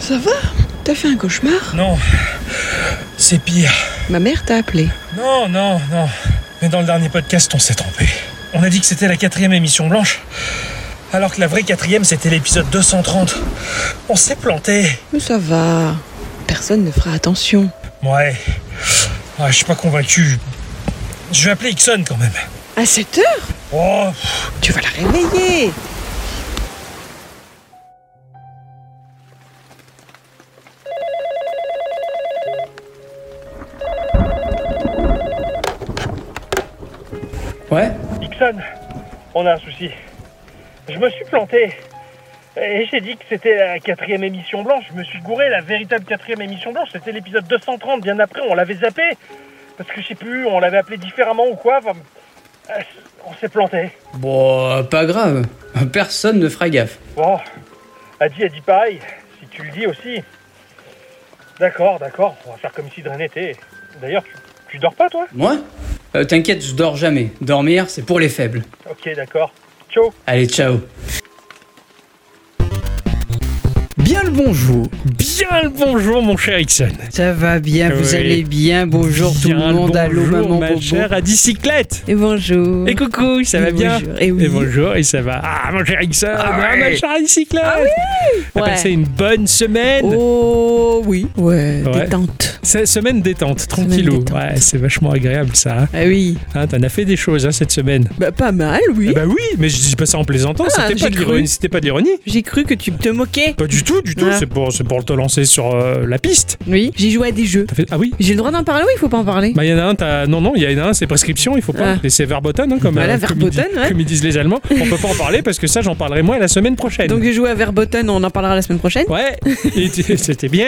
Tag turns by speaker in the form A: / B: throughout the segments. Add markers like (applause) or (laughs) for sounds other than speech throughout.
A: Ça va T'as fait un cauchemar
B: Non, c'est pire.
A: Ma mère t'a appelé.
B: Non, non, non. Mais dans le dernier podcast, on s'est trompé. On a dit que c'était la quatrième émission blanche. Alors que la vraie quatrième, c'était l'épisode 230. On s'est planté.
A: Mais ça va. Personne ne fera attention.
B: Ouais. Ouais, je suis pas convaincu. Je vais appeler Ixon quand même.
A: À 7 heures
B: Oh,
A: Tu vas la réveiller
C: Ouais
B: Ixon, on a un souci. Je me suis planté. Et j'ai dit que c'était la quatrième émission blanche. Je me suis gouré. La véritable quatrième émission blanche, c'était l'épisode 230. Bien après, on l'avait zappé. Parce que je sais plus, on l'avait appelé différemment ou quoi. Enfin, euh, on s'est planté.
C: Bon, euh, pas grave. Personne ne fera gaffe.
B: Bon, Adi a dit pareil. Si tu le dis aussi. D'accord, d'accord. On va faire comme si de rien n'était. D'ailleurs, tu, tu dors pas, toi
C: Moi Euh, T'inquiète, je dors jamais. Dormir, c'est pour les faibles.
B: Ok, d'accord. Ciao.
C: Allez, ciao. Bien le bonjour.
B: Bien le bonjour, mon cher Ixon.
C: Ça va bien, vous
B: Oui.
C: allez bien. Bonjour tout le monde. Allô, maman, bobo.
B: à bicyclette.
A: Et bonjour
B: Et coucou, ça va
A: Et
B: bien
A: bonjour, et oui.
B: bonjour, et ça va Ah, mon cher Ixon, ah, ma chère bicyclette T'as
A: Ouais.
B: passé une bonne semaine
A: Oh oui Ouais,
B: Ouais.
A: détente
B: C'est semaine détente, tranquillou.
A: détente.
B: Ouais, c'est vachement agréable ça. hein.
A: Ah oui
B: Hein, T'en as fait des choses hein, cette semaine.
A: Bah pas mal, oui
B: Eh ben oui, mais je dis pas ça en plaisantant,
A: Ah,
B: c'était pas
A: j'ai
B: de
A: cru.
B: l'ironie, c'était pas de l'ironie.
A: J'ai cru que tu te moquais
B: Pas du tout, du tout,
A: Ah.
B: c'est pour, c'est pour te lancer sur euh, la piste.
A: Oui J'ai joué à des jeux.
B: T'as fait- Ah oui
A: J'ai le droit d'en parler ou il faut pas en parler
B: bah, y en a un, t'as- Non, non, il y en a un, c'est prescription, il faut pas.
A: Ah.
B: Et c'est verboten, hein, comme,
A: Voilà,
B: euh, comme ils
A: verboten,
B: disent-
A: ouais.
B: comme ils disent les Allemands. On peut pas en parler parce que ça, j'en parlerai moi la semaine prochaine.
A: Donc j'ai joué à Verboten, on en parlera la semaine prochaine.
B: Ouais, et tu- (laughs) c'était bien.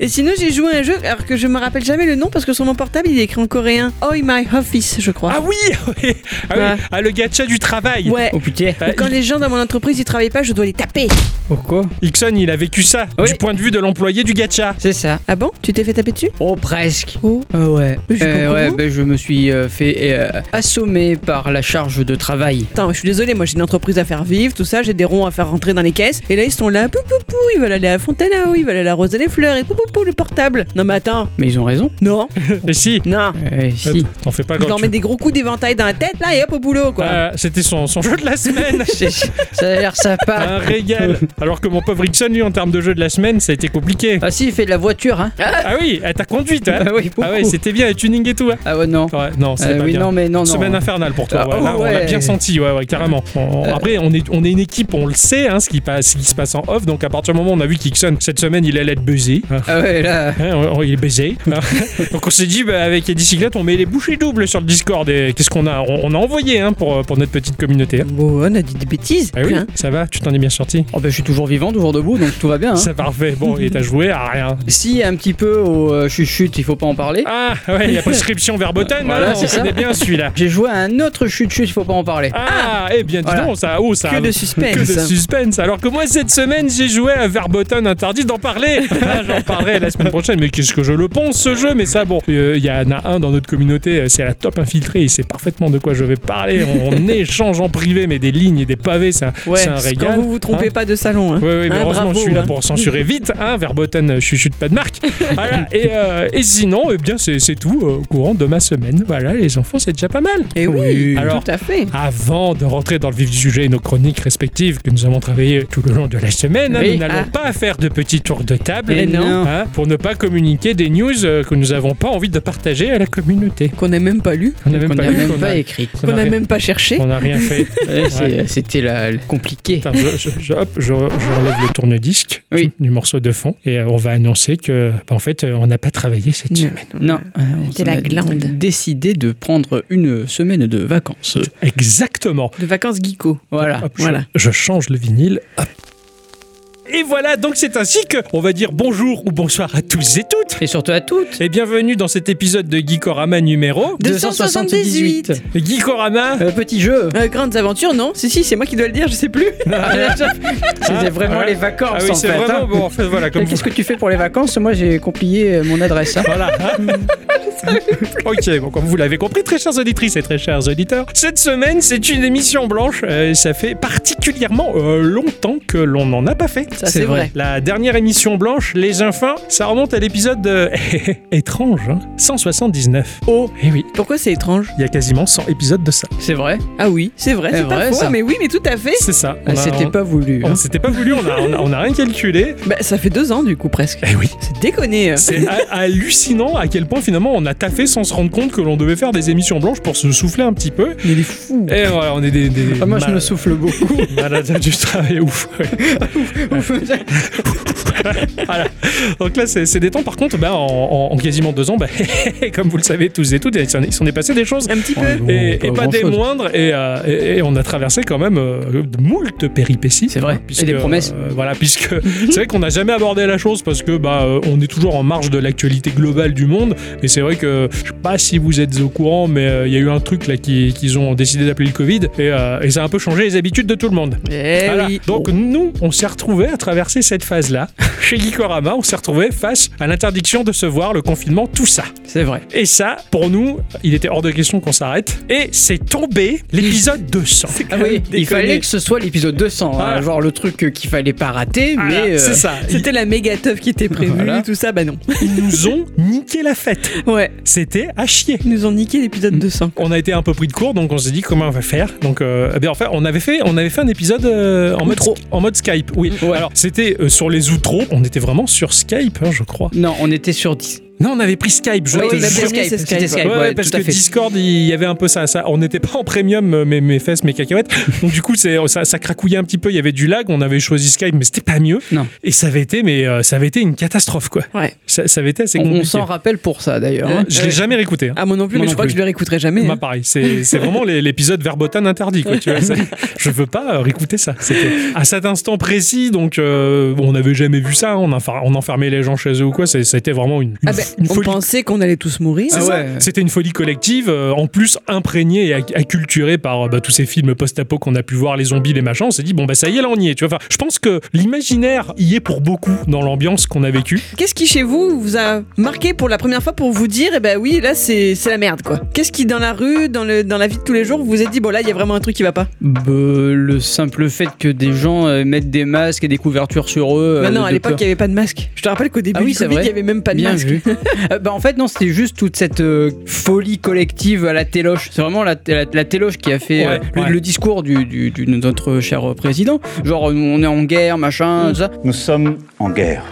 A: Et sinon j'ai joué à un jeu alors que je me rappelle jamais le nom parce que sur mon portable il est écrit en coréen. Oi my office je crois.
B: Ah oui, (laughs) oui. ah, oui.
A: Ouais.
B: Ah, le gacha du travail.
A: ouais.
C: Oh putain.
B: Ah,
A: Quand les gens dans mon entreprise ils travaillent pas je dois les taper.
C: Pourquoi
B: Ixon, il a vécu ça
C: Oui.
B: du point de vue de l'employé du gacha.
C: C'est ça.
A: Ah bon Tu t'es fait taper dessus
C: Oh, presque.
A: Oh.
C: Ah ouais.
A: Mais je suis
C: Euh,
A: pas au
C: ouais,
B: bah-
A: courant.
C: ben, je me suis euh, fait euh, assommer par la charge de travail.
A: Attends, je suis désolée, moi j'ai une entreprise à faire vivre, tout ça, j'ai des ronds à faire rentrer dans les caisses. Et là ils sont là, pou pou pou, ils veulent aller à Fontanao, ils veulent aller à Rosa des Fleurs, et pou pou pou le portable. Non mais attends,
C: Mais ils ont raison.
A: non,
B: Et si,
A: non.
C: Euh, si. (laughs)
B: t'en fais pas
A: Je
B: grand Euh,
A: leur mets des gros coups d'éventail dans la tête là et hop au boulot quoi.
B: C'était son, son jeu de la semaine.
C: C'est- ça a l'air
B: Un
C: sympa.
B: régal. Alors que mon pauvre Ixon, lui, en termes de jeu de la semaine, ça a été compliqué.
C: Ah si, il fait de la voiture, hein.
B: Ah oui, elle t'a conduite. hein
A: Bah
C: Ah oui, beaucoup.
B: Ah ouais, c'était bien, le tuning et tout. hein
C: Ah ouais, non.
B: Ouais, non, c'est
C: Euh,
B: pas
C: oui,
B: bien.
C: non, mais non, non.
B: Semaine infernale pour toi.
C: Ah,
B: ouais.
C: oh,
B: Là, on l'a
C: ouais.
B: bien senti, ouais, ouais, carrément. On- on-
C: Euh.
B: Après, on est, on est une équipe, on le sait, hein, ce, qui passe, ce qui se passe en off. Donc, à partir du moment où on a vu qu'Ixon, cette semaine, il allait être buzzé. hein.
C: Ah ouais, là.
B: Hein, on- on- il est baisé.
C: (laughs)
B: Donc on s'est dit, bah, avec les bicyclettes, on met les bouchées doubles sur le Discord. Et qu'est-ce qu'on a on, on a envoyé hein, pour, euh, pour notre petite communauté. hein.
A: Bon, on a dit des bêtises.
B: Ah oui,
A: hein.
B: ça va, tu t'en es bien sorti.
C: Oh ben, je suis toujours vivant, toujours debout, donc tout va bien. hein.
B: C'est parfait. Bon, et t'as joué à rien.
C: Si un petit peu au euh, chute-chute, il faut pas en parler.
B: Ah, ouais, la prescription verboten,
C: Voilà,
B: hein,
C: c'est
B: on
C: ça.
B: connaît bien celui-là.
C: J'ai joué à un autre chute-chute, il faut pas en parler.
B: Ah, eh bien, dis
C: Voilà.
B: donc, ça, oh, ça
A: Que de suspense.
B: que de suspense. Alors que moi, cette semaine, j'ai joué à Verboten interdit
A: (laughs)
B: d'en parler. Ah, J'en parlerai la semaine prochaine. Mais qu'est-ce que je le pense, ce jeu Mais ça, bon, euh, il y en a un dans notre communauté, euh, c'est la top infiltrée. Il sait parfaitement de quoi je vais parler.
A: (laughs)
B: On échange en privé, mais des lignes et des pavés, ça,
A: Ouais,
B: c'est un
A: parce que
B: régal.
A: quand vous vous trompez
B: hein.
A: pas de salon. Hein.
B: Oui, oui, mais
A: Hein,
B: heureusement,
A: bravo,
B: je suis là
A: hein.
B: pour censurer vite. Hein, Verboten, euh, je chute pas
A: (laughs)
B: de marque. Voilà. Et, euh, et sinon, eh bien, c'est c'est tout euh, au courant de ma semaine. Voilà, les enfants, c'est déjà pas mal.
A: Et Eh oui,
C: Oui.
B: Alors,
A: tout à fait.
B: Avant de rentrer dans le vif du sujet et nos chroniques respectives que nous avons travaillées tout le long de la semaine, hein,
C: Oui.
B: nous n'allons
A: Ah.
B: pas faire de petits tours de table
C: Et non.
B: hein, pour ne pas communiquer des news euh, que nous n'avons pas envie de partager à la communauté.
A: Qu'on n'a même pas lu,
B: On n'a même
C: Qu'on
B: pas
C: n'a
B: lu,
C: même
B: on
C: pas
B: a-
C: écrit.
B: on a
A: qu'on n'a
B: rien-
A: même pas cherché.
B: on n'a rien fait.
C: (laughs) Ouais, c'est- euh. C'était la, la- compliqué.
B: Attends, je, je- je- hop, je- je relève le tourne-disque
C: Oui.
B: du morceau de fond et euh, on va annoncer que, bah, en fait, euh, on n'a pas travaillé cette
A: Non.
B: semaine.
C: Non, euh, on
A: C'était
C: s'en
A: la
C: a
A: glande.
C: décidé de prendre une semaine de vacances.
B: Exactement.
A: De vacances geeko.
C: Voilà.
B: Hop, je-
A: Voilà.
B: je, change le vinyle. Hop. Et voilà, donc c'est ainsi que on va dire bonjour ou bonsoir à tous et toutes.
C: Et surtout à toutes.
B: Et bienvenue dans cet épisode de Geekorama numéro
A: 278.
B: Geekorama
C: Euh, petit (laughs) jeu.
A: Euh, grandes aventures, non Si, si, c'est moi qui dois le dire, je sais plus.
C: C'était vraiment
B: ouais.
C: les vacances
B: Ah oui,
C: en
B: c'est
C: fait.
B: vraiment
C: hein.
B: bon. En fait, voilà, comme
C: Mais
B: vous...
C: (laughs) Qu'est-ce que tu fais pour les vacances Moi, j'ai complié euh, mon adresse. hein.
B: Voilà. (laughs) ok, bon, comme vous l'avez compris, très chères auditrices et très chers auditeurs, cette semaine, c'est une émission blanche. euh, ça fait particulièrement euh, longtemps que l'on n'en a pas fait.
A: Ça, c'est vrai.
B: La dernière émission blanche, les enfants, ça remonte à l'épisode de- (laughs) étrange, hein, 179. Oh, eh oui,
A: Pourquoi c'est étrange
B: il y a quasiment 100 épisodes de ça.
C: C'est vrai.
A: Ah oui, c'est vrai,
C: C'est
A: c'est pas
C: vrai,
A: faux,
C: ça.
A: mais oui, mais tout à fait.
B: C'est ça.
C: Ah,
B: On a-
C: C'était
B: on-
C: pas voulu. hein.
B: on- C'était pas voulu, on a, on a- on a rien calculé.
A: Bah, ça fait deux ans du coup presque.
B: Eh oui.
A: C'est déconné. euh.
B: C'est ha- hallucinant à quel point finalement on a taffé sans se rendre compte que l'on devait faire des émissions blanches pour se souffler un petit peu.
C: Il est fou.
B: Et voilà, on est des, des
C: Ah, moi, je
B: mal-
C: me souffle (laughs) beaucoup.
B: malades (laughs) du travail, ouf. Voilà. Donc là, c'est c'est des temps. Par contre, bah, en, en- en quasiment deux ans, bah, (laughs) comme vous le savez tous et toutes, il s'en est- il s'en est passé des choses.
A: Un petit peu.
C: Ouais, bon,
B: Et, et pas des
C: grand-chose.
B: moindres, et, euh, et- et on a traversé quand même euh, de moult péripéties.
C: C'est vrai.
B: Puisque,
C: Et des promesses.
B: euh, voilà, puisque (laughs) c'est vrai qu'on n'a jamais abordé la chose parce que bah, euh, on est toujours en marge de l'actualité globale du monde. Mais c'est vrai que je sais pas si vous êtes au courant, mais euh, il y a eu un truc là qui- qu'ils ont décidé d'appeler le Covid et, euh, et ça a un peu changé les habitudes de tout le monde.
A: Eh
B: Voilà.
A: oui.
C: Oh.
B: Donc nous, on s'est retrouvés à traverser cette phase-là. (laughs) Chez Gikorama, on s'est retrouvés face à l'interdiction de se voir, le confinement, tout ça.
C: C'est vrai.
B: Et ça, pour nous, il était hors de question qu'on s'arrête. Et c'est tombé l'épisode 200.
C: Ah oui,
B: Déconné.
C: il fallait que ce soit l'épisode 200, hein,
B: Voilà.
C: genre le truc euh, qu'il fallait pas rater,
B: Voilà,
C: mais euh,
B: c'est ça. Ils,
A: C'était la méga teuf qui était prévue,
C: Voilà.
A: tout ça, bah non.
B: ils nous ont niqué la fête.
A: Ouais,
B: C'était à chier.
A: ils nous ont niqué
B: Mm.
A: l'épisode 200.
B: On a été un peu pris de court, donc on s'est dit comment on va faire. Donc, euh, eh bien, enfin, on avait fait, on avait fait un épisode euh, en mode
C: Outro.
B: en mode Skype. Oui.
C: Ouais.
B: Alors, c'était euh, sur les outros. On était vraiment sur Skype, hein, je crois.
C: non, on était sur 10.
B: Non, on avait pris Skype. Je
A: Oui,
B: te
A: on avait
B: jure.
A: pris Skype,
C: c'était
A: Skype.
B: Ouais, ouais, parce
C: tout à
B: que
C: fait.
B: Discord, il y avait un peu ça. ça on n'était pas en premium, euh, mes, mes fesses, mes cacahuètes. Donc du coup, c'est, euh, ça, ça cracouillait un petit peu. Il y avait du lag. On avait choisi Skype, mais c'était pas mieux.
C: Non.
B: Et ça avait été, mais euh, ça avait été une catastrophe, quoi.
A: Ouais.
B: Ça, ça avait été assez
C: On,
B: compliqué.
C: on s'en rappelle pour ça d'ailleurs. hein.
B: Je l'ai jamais réécouté. hein.
A: Ah, moi non plus,
B: Moi
A: mais
B: non
A: je crois que
B: plus.
A: je le réécouterai
C: Ah,
A: jamais.
B: Moi,
A: hein.
B: pareil, c'est c'est vraiment l'é- l'épisode verboten interdit. Quoi, tu vois, C'est- je veux pas euh, réécouter ça. C'était à cet instant précis, donc euh, on n'avait jamais vu ça. hein. On, enfer- on enfermait les gens chez eux ou quoi. c'est- C'était vraiment une, une,
C: ben,
A: Ah, bah,
B: une
A: on
B: folie
A: pensait qu'on allait tous mourir.
B: c'est
C: Ah
B: ça.
C: ouais.
B: C'était une folie collective, euh, en plus imprégnée et acc- acculturée par euh, bah, tous ces films post-apo qu'on a pu voir, les zombies, les machins. On s'est dit, bon, bah ça y est, là on y est. Tu vois, Enfin, je pense que l'imaginaire y est pour beaucoup dans l'ambiance qu'on a vécue.
A: Qu'est-ce qui chez vous vous a marqué pour la première fois pour vous dire, eh ben oui, là c'est c'est la merde quoi Qu'est-ce qui dans la rue, dans, le, dans la vie de tous les jours, vous a dit, bon là il y a vraiment un truc qui va pas
C: Bah, le simple fait que des gens euh, mettent des masques et des couvertures sur eux. euh,
A: Bah non,
C: de
A: à l'époque il
C: peur.
A: n'y avait pas de masque. Je te rappelle qu'au début
C: Ah oui,
A: du
C: c'est
A: Covid, il
C: vrai.
A: n'y avait même pas de
C: Bien
A: masque.
C: vu.
A: (laughs)
C: Euh, bah, en fait, non, c'était juste toute cette euh, folie collective à la téloche. C'est vraiment la, la, la téloche qui a fait euh,
B: Ouais,
C: le,
B: ouais.
C: le discours du, du- du- de notre cher président. Genre, euh, on est en guerre,
A: Mm.
C: machin, tout ça.
D: Nous sommes en guerre.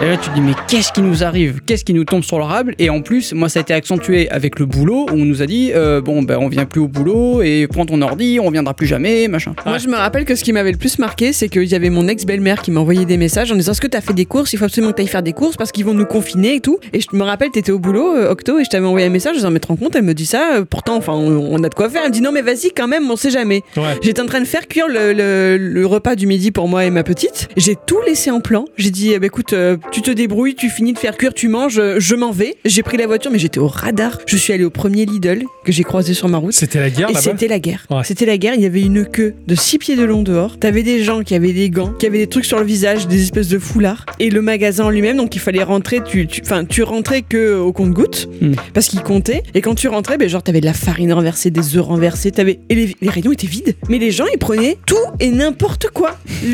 C: Et là, tu te dis, mais qu'est-ce qui nous arrive Qu'est-ce qui nous tombe sur le rable Et en plus, moi, ça a été accentué avec le boulot où on nous a dit, euh, bon, ben, on vient plus au boulot et prends ton ordi, on reviendra plus jamais, machin.
A: Moi, je me rappelle que ce qui m'avait le plus marqué, c'est qu'il y avait mon ex-belle-mère qui m'envoyait des messages en disant Est-ce que t'as fait des courses Il faut absolument que t'ailles faire des courses parce qu'ils vont nous confiner et tout. Et je me rappelle, t'étais au boulot, euh, Octo, et je t'avais envoyé un message en disant Mais te rends compte, elle me dit ça. euh, Pourtant, enfin, on, on a de quoi faire. Elle me dit Non, mais vas-y quand même, on sait jamais.
B: Ouais.
A: J'étais en train de faire cuire le, le- le repas du midi pour moi et ma petite. J'ai tout laissé en plan. J'ai dit, eh ben, écoute, euh, tu te débrouilles, tu finis de faire cuire, tu manges, euh, je m'en vais. J'ai pris la voiture, mais j'étais au radar. Je suis allée au premier Lidl que j'ai croisé sur ma route.
B: C'était la guerre
A: Et
B: là-bas.
A: c'était la guerre.
B: Ouais.
A: C'était la guerre. Il y avait une queue de 6 pieds de long dehors. T'avais des gens qui avaient des gants, qui avaient des trucs sur le visage, des espèces de foulards. Et le magasin en lui-même, donc il fallait rentrer. Tu, tu- enfin, tu rentrais que au compte-goutte
C: Hmm.
A: parce qu'il comptait. Et quand tu rentrais, ben genre t'avais de la farine renversée, des œufs renversés. T'avais et les, les rayons étaient vides. Mais les gens ils prenaient tout et n'importe quoi,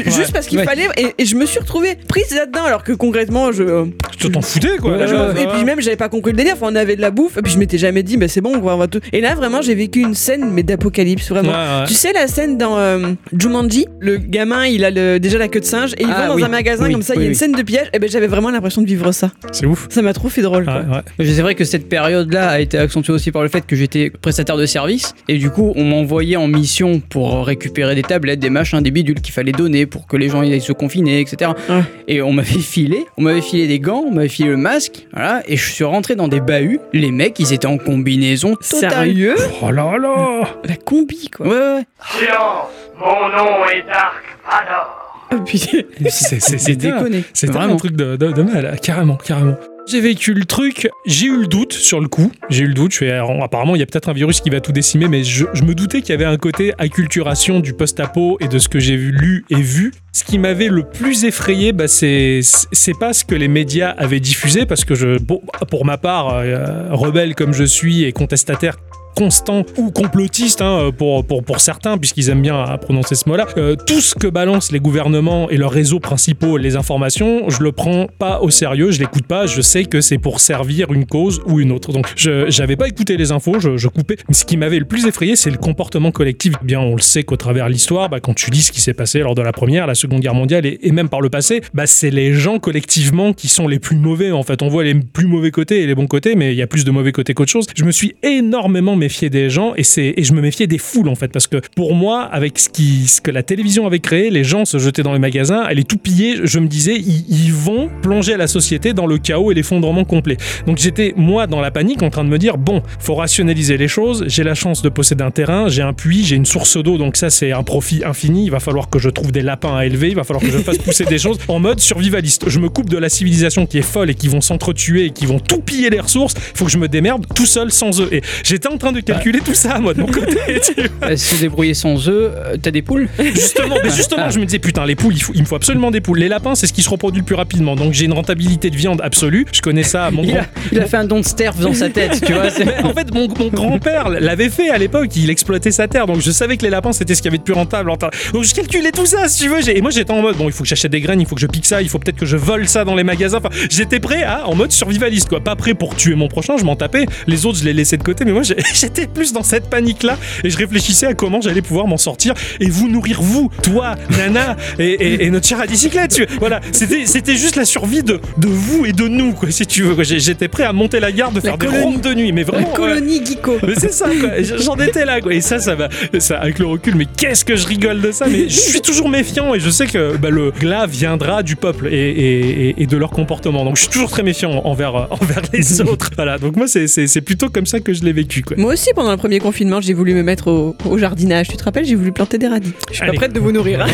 A: juste parce qu'il
C: Ouais.
A: fallait. Et, et je me suis retrouvée prise là-dedans, alors que concrètement, je euh,
B: Tu t'en foutais, quoi.
C: Ouais,
A: je-
C: ouais,
A: et puis même j'avais pas compris le délire, enfin on avait de la bouffe, et puis je m'étais jamais dit bah c'est bon quoi, on va tout. Et là vraiment j'ai vécu une scène mais d'apocalypse
B: Ouais,
A: vraiment.
B: ouais.
A: Tu sais la scène dans euh, Jumanji, le gamin il a le- déjà la queue de singe et il
C: Ah
A: va dans
C: oui,
A: un magasin
C: oui,
A: comme ça, il y
C: oui,
A: a une
C: oui.
A: scène de pillage, et ben j'avais vraiment l'impression de vivre ça.
B: C'est ouf.
A: Ça m'a trop fait drôle quoi.
B: Ouais, ouais.
C: C'est vrai que cette période-là a été accentuée aussi par le fait que j'étais prestataire de service et du coup on m'envoyait en mission pour récupérer des tablettes, des machins, des bidules qu'il fallait donner pour que les gens aillent se confiner, etc.
A: Ouais.
C: Et on m'avait filé, on m'avait filé des gants, on m'avait filé le masque, voilà, et je suis rentré dans des bahuts. Les mecs, ils étaient en combinaison totale.
A: Sérieux
B: Oh là là
A: La combi quoi.
C: Ouais, ouais, ouais.
E: Silence Mon nom est Dark Vador.
A: Ah, putain.
B: C'est- c'est-
C: C'est
B: C'est dingue.
C: déconné.
B: C'est vraiment
C: vraiment.
B: un truc de, de, de mal, hein. carrément, carrément. J'ai vécu le truc, j'ai eu le doute sur le coup. J'ai eu le doute. Je fais, alors, apparemment, il y a peut-être un virus qui va tout décimer, mais je, je me doutais qu'il y avait un côté acculturation du post-apo et de ce que j'ai vu- lu et vu. Ce qui m'avait le plus effrayé, bah, c'est c'est pas ce que les médias avaient diffusé, parce que je, bon, pour ma part, euh, rebelle comme je suis et contestataire constant ou complotiste hein, pour, pour, pour certains, puisqu'ils aiment bien à prononcer ce mot-là, euh, tout ce que balancent les gouvernements et leurs réseaux principaux, les informations, je le prends pas au sérieux, je l'écoute pas, je sais que c'est pour servir une cause ou une autre. Donc je j'avais pas écouté les infos, je, je coupais. Mais ce qui m'avait le plus effrayé, c'est le comportement collectif. Eh bien, on le sait qu'au travers l'histoire, bah, quand tu lis ce qui s'est passé lors de la première, la seconde guerre mondiale et, et même par le passé, bah, c'est les gens collectivement qui sont les plus mauvais. En fait, on voit les plus mauvais côtés et les bons côtés, mais il y a plus de mauvais côtés qu'autre chose. Je me suis énormément méfié des gens et, c'est, et je me méfiais des foules en fait, parce que pour moi, avec ce, qui, ce que la télévision avait créé, les gens se jetaient dans les magasins, elle est tout pillée. Je me disais, ils, ils vont plonger la société dans le chaos et l'effondrement complet. Donc j'étais moi dans la panique en train de me dire bon, faut rationaliser les choses. J'ai la chance de posséder un terrain, j'ai un puits, j'ai une source d'eau, donc ça c'est un profit infini. Il va falloir que je trouve des lapins à élever, il va falloir que je fasse pousser des choses en mode survivaliste. Je me coupe de la civilisation qui est folle et qui vont s'entretuer et qui vont tout piller les ressources. Il faut que je me démerde tout seul sans eux. Et j'étais en train de calculer tout ça moi de mon
C: (laughs)
B: côté. tu vois.
C: Euh, Se débrouiller sans eux, euh, t'as des poules
B: Justement, mais justement, je me disais putain, les poules, il, faut- il me faut absolument des poules. Les lapins, c'est ce qui se reproduit le plus rapidement. Donc j'ai une rentabilité de viande absolue. Je connais ça. Mon
C: il
B: grand-
C: a, il a fait un don de sterf dans sa tête, tu vois. c'est-
B: en fait, mon, mon grand-père l'avait fait à l'époque, il exploitait sa terre, donc je savais que les lapins c'était ce qu'il y avait de plus rentable. en terre. Donc je calculais tout ça, si tu veux. j'ai- Et moi j'étais en mode, bon, il faut que j'achète des graines, il faut que je pique ça, il faut peut-être que je vole ça dans les magasins. Enfin, j'étais prêt à, en mode survivaliste, quoi. Pas prêt pour tuer mon prochain, je m'en tapais. Les autres, je les laissais de côté, mais moi j'ai- (laughs) j'étais plus dans cette panique-là et je réfléchissais à comment j'allais pouvoir m'en sortir et vous nourrir, vous, toi, Nana et, et- et notre chère à bicyclette. tu vois. Voilà, c'était c'était juste la survie de, de vous et de nous, quoi, si tu veux. quoi. J'ai- J'étais prêt à monter la garde, de faire des
A: colonie.
B: rondes de nuit, mais
A: (laughs) La
B: vraiment. voilà.
A: colonie geeko.
B: Mais c'est ça, quoi. J'en étais là, quoi. Et ça, ça va. Ça, avec le recul, mais qu'est-ce que je rigole de ça. Mais je suis toujours méfiant et je sais que bah, le glas viendra du peuple et, et- et- et de leur comportement. Donc je suis toujours très méfiant envers, euh, envers
A: (laughs)
B: les autres. Voilà. Donc moi, c'est- c'est c'est plutôt comme ça que je l'ai vécu, quoi.
A: Moi aussi, pendant le premier confinement, j'ai voulu me mettre au, au jardinage. Tu te rappelles, j'ai voulu planter des radis. Je suis pas
B: Allez.
A: prête de vous nourrir. hein.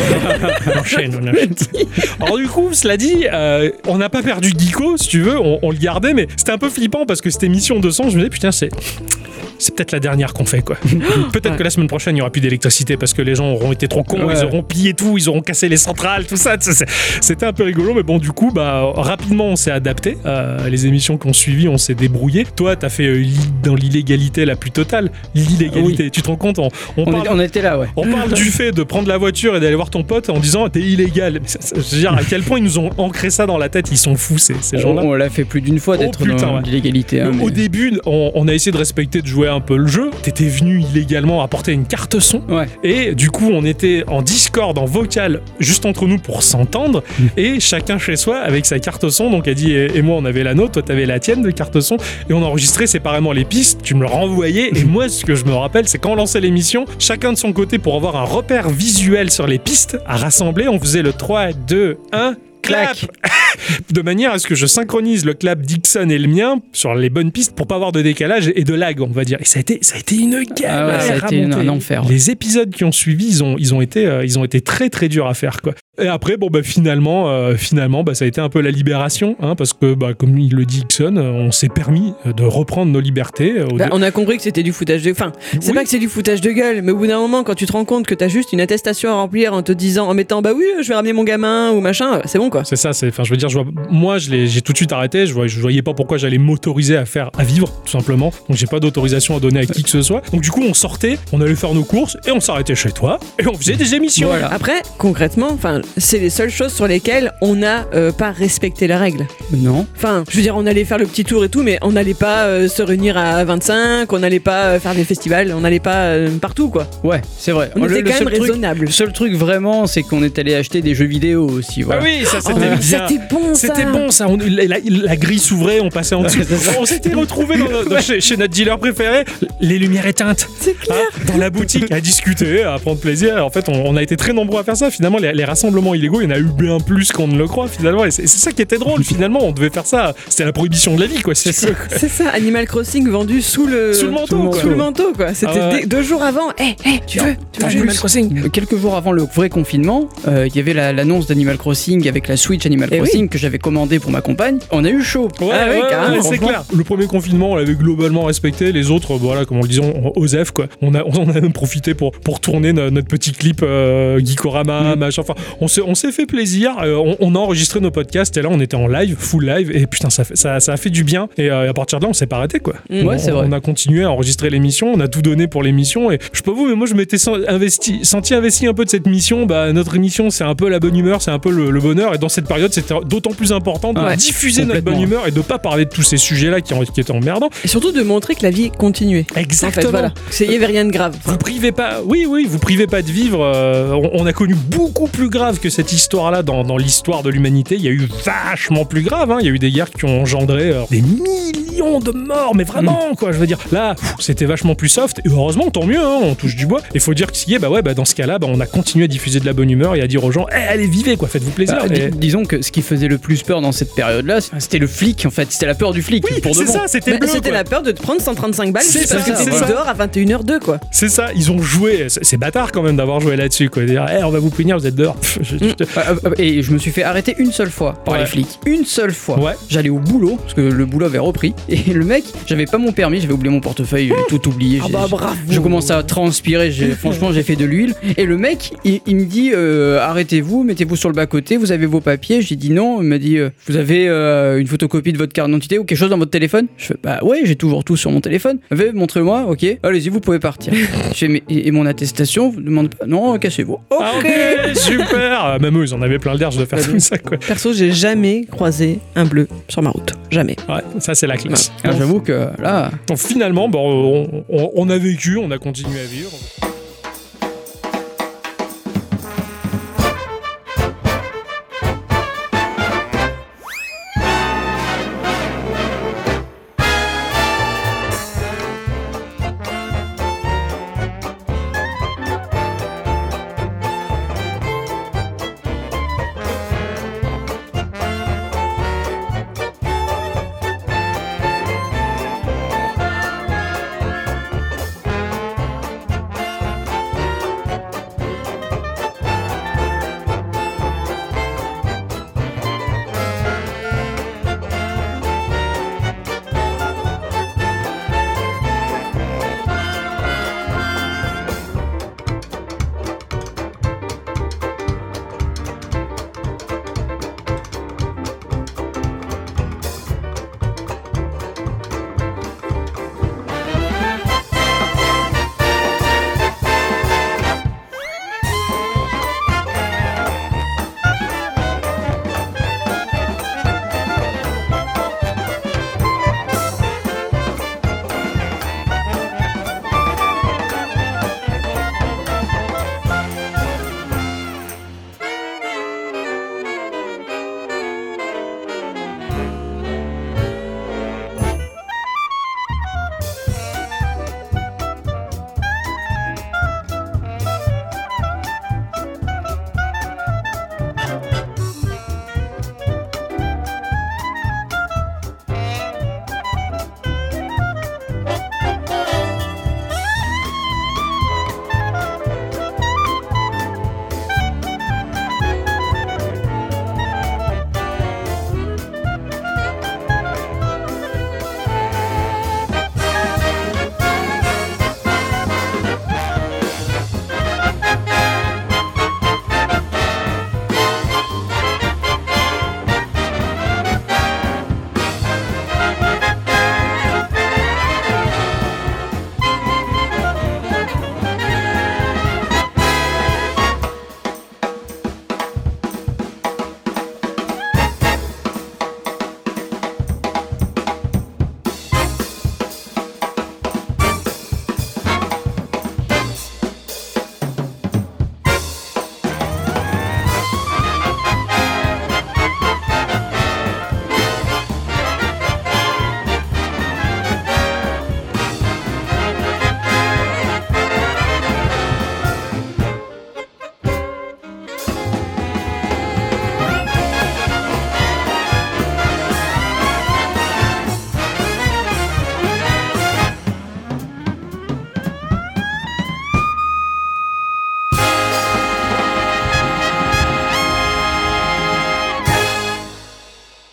B: On (laughs) enchaîne, on enchaîne. Alors du coup, cela dit, euh, on n'a pas perdu Geeko, si tu veux, on, on le gardait, mais c'était un peu flippant parce que cette émission 200, je me disais, putain, c'est... C'est peut-être la dernière qu'on
C: (laughs)
B: fait, quoi. Peut-être que la semaine prochaine, il n'y aura plus d'électricité parce que les gens auront été trop cons,
C: Ouais.
B: ils auront pillé tout, ils auront cassé les centrales, tout ça. C'est- c'est- C'était un peu rigolo, mais bon, du coup, bah, rapidement, on s'est adapté. Euh, les émissions qu'on suivi, on s'est débrouillé. Toi, t'as fait euh, l'i- dans l'illégalité la plus totale. L'illégalité, tu te rends compte, on, on
C: Ah On,
B: parle
C: est- on était là, ouais.
B: on parle du fait de prendre la voiture et d'aller voir ton pote en disant t'es illégal. Mais ça- ça- je veux dire, à quel point ils nous ont ancré ça dans la tête, ils sont fous ces, ces
C: On,
B: gens-là.
C: on l'a fait plus d'une fois
B: Oh,
C: d'être
B: putain,
C: dans
B: ouais.
C: l'illégalité. hein,
B: Au
C: mais-
B: début, on, on a essayé de respecter, de jouer un peu le jeu. T'étais venu illégalement apporter une carte son.
C: Ouais.
B: Et du coup, on était en Discord, en vocal, juste entre nous pour s'entendre. Et chacun chez soi avec sa carte son. Donc, elle dit, et et moi, on avait la nôtre, toi, t'avais la tienne de carte son. Et on enregistrait séparément les pistes. Tu me le renvoyais. Et moi, ce que je me rappelle, c'est quand on lançait l'émission, chacun de son côté pour avoir un repère visuel sur les pistes à rassembler. On faisait le 3, 2, 1. Clap
C: Clac.
B: De manière à ce que je synchronise le clap Dixon et le mien sur les bonnes pistes pour pas avoir de décalage et de lag, on va dire. Et ça a été, ça a été une
C: Ah
B: galère.
C: ouais, ça a
B: à
C: été un
B: monter.
C: enfer.
B: Les épisodes qui ont suivi, ils ont, ils ont été, euh, ils ont été très très durs à faire quoi. Et après, bon bah finalement, euh, finalement, bah ça a été un peu la libération, hein, parce que bah comme il le dit Dixon, euh, on s'est permis de reprendre nos libertés. euh, au
A: Bah,
B: dé-
A: on a compris que c'était du foutage de. Enfin, c'est
B: Oui.
A: pas que c'est du foutage de gueule, mais au bout d'un moment, quand tu te rends compte que t'as juste une attestation à remplir en te disant, en mettant bah oui, je vais ramener mon gamin ou machin, euh, c'est bon quoi.
B: C'est ça, c'est. Enfin, je veux dire, je vois- moi, je l'ai- j'ai tout de suite arrêté. Je voyais, je voyais pas pourquoi j'allais m'autoriser à faire, à vivre, tout simplement. Donc, j'ai pas d'autorisation à donner à qui que ce soit. Donc, du coup, on sortait, on allait faire nos courses et on s'arrêtait chez toi et on faisait des émissions.
C: Voilà.
A: Après, concrètement, enfin, c'est les seules choses sur lesquelles on n'a euh, pas respecté la règle.
C: Non.
A: Enfin, je veux dire, on allait faire le petit tour et tout, mais on n'allait pas euh, se réunir à 25, on n'allait pas euh, faire des festivals, on n'allait pas euh, partout quoi.
C: Ouais, c'est vrai.
B: Oh,
A: On
C: Le-
A: était
C: le
A: quand même
C: seul truc-
A: raisonnable.
C: Le seul truc vraiment, c'est qu'on est allé acheter des jeux vidéo aussi.
B: Ah
C: Voilà.
B: oui, ça
A: Oh,
B: c'était
A: mais
B: bien.
A: c'était bon ça.
B: C'était bon ça, on- la, la- la grille s'ouvrait, on passait en dessous.
C: c'est ça.
B: on s'était retrouvés dans notre- dans- chez, chez notre dealer préféré, les lumières éteintes,
A: C'est clair.
B: hein, dans la boutique, à discuter, à prendre plaisir. En fait, on, on a été très nombreux à faire ça. Finalement, les, les rassemblements illégaux, il y en a eu bien plus qu'on ne le croit finalement. Et c'est c'est ça qui était drôle. Finalement, on devait faire ça. C'était la prohibition de la vie, quoi. si tu veux.
A: C'est ça, Animal Crossing vendu sous le,
B: Sous le manteau, quoi.
A: sous le manteau, quoi. C'était
B: Ah ouais.
A: dé- deux jours avant. Hé, hé, tu veux, tu veux
C: En
A: jouer
C: plus, euh, Quelques jours avant le vrai confinement, euh, il y avait la- l'annonce d'Animal Crossing avec la Switch Animal
A: Eh oui.
C: Crossing que j'avais commandé pour ma compagne. On a eu chaud.
B: Ouais,
A: Ah oui,
B: ouais,
A: carrément,
B: ouais, c'est
A: franchement.
B: clair. Le premier confinement, on l'avait globalement respecté. Les autres, voilà, comme on le disait, on- (laughs) Osef, quoi. On a, on en a même profité pour, pour tourner no- notre petit clip euh, Geekorama, machin. Enfin, On se- on s'est fait plaisir, euh, on, on a enregistré nos podcasts et là on était en live, full live, et putain ça, fait- ça, ça a fait du bien. Et euh, à partir de là on s'est pas arrêté quoi.
A: Mm.
C: Ouais,
B: On-
C: c'est vrai.
B: On a continué à enregistrer l'émission, on a tout donné pour l'émission et je peux vous, mais moi je m'étais sen- investi, senti investi un peu de cette mission. Bah notre émission c'est un peu la bonne humeur, c'est un peu le, le bonheur et dans cette période c'était d'autant plus important de
C: Ouais.
B: diffuser notre
C: Complètement.
B: bonne humeur et de pas parler de tous ces sujets là qui, en- qui étaient emmerdants.
A: Et surtout de montrer que la vie continuait. En fait,
B: Exactement.
A: voilà. C'est- Il n'y avait rien de grave.
B: Vous privez pas, oui, oui, vous privez pas de vivre. euh, on, on a connu beaucoup plus grave que cette histoire-là dans, dans l'histoire de l'humanité. Il y a eu vachement plus grave. hein. Il y a eu des guerres qui ont engendré euh, des millions de morts, mais vraiment, quoi. Je veux dire, là, pff, c'était vachement plus soft. Et heureusement, tant mieux, hein, on touche du bois. Il faut dire que si, bah ouais, bah, dans ce cas-là, bah, on a continué à diffuser de la bonne humeur et à dire aux gens, Eh, allez, vivez, quoi, faites-vous plaisir.
C: Bah,
B: Et-
C: dis- disons que ce qui faisait le plus peur dans cette période-là, c'était le flic en fait, c'était la peur du flic
B: oui,
C: pour de
B: c'est
C: bon.
B: ça, c'était
A: Bah,
B: bleu.
A: C'était
B: quoi.
A: la peur de te prendre 135 balles
B: C'est
A: parce
C: ça,
A: que t'étais
C: voilà.
A: dehors à 21h02, quoi.
B: C'est ça, ils ont joué. C'est c'est bâtard quand même d'avoir joué là-dessus, quoi. Dire, Eh, on va vous punir, vous êtes dehors. Pff, je- je- je-
C: Euh, euh, Et je me suis fait arrêter une seule fois par
B: Ouais.
C: les flics. Une seule fois.
B: Ouais.
C: J'allais au boulot, parce que le boulot avait repris. (laughs) Et le mec, j'avais pas mon permis, j'avais oublié mon portefeuille, j'avais tout oublié.
A: Ah
C: j'ai-
A: bah,
C: j'ai-
A: bravo.
C: Je commençais à
A: (laughs)
C: transpirer, j'ai- franchement j'ai fait de l'huile. Et le mec, il, il me dit euh, arrêtez-vous, mettez-vous sur le bas-côté, vous avez vos papiers. J'ai dit non, il m'a dit euh, vous avez euh, une photocopie de votre carte d'identité ou quelque chose dans votre téléphone Je fais bah ouais, j'ai toujours tout sur mon téléphone. Il fait, montrez-moi, ok, allez-y, vous pouvez partir. (laughs) Je fais, mais, et, et mon attestation, vous me demandez pas Non, cassez-vous.
B: Ah, ok, super Ah, Même eux, ils en avaient plein le derge de faire comme ça, quoi.
A: Perso, j'ai jamais croisé un bleu sur ma route.
B: (laughs)
A: Jamais.
B: Ouais, ça, c'est la classe.
C: Ah, J'avoue que là.
B: Donc, finalement, bon, on, on- on a vécu, on a continué à vivre.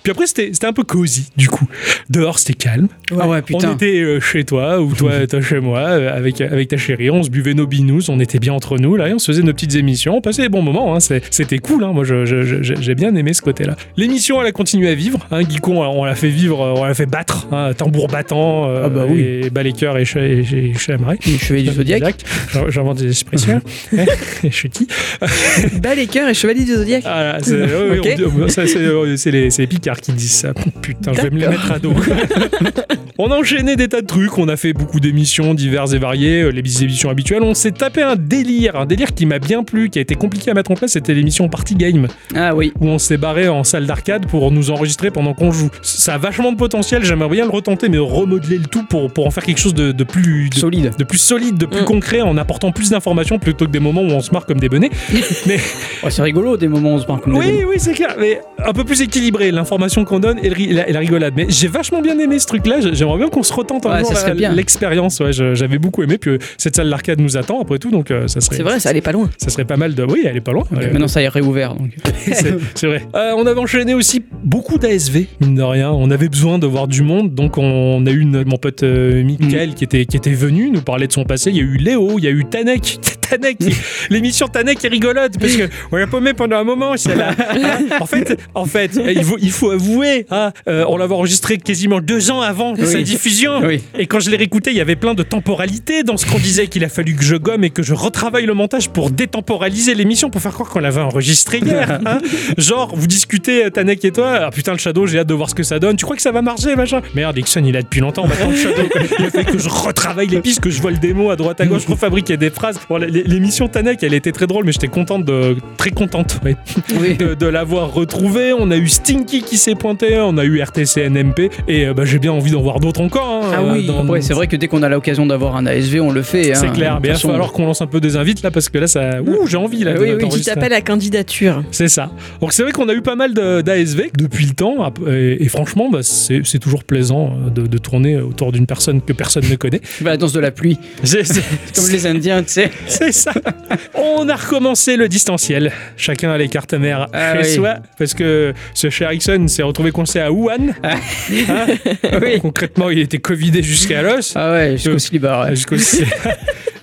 B: Puis après, c'était c'était un peu cosy, du coup. Dehors, c'était calme.
C: Ah ouais,
B: On
C: putain.
B: était euh, chez toi, ou
C: (laughs)
B: toi, toi chez moi, euh, avec, avec ta chérie. On se buvait nos binous, on était bien entre nous, là, et on se faisait nos petites émissions. On passait des bons moments, hein, c'est- c'était cool. hein. moi, je- je- je- j'ai bien aimé ce côté-là. L'émission, elle a continué à vivre. Hein, Guicon, on, on l'a fait vivre, euh, on l'a fait battre, hein, tambour battant, euh,
C: Ah bah oui.
B: et balayeur et, cha- et, et chamray.
C: Le
B: (laughs)
C: chevalier du zodiaque.
B: J'in- J'invente des
C: (laughs)
B: expressions. (laughs) Ouais, Je suis qui
A: Bas les cœurs et chevalier du zodiaque.
B: Ah, là, c'est oui, oui, on- ça, c'est euh, c'est les, c'est les Picards qui disent ça. Putain, je vais me les mettre à dos. (laughs) on a enchaîné des tas de trucs, on a fait beaucoup d'émissions diverses et variées, euh, les petites émissions habituelles. On s'est tapé un délire, un délire qui m'a bien plu, qui a été compliqué à mettre en place, c'était l'émission Party Game,
C: Ah oui.
B: où on s'est barré en salle d'arcade pour nous enregistrer pendant qu'on joue. Ça a vachement de potentiel, j'aimerais bien le retenter, mais remodeler le tout pour, pour en faire quelque chose de, de plus, de
C: Solide.
B: de plus solide, de plus
A: Mm.
B: concret, en apportant plus d'informations plutôt que des moments où on se marre comme des benets.
C: Ouais, Oh, c'est rigolo des moments où on se parle comme des
B: Oui, oui, c'est clair, mais un peu plus équilibré, l'information qu'on donne et, le ri- la, et la rigolade. Mais j'ai vachement bien aimé ce truc-là, j'ai- j'aimerais bien qu'on se retente un
C: Ouais,
B: jour
C: ça serait
B: à
C: bien.
B: l'expérience. Ouais, je- J'avais beaucoup aimé, puis euh, cette salle d'arcade nous attend après tout, donc euh, ça, serait,
A: C'est vrai, ça allait pas loin.
B: ça serait pas mal de. Oui, elle est pas loin.
C: Ok,
B: Ouais.
C: Maintenant ça est réouvert donc.
B: (laughs) c'est c'est vrai. Euh, on avait enchaîné aussi beaucoup d'ASV, mine de rien. On avait besoin de voir du monde, donc on a eu une- mon pote euh, Michael qui, était, qui était venu nous parler de son passé. Il y a eu Léo, il y a eu Tanek. (laughs) Tanek, qui- l'émission Tanek est rigolote parce que on l'a paumé pendant un moment. celle-là. en fait, en fait, il faut, il faut avouer, hein, euh, on l'avait enregistré quasiment deux ans avant
C: Oui.
B: sa diffusion.
C: Oui.
B: Et quand je l'ai réécouté, il y avait plein de temporalités dans ce qu'on disait qu'il a fallu que je gomme et que je retravaille le montage pour détemporaliser l'émission, pour faire croire qu'on l'avait enregistré hier. hein. Genre, vous discutez, euh, Tanek et toi, ah putain, le Shadow, j'ai hâte de voir ce que ça donne, tu crois que ça va marcher, machin Merde, Dixon, il a depuis longtemps, maintenant le Shadow, quoi. le fait que je retravaille les pistes, que je vois le démo à droite à gauche, refabriquer des phrases. Bon, l- l- l'émission Tanek, elle était très drôle, mais j'étais contente de... très contente, ouais,
C: Oui.
B: de, de l'avoir retrouvé. On a eu Stinky qui s'est pointé, on a eu RTCNMP, et euh, bah, j'ai bien envie d'en voir d'autres encore. hein,
C: Ah
B: euh,
C: oui.
B: dans-
C: Après, c'est vrai que dès qu'on a l'occasion d'avoir un ASV, on le fait.
B: c'est
C: hein.
B: clair,
C: De
B: mais il
C: toute
B: va
C: façon,
B: falloir qu'on lance un peu des invites là parce que là ça. Ouh, j'ai envie là. de-
C: Oui, oui,
A: Oui,
B: d'enregistrer.
A: petit appel à candidature.
B: C'est ça. Donc c'est vrai qu'on a eu pas mal de- d'ASV depuis le temps ap- et, et franchement, bah, c'est c'est toujours plaisant euh, de, de tourner autour d'une personne que personne ne
C: (laughs)
B: connaît.
C: bah, la danse de la pluie,
B: C'est- c'est-
C: comme les Indiens,
B: (laughs)
C: tu sais.
B: C'est ça. On a recommencé le distanciel. Chacun a les cartes mères
C: Ah
B: chez
C: oui.
B: soi. Parce que ce cher Ixon s'est retrouvé coincé à Wuhan. Hein
C: Ah. (laughs) Oui.
B: Concrètement, il était Covidé jusqu'à l'os.
C: Ah ouais, jusqu'au
B: Euh,
C: slibard. ouais.
B: Jusqu'au-
C: (laughs)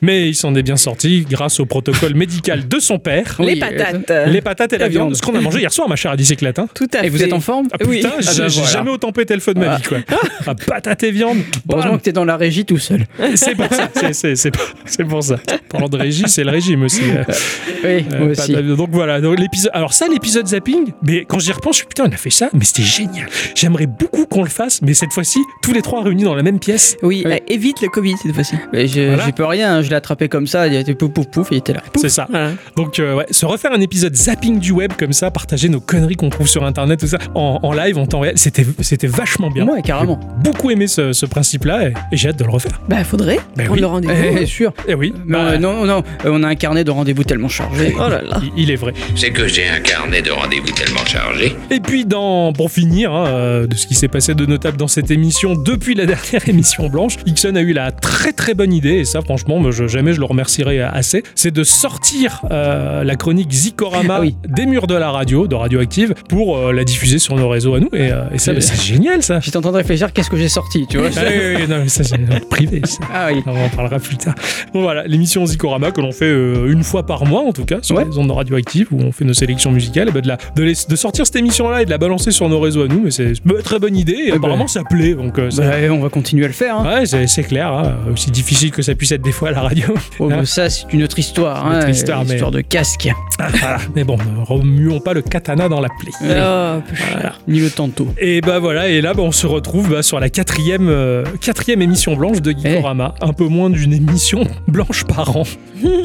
B: Mais il s'en est bien sorti grâce au protocole médical de son père.
A: les
C: Oui,
A: patates.
B: euh, Les patates et la
C: La
B: viande.
C: viande.
B: Ce qu'on a mangé hier soir, ma chère Alice Éclatin.
A: Tout à
C: Et
A: fait.
C: vous êtes en forme
B: Ah putain,
C: Ah,
B: j'ai
C: bah,
B: j'ai
C: voilà.
B: jamais autant pété le feu de ma vie, quoi. Ah, patate et viande. bam.
C: Heureusement que t'es dans la régie tout seul.
B: C'est pour ça. c'est- C'est c'est- c'est pour ça. Parlant de régie, c'est le régime aussi. euh.
C: Oui,
B: Euh,
C: moi
B: pas
C: aussi.
B: de- donc voilà, donc l'épisode. Alors ça, l'épisode zapping. Mais quand j'y repense, je suis putain, on a fait ça, mais c'était génial. J'aimerais beaucoup qu'on le fasse, mais cette fois-ci, tous les trois réunis dans la même pièce.
A: Oui,
C: Oui.
A: euh, évite le Covid cette fois-ci.
C: Mais je-
B: Voilà.
C: j'y peux rien, hein, je l'ai attrapé comme ça, il était pouf pouf pouf, il était là.
B: C'est ça.
A: Voilà.
B: Donc euh, ouais, se refaire un épisode zapping du web comme ça, partager nos conneries qu'on trouve sur internet, tout ça, en, en live, en temps réel, c'était c'était vachement bien.
C: Moi,
B: (laughs)
C: carrément.
B: Beaucoup aimé ce, ce principe-là et, et j'ai hâte de le refaire.
A: Bah faudrait
B: Ben
A: prendre
B: oui.
A: le rendez-vous.
C: Eh, sûr.
B: Et oui,
C: Mais,
B: bah,
C: euh, non, non, euh, on a un carnet de rendez-vous tellement chargé.
A: Oh là
B: (laughs)
A: là.
B: il- il est vrai.
D: C'est que j'ai un carnet de rendez-vous tellement chargé
B: Et puis, dans, pour finir, hein, euh, de ce qui s'est passé de notable dans cette émission depuis la (laughs) dernière émission blanche, Ixon a eu la très très bonne idée, et ça franchement, moi, je- jamais je le remercierai assez, c'est de sortir euh, la chronique Zikorama
C: Ah oui.
B: des murs de la radio, de Radioactive, pour euh, la diffuser sur nos réseaux à nous. Et, euh, et ça,
C: Euh.
B: bah, c'est génial
C: (laughs)
B: ça
C: J'étais en train de réfléchir, qu'est-ce que j'ai sorti, tu vois
B: Ah oui, oui, oui, non, mais ça, c'est euh, privé. ça.
C: Ah
B: (laughs)
C: oui.
B: On en parlera plus tard. Bon, voilà, l'émission Zikorama que l'on fait euh, une fois par mois, en tout cas, sur
C: Ouais.
B: les ondes radioactives, où on fait nos sélections musicales, et ben de, la, de, les- de sortir cette émission-là et de la balancer sur nos réseaux à nous, mais c'est une très bonne idée, et
C: ben.
B: apparemment ça plaît. Donc, euh, ça-
C: Bah, on va continuer à le faire. hein.
B: Ouais, c'est c'est clair, hein, aussi difficile que ça puisse être des fois à la radio. (laughs)
C: Oh, bah, ça, c'est une autre histoire.
B: Ah. Une autre
C: hein,
B: histoire, mais-
C: de casque.
B: Voilà. Mais bon, ne remuons pas le katana dans la plaie.
A: Oh, peu cher.
C: Ni le tantôt.
B: Et bah voilà, et là bah, on se retrouve bah, sur la quatrième, euh, quatrième émission blanche de Geekorama.
C: Eh.
B: Un peu moins d'une émission (laughs) blanche par an.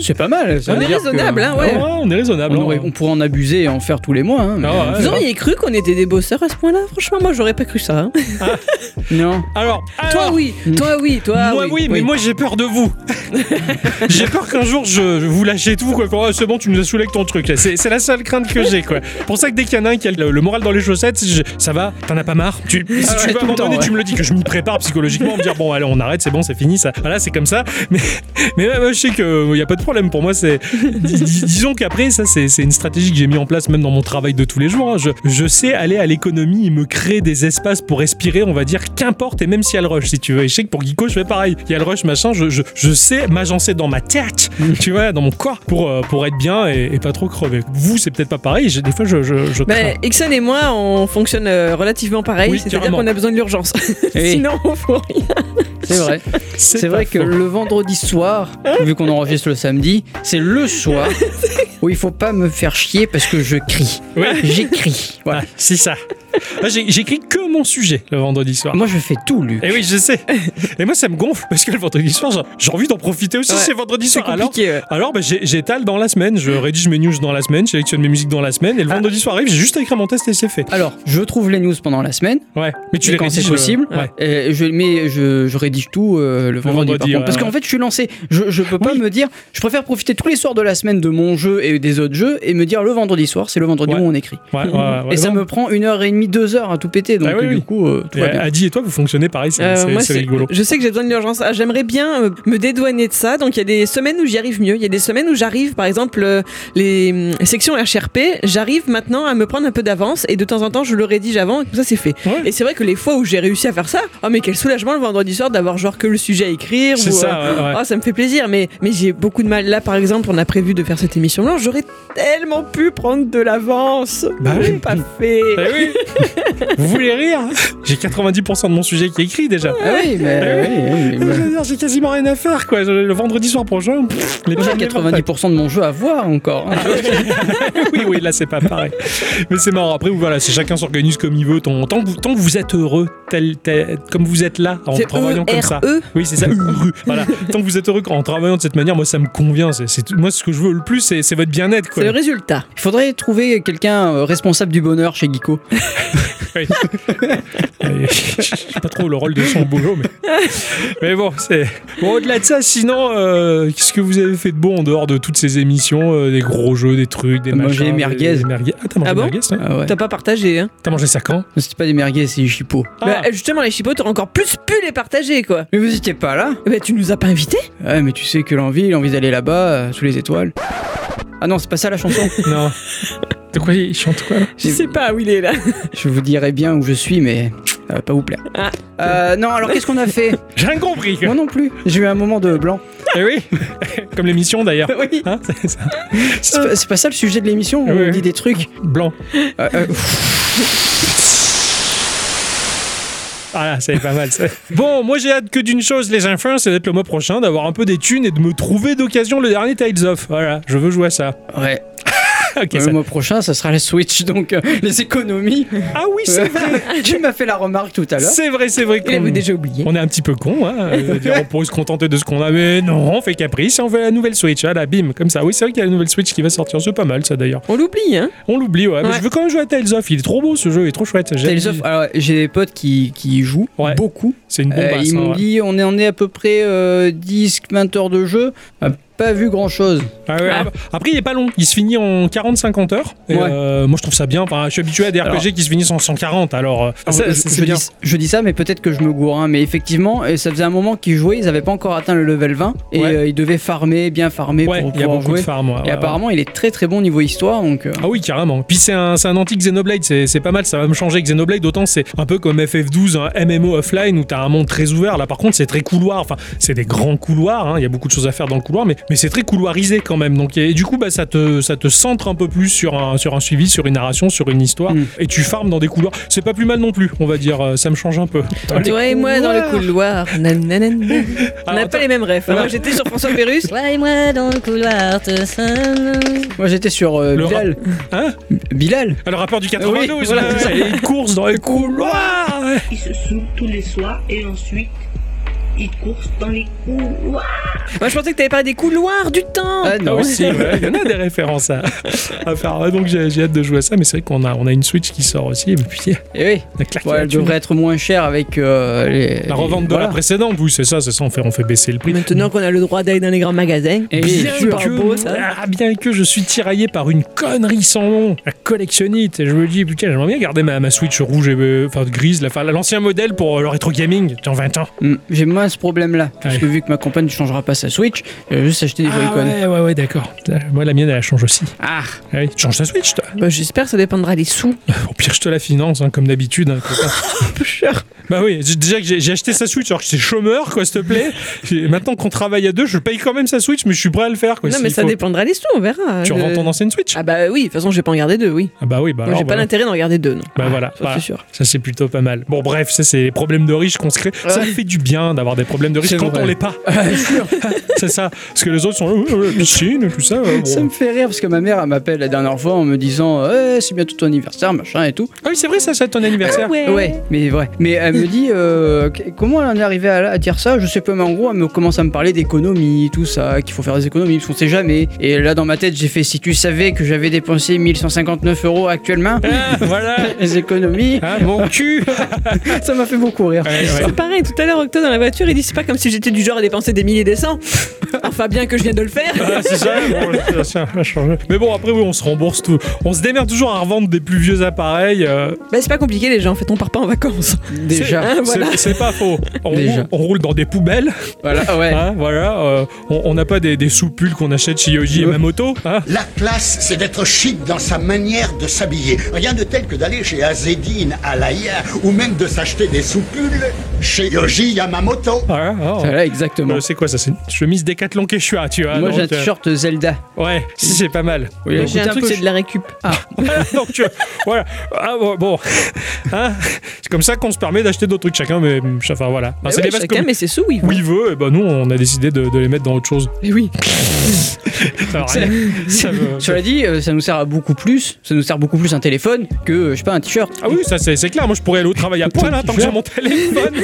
C: C'est pas mal. ça
A: On
C: veut
B: Ah,
A: est
C: dire
A: raisonnable,
C: que-
A: hein, ouais.
B: on est raisonnable.
C: On,
B: hein.
C: aurait- on pourrait en abuser et en faire tous les mois. hein, mais-
B: Ah ouais.
A: Vous auriez cru qu'on était des bosseurs à ce point-là Franchement, moi j'aurais pas cru ça. hein.
C: Non.
B: Alors,
A: Toi
B: alors,
A: oui, toi oui, toi
B: Ah. Mm. Moi oui, mais moi j'ai peur de
C: (laughs)
B: vous. j'ai peur qu'un jour je, je vous lâchez tout quoi. Pour, Ah, c'est bon, tu nous as saoulé avec ton truc. là. C'est c'est la seule crainte que j'ai quoi. Pour ça que dès qu'il y en a un qui a le, le moral dans les chaussettes, je- ça va, t'en as pas marre. Tu, si
C: Ah
B: tu
C: ouais,
B: veux
C: tout le temps,
B: abandonner, tu
C: ouais.
B: me le dis que je m'y prépare psychologiquement, me dire bon allez on arrête, c'est bon, c'est fini ça. Voilà, c'est comme ça. Mais mais ouais, moi, je sais que il n'y a pas de problème. Pour moi, c'est. dis- dis- disons qu'après, ça, c'est c'est une stratégie que j'ai mis en place même dans mon travail de tous les jours. hein. Je, je sais aller à l'économie et me créer des espaces pour respirer, on va dire, qu'importe, et même si elle rush, si tu veux. Et je sais que pour Geeko, je fais pareil. Il y a le rush, machin, je, je, je sais m'agencer dans ma tête, tu vois, dans mon corps, pour, euh, pour être bien et, et pas trop crever. Vous, c'est peut-être pas pareil. j'ai- Des fois, je. je, je crains.
A: Ben, Ixon et moi, on fonctionne euh, relativement pareil,
B: Oui,
A: c'est-à-dire
B: carrément. Eh
A: qu'on a besoin de l'urgence. (laughs)
C: Oui.
A: Sinon, on fout rien.
C: C'est vrai. (laughs) C'est
B: pas
C: vrai que
B: faux.
C: le vendredi soir, vu qu'on enregistre le samedi, c'est le soir où il faut pas me faire chier parce que je crie.
B: Ouais.
C: J'écris. Voilà.
B: Ah, c'est ça. Ah, j'ai- J'écris que mon sujet le vendredi soir.
C: Moi, je fais tout, Luc.
B: Ah. Et oui, je sais. Et moi, ça me gonfle parce que le vendredi soir, j'ai- j'ai envie d'en profiter aussi.
A: Ouais.
B: C'est vendredi
A: C'est
B: soir. Alors,
A: compliqué. ouais.
B: alors bah, j'ai- j'étale dans la semaine.
C: Mm.
B: Je rédige mes news dans la semaine. Je sélectionne mes musiques dans la semaine. Et
C: Ah.
B: le vendredi soir arrive, j'ai juste à écrire mon test et c'est fait.
C: Alors, je trouve les news pendant la semaine,
B: Ouais. Mais tu
C: mais
B: les
C: quand c'est
B: rédiges, euh,
C: possible.
B: ouais.
C: Euh, je, mais je, je rédige tout euh, le vendredi.
B: vendredi,
C: par contre.
B: ouais,
C: Parce
B: ouais.
C: qu'en fait, je suis lancé. Je, je peux pas me dire. Je préfère profiter tous les soirs de la semaine de mon jeu et des autres jeux et me dire le vendredi soir, c'est le vendredi
B: Ouais.
C: où on écrit.
B: Ouais, ouais, ouais, ouais,
C: et ça
B: bon.
C: me prend une heure et demie, deux heures à tout péter. Donc,
B: Ah oui,
C: du
B: oui.
C: coup, euh, tout
B: Et
C: va bien.
B: Adi et toi, vous fonctionnez pareil. C'est
A: Euh,
B: c'est-
A: moi,
B: c'est
A: c'est-
B: rigolo.
A: Je sais que j'ai besoin de l'urgence. Ah, J'aimerais bien euh, me dédouaner de ça. Donc il y a des semaines où j'y arrive mieux. Il y a des semaines où j'arrive, par exemple, euh, les hum, sections HRP, j'arrive maintenant à me prendre un peu d'avance et de temps en temps je le rédige avant et comme ça c'est fait.
B: Ouais.
A: Et c'est vrai que les fois où j'ai réussi à faire ça, oh mais quel soulagement le vendredi soir d'avoir genre que le sujet à écrire.
B: C'est
A: ou,
B: ça, ouais,
C: (laughs)
B: ouais.
A: oh, ça me fait plaisir, mais, mais j'ai beaucoup de mal. Là par exemple, on a prévu de faire cette émission là, j'aurais tellement pu prendre de l'avance.
B: Bah
A: Je l'ai
B: oui.
A: pas fait.
B: Bah oui.
C: (laughs)
B: vous voulez rire J'ai 90% de mon sujet qui est écrit déjà.
C: Ah oui, mais. oui, oui,
B: Je
C: mais-
B: veux dire, J'ai quasiment rien à faire quoi. Je- Le vendredi soir prochain, pff, les
C: J'ai
B: pieds me vont pas.
C: 90% de mon jeu à voir encore. hein.
B: (laughs) oui, oui, là c'est pas pareil. Mais c'est marrant. Après, voilà, c'est chacun s'organise comme il veut. Tant, tant, que vous, tant que vous êtes heureux, tel, tel- comme vous êtes là, en
A: C'est E
B: travaillant comme ça.
A: E-R-E. (laughs)
B: Oui, c'est ça, heureux. Voilà. Tant que vous êtes heureux en travaillant de cette manière, moi ça me convient. C'est, c'est tout- moi ce que je veux le plus, c'est, c'est votre bien-être. Quoi.
A: C'est le résultat.
C: Il faudrait trouver quelqu'un euh, responsable du bonheur chez Geeko.
B: (laughs) Ouais, je sais pas trop le rôle de son boulot, mais.
A: (laughs)
B: Mais bon, c'est. Bon, au-delà de ça, sinon, euh, qu'est-ce que vous avez fait de bon en dehors de toutes ces émissions euh, Des gros jeux, des trucs, des
C: Moi, j'ai
B: machins.
C: les
B: des-
C: merguez.
B: des merguez. Ah, t'as mangé
A: Ah
B: des
A: bon
B: merguez, toi
C: Ah ouais.
A: T'as pas partagé, hein
B: T'as mangé ça quand
C: C'était pas des merguez, c'est des chipots.
B: Ah.
A: Bah, justement, les chipotes, t'aurais encore plus pu les partager, quoi.
C: Mais vous étiez pas là
A: Bah, tu nous as pas invités
C: Ouais, mais tu sais que l'envie, l'envie d'aller là-bas, euh, sous les étoiles. Ah non, c'est pas ça
B: (laughs)
C: la chanson.
A: eh.
B: Non. De quoi il chante quoi là
A: Je sais pas où il (laughs) est là.
C: Je vous dirai bien où je suis, mais ça va pas vous plaire.
A: Ah.
C: Euh, non, alors qu'est-ce qu'on
B: (laughs)
C: a fait
B: J'ai rien compris. quoi.
C: Moi non plus. J'ai eu un moment de
B: (laughs)
C: blanc.
B: Eh oui, comme l'émission d'ailleurs.
C: Oui.
B: Hein, c'est ça.
C: C'est pas, c'est pas ça le sujet de l'émission. On
B: Oui.
C: dit des trucs.
B: Blanc.
C: Euh, euh,
B: Ah là, c'est pas mal. ça. (laughs) Bon, moi j'ai hâte que d'une chose, les enfants, c'est d'être le mois prochain, d'avoir un peu des thunes et de me trouver d'occasion le dernier Tales of. Voilà, je veux jouer à ça. (laughs)
C: ouais.
B: Ok,
C: le
B: ça-
C: mois prochain, ça sera la Switch, donc euh, les économies.
B: Ah oui, (laughs) c'est vrai.
C: (laughs) tu m'as fait la remarque tout à l'heure.
B: C'est vrai, c'est vrai.
A: Il
B: qu'on-
A: avait déjà oublié.
B: On est un petit peu con, hein.
C: (laughs)
B: euh, je veux dire, on pourrait se contenter de ce qu'on a, mais non, on fait caprice et on veut la nouvelle Switch. Ah là, bim, comme ça. Oui, c'est vrai qu'il y a la nouvelle Switch qui va sortir, c'est pas mal ça d'ailleurs.
A: On l'oublie, hein
B: On l'oublie, ouais. Mais
A: Ouais.
B: je veux quand même jouer à Tales of, il est trop beau ce jeu, il est trop chouette. J'ai-
C: Tales of- alors, j'ai des potes qui, qui y jouent
B: Ouais. bah,
C: beaucoup.
B: C'est une bombe.
C: Euh, ils m'ont dit, on est, on est à peu près 10-20 heures de jeu. On a Pas vu grand chose.
B: Ah ouais,
A: Ah.
B: bah, Après, il est pas long. Il se finit en 40-50 heures. Et,
C: Ouais.
B: euh, moi, je trouve ça bien. Enfin, je suis habitué à des
C: Alors- Ah,
B: RPG qui se finissent en 140. Alors, euh, ça,
C: je,
B: c'est
C: je
B: bien.
C: dis, je dis ça, mais peut-être que je me gourre. hein. mais effectivement, et ça faisait un moment qu'ils jouaient, ils n'avaient pas encore atteint le level 20. Et
B: Ouais.
C: euh, ils devaient farmer, bien farmer
B: Ouais,
C: pour
B: il y a
C: pouvoir
B: beaucoup
C: jouer.
B: de farm. ouais,
C: et
B: ouais, ouais.
C: apparemment, il est très très bon niveau histoire. Donc, euh,
B: Ah oui, carrément. Puis c'est un, c'est un anti-Xenoblade, c'est c'est pas mal, ça va me changer Xenoblade, d'autant c'est un peu comme FF12, un MMO offline où t'as un monde très ouvert. Là par contre, c'est très couloir, enfin, c'est des grands couloirs, hein, il y a beaucoup de choses à faire dans le couloir, mais, mais c'est très couloirisé quand même. Donc, et, du coup, bah, ça, te, ça te centre un peu plus sur un, sur un suivi, sur une narration, sur une histoire,
C: Mm.
B: et tu farmes dans des couloirs. C'est pas plus mal non plus, on va dire, euh, ça me change un peu.
A: Toi et moi dans le couloir. Nananana. On n'a
B: Alors,
A: pas les mêmes rêves. Moi, j'étais sur François Pérus.
F: Toi et moi dans le couloir, te sonne.
C: moi j'étais sur euh,
B: Le
C: Bilal.
B: Hein
C: Bilal
B: Ah, Le rappeur du 92,
C: Oui, voilà,
B: ouais,
C: (laughs) c'est ça.
B: et il course dans les couloirs ouais.
G: Ils se saoulent tous les soirs et ensuite ils courent dans les couloirs.
A: Moi, je pensais que t'avais parlé des couloirs du temps.
C: Ah
B: Ah
C: non,
B: aussi, ouais, il y en a des références à, à faire. Ouais, donc j'ai j'ai hâte de jouer à ça, mais c'est vrai qu'on a, on a une Switch qui sort aussi. Et puis, (laughs)
C: Eh oui.
B: on a claqué
C: Ouais,
B: la,
C: elle
B: thune.
C: devrait être moins chère avec euh, les-
B: La revente de
C: voilà.
B: la précédente, oui, c'est ça, c'est ça, on fait, on fait baisser le prix.
A: Maintenant qu'on a le droit d'aller dans les grands magasins.
C: Et
A: Bien
B: Bien
A: sûr.
B: que-
A: beau, ça.
B: Ah, bien que je suis tiraillé par une connerie sans nom, la collectionnite. Et je me dis, putain, j'aimerais bien garder ma, ma Switch rouge et euh, enfin grise, la- enfin, l'ancien modèle pour euh, le rétro gaming dans 20 ans.
C: Mm. J'ai- Moi, moins ce problème-là. Parce
B: Ouais.
C: que vu que ma compagne ne changera pas sa Switch, elle va juste acheter des
B: Ah
C: Joy-Con.
B: ouais, ouais, ouais, d'accord. Euh, Moi, la mienne, elle la change aussi.
C: Ah,
B: Ah oui, tu changes ta Switch, toi
A: Bah, J'espère que ça dépendra des sous.
B: Au pire, je te la finance, hein, comme d'habitude. hein,
A: (laughs)
B: faut pas-
A: Peu cher.
B: bah oui, j- déjà que j'ai j'ai acheté sa Switch alors que j'étais chômeur, quoi, s'il te plaît. Et Maintenant qu'on travaille à deux, je paye quand même sa Switch, mais je suis prêt à le faire, quoi.
A: non,
B: s'il
A: mais ça
B: faut.
A: dépendra des sous, on verra. hein.
B: Tu
A: Je-
B: revends ton ancienne Switch
A: Ah bah oui, de toute façon, je vais pas en garder deux, oui.
B: Ah bah oui,
A: Moi,
B: bah alors,
A: j'ai pas
B: voilà.
A: l'intérêt d'en regarder deux, non.
B: Bah voilà,
A: Ça,
B: voilà.
A: c'est sûr.
B: Ça, c'est plutôt pas mal. Bon, bref, ça, c'est les problèmes de riches qu'on se crée. Ça
A: Ouais.
B: fait du bien d'avoir des problèmes de riches
C: C'est
B: quand
C: vrai.
B: on
A: (laughs)
B: l'est pas. (laughs) c'est ça. Parce que les autres sont là, Ouais, ouais, piscine, tout ça. ouais, bon.
C: ça me fait rire parce que ma mère, elle m'appelle la dernière fois en me disant Eh, c'est bientôt ton anniversaire, machin et tout.
B: Ah oui, c'est vrai, ça, c'est ton anniversaire.
A: Ah
C: Ouais, mais vrai. Mais elle me dit euh, qu- comment elle en est arrivée à, à dire ça. Je sais pas, mais en gros, elle me commence à me parler d'économie, tout ça, qu'il faut faire des économies, parce qu'on sait jamais. Et là, dans ma tête, j'ai fait si tu savais que j'avais dépensé 1159 euros actuellement, (laughs)
B: Ah, voilà.
C: les économies,
B: Ah, mon cul
C: ça m'a fait beaucoup rire.
B: Ouais, ouais.
A: C'est pareil, tout à l'heure, Octo dans la voiture, il dit c'est pas comme si j'étais du genre à dépenser des milliers des cents. enfin, bien que je viens de le faire.
B: Ah, c'est ça, (laughs) bon, ça, ça va changer. Mais bon, après, oui, on se rembourse tout. On se démerde toujours à revendre des plus vieux appareils. euh,
A: Bah, c'est pas compliqué, les gens. En fait, on part pas en vacances.
C: (laughs) Déjà.
A: Ah,
B: c'est-
A: voilà.
B: c'est- C'est pas faux. On,
C: Déjà.
B: Roule, on roule dans des poubelles.
C: Voilà, ouais.
B: hein, voilà, euh, on on n'a pas des, des soupules qu'on achète chez Yoji et
C: Ouais.
B: Mamoto. hein.
H: La classe, c'est d'être chic dans sa manière de s'habiller. Rien de tel que d'aller chez Azedine à Laïa ou même de s'acheter des soupules chez Yoji Yamamoto.
B: Voilà, hein, on-
C: Voilà, exactement.
B: Euh, c'est quoi ça C'est une chemise décathlon quechua, tu vois.
C: Moi, j'ai un
B: donc, euh,
C: t-shirt Zelda.
B: Ouais, si, c'est pas mal.
C: Oui,
B: Donc,
C: j'ai un Ah, truc, c'est de
A: la récup.
B: (laughs) donc, tu vois, voilà. Ah, bon, bon. (laughs) Hein c'est comme ça qu'on se permet d'acheter d'autres trucs chacun, mais enfin voilà. Enfin, c'est des vases
A: chacun
B: communs.
A: met ses sous, oui.
B: où il veut, et ben nous on a décidé de, de les mettre dans autre chose.
A: Mais oui.
B: Ça, va rien. Ça me-
C: Cela dit, euh, ça nous sert à beaucoup plus. Ça nous sert beaucoup plus un téléphone que, euh, je sais pas, un t-shirt.
B: Ah oui, ça c'est c'est clair, moi je pourrais aller au travail à poil hein, tant que j'ai mon téléphone.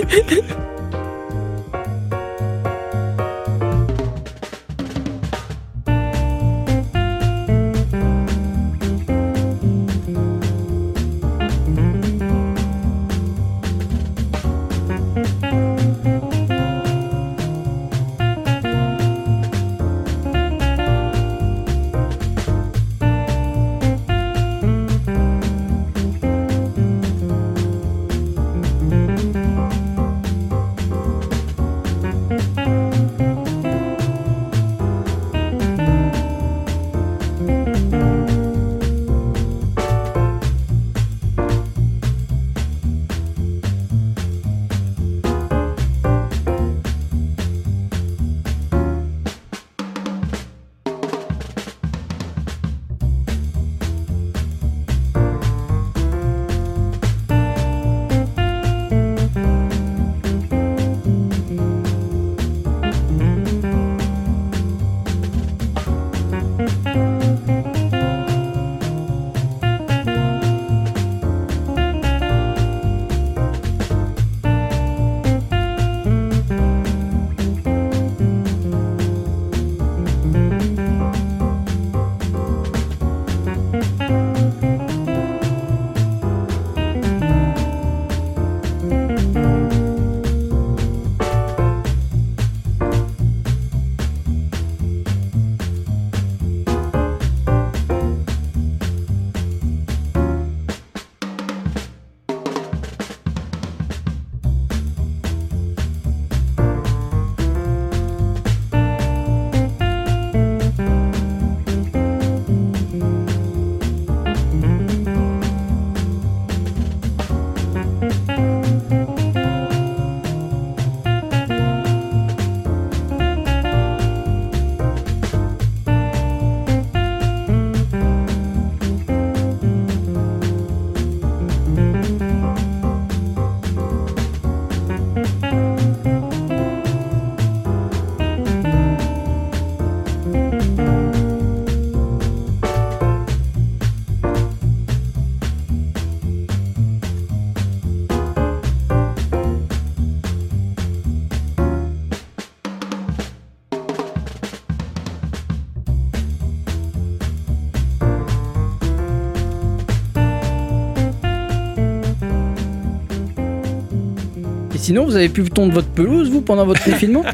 C: Et sinon, vous avez pu le ton de votre pelouse, vous, pendant votre (laughs) confinement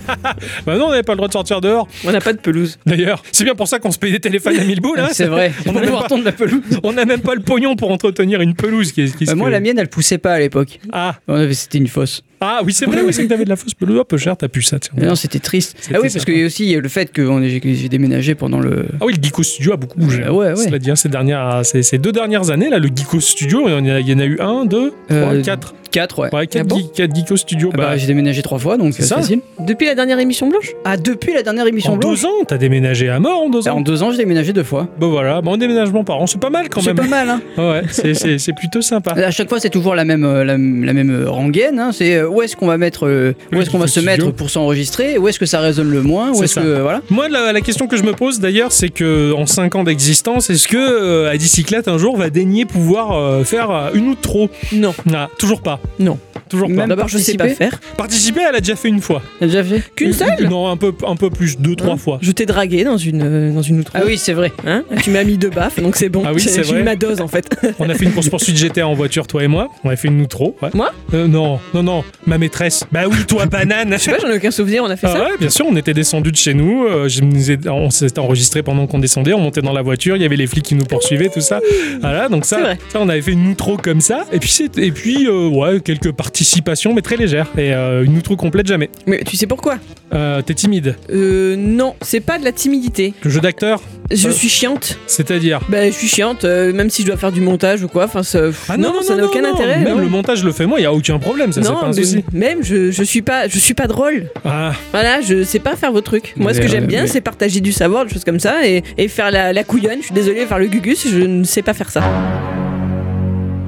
B: bah non, on n'avait pas le droit de sortir dehors.
A: On n'a pas de pelouse.
B: D'ailleurs, c'est bien pour ça qu'on se paye des téléphones à 1000 boules. hein.
C: Ah C'est vrai.
B: On
C: On
B: n'a
C: va (laughs)
B: même,
C: pouvoir
B: pas-
C: tondre la pelouse.
B: on n'a même pas le pognon pour entretenir une pelouse. Qui, est- qui
C: Bah,
B: se-
C: moi, la mienne, elle poussait pas à l'époque.
B: Ah,
C: On avait- C'était une fosse.
B: Ah oui, c'est vrai, oui, c'est que t'avais de la fausse pelouse. Oh, peu cher, t'as pu ça, tiens.
C: Non, c'était triste.
B: C'était
C: ah oui, parce
B: sympa.
C: qu'il y a aussi le fait que on est- j'ai j'ai déménagé pendant le.
B: Ah oui, le Geeko Studio a beaucoup bougé.
C: Ah ouais, ouais.
B: Cela dit, hein, ces, dernières, ces, ces deux dernières années, là, le Geeko Studio, il y en a, il y en a eu un, deux, trois,
C: Euh,
B: quatre.
C: Quatre, ouais.
B: Ouais, quatre,
A: bon
B: Ge- quatre Geeko Studio.
C: Ah bah,
B: bah,
C: j'ai déménagé trois fois, donc
B: C'est
C: c'est
B: ça.
C: facile.
A: Depuis la dernière émission blanche
C: Ah, depuis la dernière émission
B: en
C: blanche
B: deux ans, t'as déménagé à mort en deux
C: Ah, En
B: ans.
C: deux ans, j'ai déménagé deux fois.
B: Bon voilà, bon, en déménagement par an, c'est pas mal quand
C: C'est
B: même.
C: pas mal, Euh. hein.
B: (laughs) Ouais, c'est- c'est c'est plutôt sympa.
C: À chaque fois, c'est toujours la même, euh, la, la même euh, rengaine. hein. C'est euh, où est-ce qu'on va mettre, euh, où
B: Oui,
C: est-ce qu'on va
B: faut
C: se
B: le studio.
C: mettre pour s'enregistrer, où est-ce que ça résonne le moins, où
B: C'est
C: est-ce
B: ça.
C: que euh, voilà.
B: Moi, la, la question que je me pose d'ailleurs, c'est que en 5 ans d'existence, est-ce que euh, Adicyclette un jour va daigner pouvoir euh, faire euh, une ou trop
A: Non.
B: Ah, Toujours pas.
A: Non.
B: Toujours pas.
C: Même
A: D'abord, je sais pas
C: participer
A: faire.
B: Participer, elle a déjà fait une fois. Euh,
C: T'as déjà fait
A: Qu'une seule Hein
B: Non, un peu, un peu plus, deux, trois fois.
A: Je t'ai dragué dans une, euh, dans une outre.
C: Ah oui, c'est vrai.
A: Hein tu m'as mis deux baffes, donc c'est bon.
B: Ah oui,
A: J'ai-
B: c'est
A: j'ai
B: vrai.
A: eu ma dose en (laughs) fait.
B: On a fait une course poursuite GTA en voiture, toi et moi. On a fait une ou trop. ouais.
A: Moi
B: Euh, Non, non, non. Ma maîtresse. Bah oui, toi, banane.
A: Je sais pas, j'en ai aucun souvenir, on a fait
B: Ah
A: ça.
B: ouais, bien sûr, on était descendu de chez nous, euh, je nous ai- on s'était enregistré pendant qu'on descendait, on montait dans la voiture, il y avait les flics qui nous poursuivaient, tout ça. Voilà, donc
A: C'est
B: ça,
A: vrai.
B: ça, on avait fait une outro comme ça, et puis, c'est- et puis euh, ouais, quelques participations, mais très légères, et euh, une outro complète jamais.
A: Mais tu sais pourquoi
B: Euh, T'es timide.
A: Euh, non, c'est pas de la timidité.
B: Le jeu d'acteur,
A: Je
B: Euh.
A: suis chiante.
B: c'est-à-dire.
A: Bah, je suis chiante, euh, même si je dois faire du montage ou quoi. Enfin, ça, pff,
B: Ah
A: ça n'a aucun
B: non,
A: intérêt.
B: Même
A: non.
B: le montage, je le fais moi, il n'y a aucun problème, ça, c'est
A: Non,
B: pas un
A: mais-
B: souci.
A: même je, je suis pas je suis pas drôle.
B: Ah,
A: Voilà, je sais pas faire vos trucs. Moi, ce
C: Mais,
A: que j'aime
C: euh,
A: bien,
C: mais-
A: c'est partager du savoir, des choses comme ça, et, et faire la, la couillonne. Je suis désolée, faire le gugus, je ne sais pas faire ça.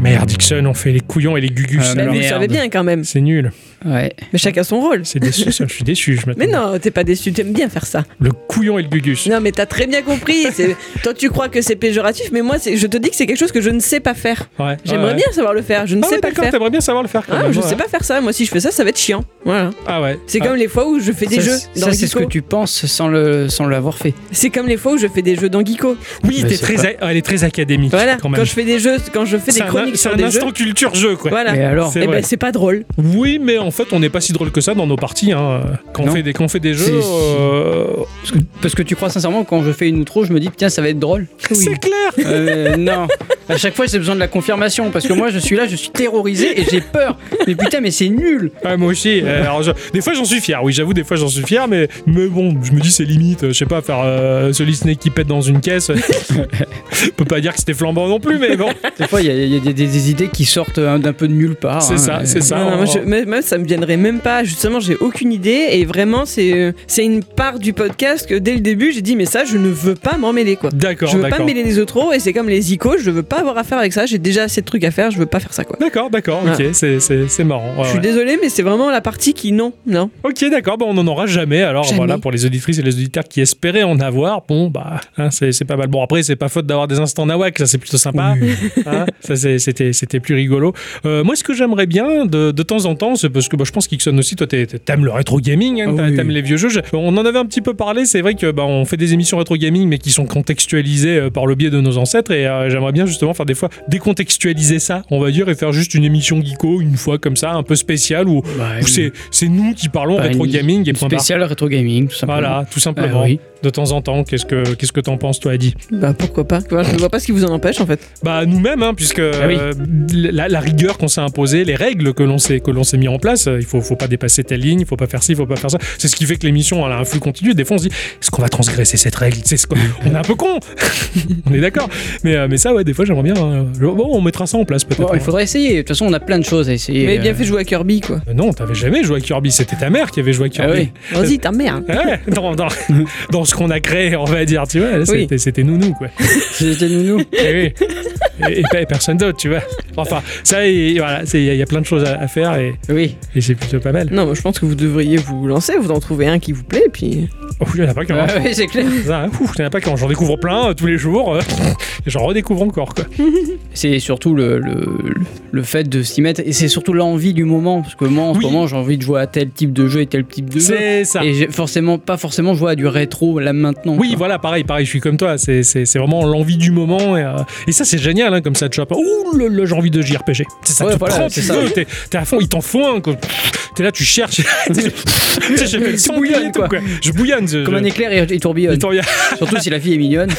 B: merde, Dixon, on fait les couillons et les gugus.
C: Ah,
A: Mais
B: alors.
A: vous
C: merde.
A: savez bien quand même.
B: C'est nul,
C: Ouais.
A: Mais chacun son rôle.
B: c'est déçu, ça, je suis déçu. Je
A: Mais
B: m'attendais.
A: non, t'es pas déçu, t'aimes bien faire ça.
B: Le couillon et le gugus.
A: Non, mais t'as très bien compris. c'est- Toi, tu crois que c'est péjoratif, mais moi, c'est- je te dis que c'est quelque chose que je ne sais pas faire.
B: Ouais,
A: J'aimerais
B: ouais.
A: bien savoir le faire, je ne
B: Ah
A: sais
B: ouais,
A: pas le
B: d'accord,
A: faire.
B: t'aimerais bien savoir le faire quand
A: Ah,
B: même.
A: je
B: ouais.
A: sais pas faire ça. Moi, si je fais ça, ça va être chiant. Voilà.
B: Ah ouais.
A: C'est
B: Ah.
A: comme les fois où je fais des
C: ça,
A: jeux
C: c'est-
A: dans
C: ça, c'est ce
A: Geeko.
C: que tu penses sans le, sans l'avoir fait.
A: C'est comme les fois où je fais des jeux dans Geeko.
B: Oui,
C: Mais
B: t'es
C: c'est
B: très
C: pas-
B: a- elle est très académique
A: Voilà.
B: quand
A: Quand,
B: même.
A: je fais des jeux, quand je fais
B: c'est
A: des
B: un,
A: chroniques
B: c'est
A: sur
B: un
A: des jeux.
B: instant culture jeu quoi.
A: Voilà.
C: Mais alors,
B: C'est
A: Eh
B: vrai.
A: ben, c'est pas drôle.
B: Oui, mais en fait, on est pas si drôle que ça dans nos parties. Hein. Quand, on
C: Non.
B: fait des, quand on fait des
C: C'est-
B: jeux, euh,
C: parce que, parce que tu crois sincèrement que quand je fais une outro, je me dis tiens, ça va être drôle.
B: (laughs) c'est clair.
C: Euh, non. À chaque fois, j'ai besoin de la confirmation parce que moi, je suis là, je suis terrorisé et j'ai peur. Mais putain, mais c'est nul.
B: Ah, moi aussi.
C: (laughs)
B: euh, alors, je- des fois, j'en suis fier. Oui, j'avoue, des fois, j'en suis fier, mais mais bon, je me dis c'est limite. euh, Je sais pas faire euh, ce Disney qui pète dans une
C: (laughs)
B: caisse. je peux pas dire que c'était flambant non plus, mais bon,
C: Des fois, il y a, il y a des, des- des idées qui sortent euh, d'un peu de nulle part.
B: c'est
C: hein.
B: ça, c'est ça.
A: Non, non,
B: on-
A: moi, je- même, même, ça me viendrait même pas. Justement, j'ai aucune idée. Et vraiment, c'est euh, c'est une part du podcast que dès le début, j'ai dit, mais ça, je ne veux pas m'emmêler, quoi.
B: D'accord,
A: Je veux pas
B: d'accord.
A: me mêler les autres et c'est comme les icônes, je veux pas avoir affaire avec ça. J'ai déjà assez de trucs à faire, je veux pas faire ça, quoi.
B: D'accord, d'accord, ok,
A: Voilà.
B: c'est- c'est c'est marrant. ouais,
A: Je
B: Ah ouais.
A: suis désolée, mais c'est vraiment la partie qui, non, non.
B: Ok, d'accord, bah on n'en aura jamais. Alors
A: Jamais.
B: voilà, pour les auditrices et les auditeurs qui espéraient en avoir, bon, bah, hein, c'est c'est pas mal. Bon, après, c'est pas faute d'avoir des instants nawak, ça c'est plutôt sympa. Hein, ça c'est- c'était c'était plus rigolo. Euh, moi, ce que j'aimerais bien de, de temps en temps, c'est parce que bah, je pense qu'Ixon aussi, toi, t'es- t'es- t'aimes le rétro gaming, hein,
C: Ah
B: t'a-
C: oui.
B: t'aimes les vieux jeux. Je- On en avait un petit peu parlé, c'est vrai que bah, on fait des émissions rétro gaming, mais qui sont contextualisées euh, par le biais de nos ancêtres, et euh, j'aimerais bien justement faire des fois décontextualiser ça, on va dire, et faire juste une émission geeko une fois comme ça, un peu spéciale, où
C: Bah,
B: où c'est c'est nous qui parlons
C: bah,
B: rétro
C: une-
B: gaming et
C: une
B: point barre.
C: spécial rétro gaming, tout simplement.
B: Voilà, tout
C: Bah
B: simplement.
C: oui.
B: De temps en temps, qu'est-ce que qu'est-ce que t'en penses toi, Adi
A: Bah pourquoi pas. Voilà, Je ne vois pas ce qui vous en empêche, en fait.
B: Bah nous-mêmes, hein, puisque
C: Ah oui.
B: euh, la, la rigueur qu'on s'est imposée, les règles que l'on s'est que l'on s'est mis en place, euh, il faut faut pas dépasser telle ligne, il faut pas faire ci, il faut pas faire ça. C'est ce qui fait que l'émission elle a un flux continu. Des fois on se dit, est-ce qu'on va transgresser cette règle C'est
C: (laughs)
B: ce qu'on- on est un peu con. (laughs) on est d'accord. Mais euh, mais ça ouais, des fois j'aimerais bien. euh, je- bon, on mettra ça en place peut-être. hein.
C: Bon, il faudrait essayer. De toute façon, on a plein de choses à essayer.
A: mais bien
C: Euh,
A: fait jouer à Kirby, quoi.
B: Euh, Non, t'avais jamais joué à Kirby. C'était ta mère qui avait joué à
C: Ah
B: Kirby.
C: oui.
A: Vas-y, ta mère.
B: Ouais, dans, dans- dans ce qu'on a créé, on va dire, tu vois, là,
A: Oui.
B: c'était c'était nounou, quoi.
C: C'était nounou.
B: Et, oui. et, et pas- et personne d'autre, tu vois. Enfin, ça, et voilà, c'est- il y, a- il y a plein de choses à, à faire et,
C: (laughs) Oui.
B: et c'est plutôt pas mal.
A: Non, moi, je pense que vous devriez vous lancer, vous en trouvez un qui vous plaît, et puis.
B: Ouh, Oh, il y en a pas qu'un.
C: Ah oui, c'est clair.
B: Ça, hein. Ouh, Il y en a pas qu'un. J'en découvre plein euh, tous les jours. euh, et J'en redécouvre encore, quoi.
C: C'est surtout le, le, le fait de s'y mettre et c'est surtout l'envie du moment. Parce que moi, en ce
B: Oui.
C: moment, j'ai envie de jouer à tel type de jeu et tel type de jeu.
B: C'est ça.
C: Et j'ai forcément, pas forcément jouer à du rétro là maintenant.
B: Oui,
C: quoi.
B: voilà, pareil, pareil, je suis comme toi. C'est c'est- c'est vraiment l'envie du moment. Et, euh, et ça, c'est génial, hein, comme ça, tu vois. pas, Ouh, le, le, j'ai envie de JRPG. C'est ça,
C: Ouais,
B: tu
C: voilà,
B: prends,
C: c'est
B: tu
C: ça.
B: veux, t'es t'es à fond, ils t'en font un. quoi. T'es là, tu cherches. (laughs) T'es là, tu sais, j'ai fait le
C: Tu
B: sang
C: bouillonnes,
B: bouillir et tout,
C: quoi.
B: quoi. Je bouillonne. je-
C: Comme
B: je-
C: un éclair, et il tourbillonne.
B: il t'en vient. (laughs)
C: Surtout si la fille est mignonne.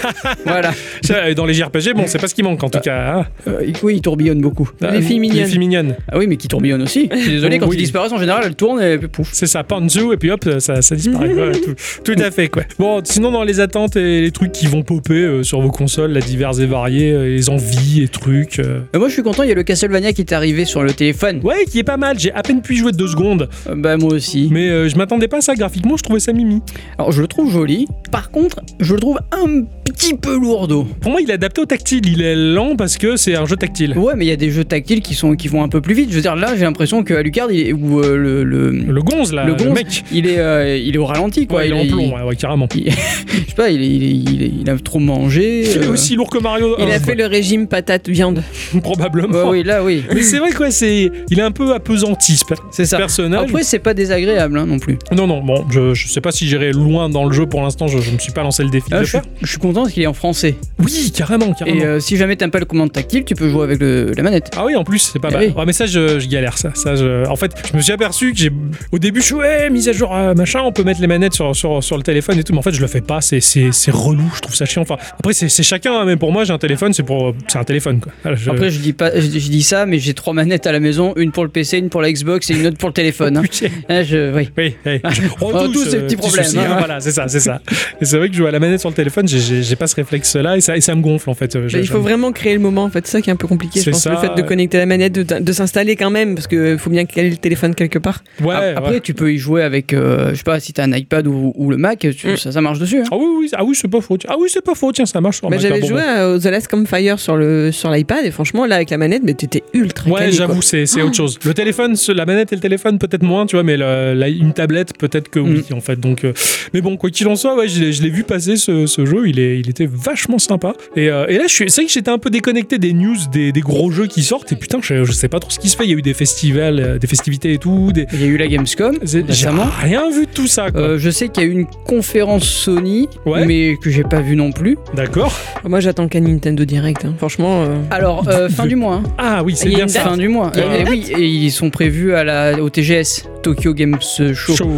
C: voilà.
B: Ça, Dans les JRPG, bon, c'est pas ce qui manque en tout cas. hein.
C: Euh, il- oui, il tourbillonne beaucoup.
B: Ah,
C: les filles mignonnes.
B: Les filles mignonnes.
C: Ah oui, mais qui tourbillonnent aussi. Je
B: (laughs)
C: suis désolé, quand
B: Oui.
C: ils disparaissent, en général, elles tournent et puis pouf.
B: C'est ça, Panzu, et puis hop, ça, ça disparaît. Ouais, tout, tout à fait, quoi. Bon, sinon, dans les attentes et les trucs qui vont popper euh, sur vos consoles, la diverses et variées, euh, les envies et trucs. euh.
C: Mais moi, je suis content, il y a le Castlevania qui est arrivé sur le téléphone.
B: Ouais, qui est pas mal, j'ai à peine pu y jouer deux secondes,
C: Euh, bah, moi aussi.
B: mais euh, je m'attendais pas à ça graphiquement, je trouvais ça mimi.
C: Alors, je le trouve joli. Par contre, je le trouve un petit peu lourdeau.
B: Pour moi, il est adapté au tactile, il est lent parce que c'est un jeu tactile.
C: Ouais, mais il y a des jeux tactiles qui, sont, qui vont un peu plus vite. Je veux dire, là, j'ai l'impression que Alucard, il est- ou euh, le, le,
B: Le gonze, là, le,
C: gonze,
B: mec.
C: il, est, euh, il est au ralenti, quoi.
B: Ouais, il est en
C: est-
B: plomb, ouais, ouais, carrément.
C: Je sais pas, il, est- il, est- il, est- il a trop mangé.
B: Il est
C: euh.
B: aussi lourd que Mario.
A: Il
B: euh,
A: a fait le régime patate viande.
B: (laughs)
C: Ouais,
B: Probablement.
C: Bah oui,
B: (laughs)
C: là, oui.
B: Mais c'est vrai, quoi, c'est. Il est un peu apesanti, ce per-
C: C'est ça.
B: personnage.
C: Après, c'est pas désagréable hein, non plus.
B: Non, non, bon, je, je sais pas si j'irai loin dans le jeu pour l'instant, je, je me suis pas lancé le défi de
C: Ah,
B: le
C: je, suis,
B: faire.
C: je suis content parce qu'il est en français.
B: Oui, carrément, carrément.
C: Et euh, si jamais t'aimes pas le commande tactile, tu peux jouer avec le- la manette.
B: Ah oui, en plus, c'est pas
C: Eh
B: mal.
C: oui.
B: Ouais, mais ça, je, je galère, ça. ça je... En fait, je me suis aperçu que j'ai. Au début, je suis, ouais, mise à jour, euh, machin, on peut mettre les manettes sur, sur, sur le téléphone et tout, mais en fait, je le fais pas, c'est, c'est, c'est relou, je trouve ça chiant. Enfin, après, c'est, c'est chacun, hein, mais pour moi, j'ai un téléphone, c'est pour. C'est un téléphone, quoi. Voilà, je-
C: Après, je dis, pas, je, dis- je dis ça, mais j'ai trois manettes à la maison une pour le PC, une pour la Xbox et une autre pour
B: (laughs)
C: le téléphone. hein.
B: Oh, Putain.
C: Ah, je, oui.
B: Oui,
C: (laughs)
B: oui. On
C: On a tous ces
B: euh,
C: petits problèmes,
B: soucis,
C: hein.
B: Voilà, c'est ça, c'est ça. Et c'est vrai que jouer à la manette sur le téléphone, j'ai- j'ai j'ai pas ce réflexe-là et ça, et ça me gonfle en fait. euh, je-
A: Bah, il faut vraiment créer le moment, en fait. C'est ça qui est un peu compliqué, je
B: C'est
A: pense.
B: ça.
A: Le fait de connecter la manette, de, de s'installer quand même, parce qu'il faut bien caler le téléphone quelque part.
B: Ouais,
C: Ap- Après,
B: ouais.
C: tu peux y jouer avec, euh, je sais pas, si t'as un iPad ou, ou le Mac, tu-
A: Mm.
C: ça, ça marche dessus. hein.
B: Ah oui, oui, ah oui c'est pas faux. tiens. Ah oui, c'est pas faux, tiens, ça marche. sur
A: Bah,
B: Mac,
A: J'avais
B: ah, bon,
A: joué
B: bon.
A: à The Last Campfire sur le- sur l'iPad, et franchement, là, avec la manette, mais t'étais ultra
B: Ouais,
A: calé, quoi.
B: j'avoue, c'est c'est autre chose. Le téléphone, ce- la manette et le téléphone, peut-être moins, tu vois, mais le- la- une tablette, peut-être que
C: Mm.
B: oui, en fait. Donc, euh, mais bon, quoi qu'il en soit, ouais, je l'ai je l'ai vu passer ce, ce jeu. Il, est, il était vachement sympa. Et, euh, et là, je suis- c'est vrai que j'étais un peu déconnecté des news, des, des gros jeux qui sortent. Et putain, je, je sais pas trop ce qui se fait. Il y a eu des festivals, euh, des festivités et tout. Des...
C: Il y a eu
B: (laughs)
C: la Gamescom
B: c'est- J'ai
C: récemment.
B: rien vu de tout ça, quoi.
C: Euh, je sais qu'il y a eu une conférence Sony,
B: Ouais.
C: mais que j'ai pas vu non plus.
B: D'accord.
A: Moi, j'attends qu'un Nintendo Direct, hein. franchement. euh.
C: Alors, euh, fin du mois. hein.
B: Ah oui, c'est
A: Il y a
B: bien
A: une
B: ça.
C: Fin du mois.
A: Il y a
C: Euh,
A: une
C: oui, et ils sont prévus à la, au TGS, Tokyo Games Show.
B: Show.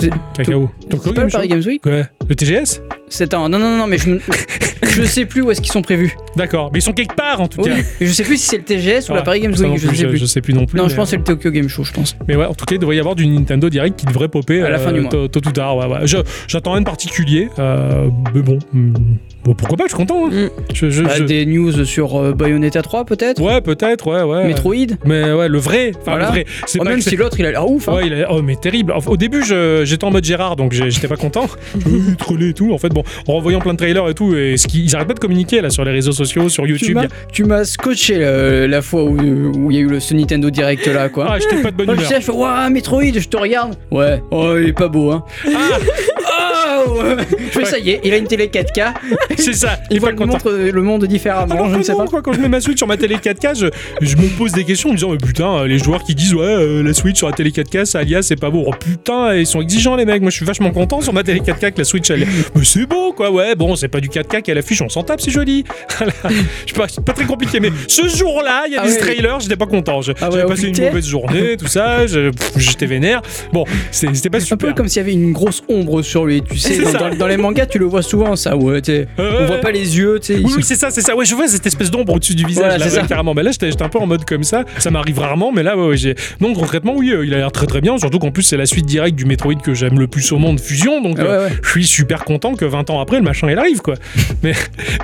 C: C'est-
B: Cacao.
C: C'est pas le Paris Games Week
B: Ouais. Le TGS
C: C'est un. Non, non, non, mais je, me- (laughs) je sais plus où est-ce qu'ils sont prévus.
B: D'accord. Mais ils sont quelque part, en tout
C: Oui.
B: cas.
C: Je sais plus si c'est le TGS ou la
B: Ah,
C: Paris Games
B: ça non
C: Week, je
B: plus,
C: sais plus.
B: Je sais plus non plus.
C: Non,
B: mais- euh,
C: je pense que c'est le Tokyo Game Show, je pense.
B: Mais ouais, en tout cas, il devrait y avoir du Nintendo Direct qui devrait popper euh,
C: À la fin du mois.
B: Tôt, tôt ou tard, ouais, ouais. Je- J'attends un de particulier, euh, mais bon, hmm, bon, pourquoi pas, je suis content. hein.
A: Mm.
B: Je- je-
C: Bah,
B: je-
C: Des news sur euh, Bayonetta 3, peut-être
B: Ouais, peut-être, ouais, ouais.
C: Metroid
B: Mais ouais, le vrai, enfin
C: Voilà.
B: le vrai. C'est
C: Oh,
B: pas
C: Même
B: que c'est-
C: si l'autre, il a l'air ouf. hein.
B: Ouais, il a- oh, mais terrible. Enfin, Au début, je- j'étais en mode Gérard, donc j'ai- j'étais pas content. (laughs) Je me suis trollé et tout. En fait, bon, en revoyant plein de trailers et tout, et ce qui- ils arrêtent pas de communiquer là sur les réseaux sociaux, sur
C: Tu
B: YouTube.
C: m'as- Tu m'as scotché euh, la fois où où il y a eu le, ce Nintendo Direct là, quoi.
B: Ah, j'étais pas de bonne
C: Oh, je
B: humeur.
C: sais, je fais Ouah, Metroid, je te regarde. Ouais. Oh, il est pas beau, hein.
B: Ah,
C: Ah, ouais. Je fais ça y est, il a une télé 4K.
B: (laughs) c'est ça.
C: Il
B: est pas
C: voit le
B: content.
C: monde, le monde différemment,
B: Alors
C: je
B: que
C: ne sais
B: non,
C: pas.
B: quoi, quand je mets ma Switch sur ma télé 4K, je, je me pose des questions en me disant mais putain, euh, les joueurs qui disent ouais, euh, la Switch sur la télé 4K, ça alias, c'est pas beau. Oh putain, ils sont exigeants les mecs. Moi, je suis vachement content sur ma télé 4K que la Switch elle. Mais c'est beau quoi, ouais. Bon, c'est pas du 4K qu'elle affiche, on s'en tape, c'est joli. (laughs) Voilà. je sais pas, c'est pas très compliqué. Mais ce jour-là, il y a
C: Ah
B: des
C: ouais.
B: trailers, j'étais pas content. Je-
C: Ah ouais,
B: J'avais
C: oh
B: passé une
C: putain.
B: mauvaise journée, tout ça. je- pff, J'étais vénère. Bon, c'est- c'était pas
C: Un peu
B: super.
C: comme s'il y avait une grosse ombre sur lui, tu sais.
B: C'est
C: Dans,
B: ça.
C: dans- dans les mangas, tu le vois souvent, ça, ouais, tu sais.
B: Ouais,
C: On
B: ouais.
C: voit pas les yeux, tu sais. ils
B: Oui,
C: sont-
B: oui, c'est ça, c'est ça. Ouais, je vois cette espèce d'ombre au-dessus du visage.
C: Voilà,
B: là,
C: c'est
B: ouais,
C: ça.
B: carrément. Mais là, j'étais j'étais un peu en mode comme ça. Ça m'arrive rarement, mais là, ouais, ouais, j'ai. Donc, concrètement, oui, euh, il a l'air très très bien. Surtout qu'en plus, c'est la suite directe du Metroid que j'aime le plus au monde, Fusion. Donc,
C: Ah ouais,
B: euh,
C: ouais.
B: je suis super content que 20 ans après, le machin, il arrive, quoi. (laughs) mais,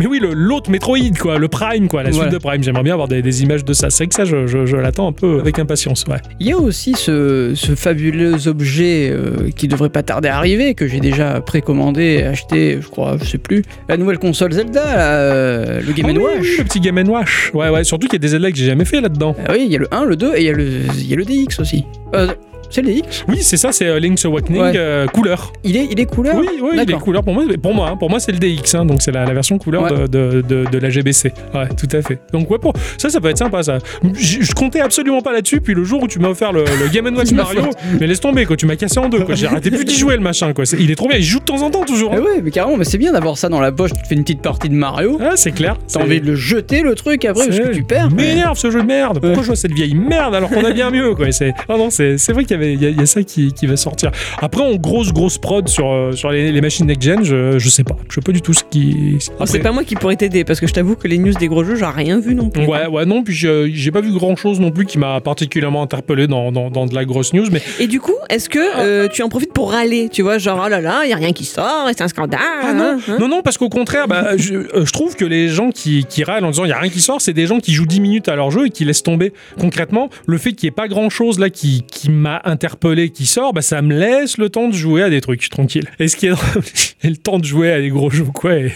B: mais oui, le- l'autre Metroid, quoi. Le Prime, quoi. La
C: Voilà.
B: suite de Prime. J'aimerais bien avoir des, des images de ça. C'est vrai que ça, je, je- je l'attends un peu avec impatience, ouais.
C: Il y a aussi ce, ce fabuleux objet euh, qui devrait pas tarder à arriver, que j'ai déjà précommandé et acheté, je crois, je sais plus. La nouvelle console Zelda, là, euh, le Game
B: Ah oui,
C: Watch.
B: oui, le petit Game Watch. Ouais, ouais. Surtout qu'il y a des Zelda que j'ai jamais fait là-dedans.
C: Ah oui, il y a le 1, le 2 et il y a le, il y a le DX aussi. Euh, c'est le DX
B: Oui, c'est ça, c'est euh, Link's Awakening
C: Ouais.
B: euh, couleur.
C: Il est, il est couleur
B: Oui, oui, les
C: D'accord.
B: couleurs pour moi, pour moi, hein, pour moi c'est le DX, hein, donc c'est la, la version couleur
C: Ouais.
B: de, de, de- de la GBC. Ouais, tout à fait. Donc ouais, pour ça, ça peut être sympa ça. Je je comptais absolument pas là-dessus, puis le jour où tu m'as offert le, le Game
C: (laughs)
B: Watch Mario, mais laisse tomber, quoi, tu m'as cassé en deux, quoi. J'ai arrêté plus d'y jouer le machin, quoi. C'est- Il est trop bien, il joue de temps en temps toujours.
C: Ah
B: hein.
C: ouais, mais carrément, mais c'est bien d'avoir ça dans la poche, tu te fais une petite partie de Mario,
B: Ah, c'est clair.
C: t'as
B: c'est-
C: envie de le jeter le truc après parce
B: c'est-
C: que tu perds.
B: M'énerve ce jeu de merde. Pourquoi je vois cette vieille merde alors qu'on a bien mieux quoi. C'est ah non, c'est c'est vrai qu'il y avait- il y, a- il y a ça qui, qui va sortir. Après, en grosse, grosse prod sur, euh, sur les, les machines next-gen, je, je sais pas. Je sais pas du tout ce qui. ce qui-
C: Ah,
A: C'est
B: Après-
A: pas moi qui pourrais t'aider parce que je t'avoue que les news des gros jeux, j'ai rien vu non plus.
B: Ouais, ouais, non, puis j'ai j'ai pas vu grand chose non plus qui m'a particulièrement interpellé dans, dans, dans de la grosse news, mais
A: Et du coup, est-ce que euh, tu en profites pour râler Tu vois, genre, oh là là, il y a rien qui sort, et c'est un scandale.
B: Ah non,
A: hein, hein.
B: non, non, parce qu'au contraire, bah, je, euh, je trouve que les gens qui, qui râlent en disant il n'y a rien qui sort, c'est des gens qui jouent 10 minutes à leur jeu et qui laissent tomber. Concrètement, le fait qu'il n'y ait pas grand chose là qui, qui m'a interpellé, qui sort, bah, ça me laisse le temps de jouer à des trucs tranquille. Et ce qui est (laughs) drôle, j'ai le temps de jouer à des gros jeux, quoi. Et,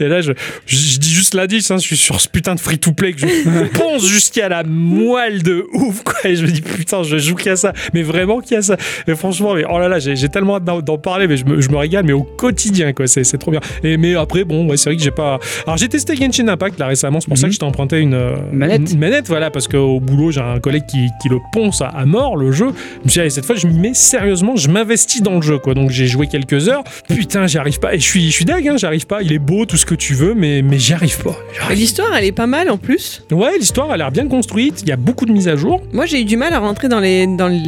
B: et là, je, je, je dis juste l'indice, hein, je suis sur ce putain de free-to-play que je (laughs) pense jusqu'à la moelle de ouf, quoi. Et je me dis putain, je joue qu'à ça, mais vraiment qu'à ça. Et franchement, mais oh là là, j'ai j'ai tellement hâte d'en d'en parler, mais je me, je me régale, mais au quotidien, quoi, c'est c'est trop bien. Et mais après, bon, ouais, c'est vrai que j'ai pas. Alors j'ai testé Genshin Impact là récemment, c'est pour ça
C: Mhm.
B: que je t'ai emprunté une euh,
C: Manette.
B: une manette, voilà, parce qu'au boulot, j'ai un collègue qui, qui le ponce à, à mort le jeu. Je me suis dit, allez, cette fois, je m'y mets sérieusement, je m'investis dans le jeu, quoi. Donc j'ai joué quelques heures. Putain, j'y arrive pas. Et je suis, je suis dingue, hein, j'y arrive pas. Il est beau, tout ce que tu veux, mais, mais j'y arrive pas. J'y
A: Mais
B: arrive-
A: L'histoire, elle est pas mal en plus.
B: Ouais, l'histoire a l'air bien construite. Il y a beaucoup de mises à jour.
A: Moi, j'ai eu du mal à rentrer dans les dans l-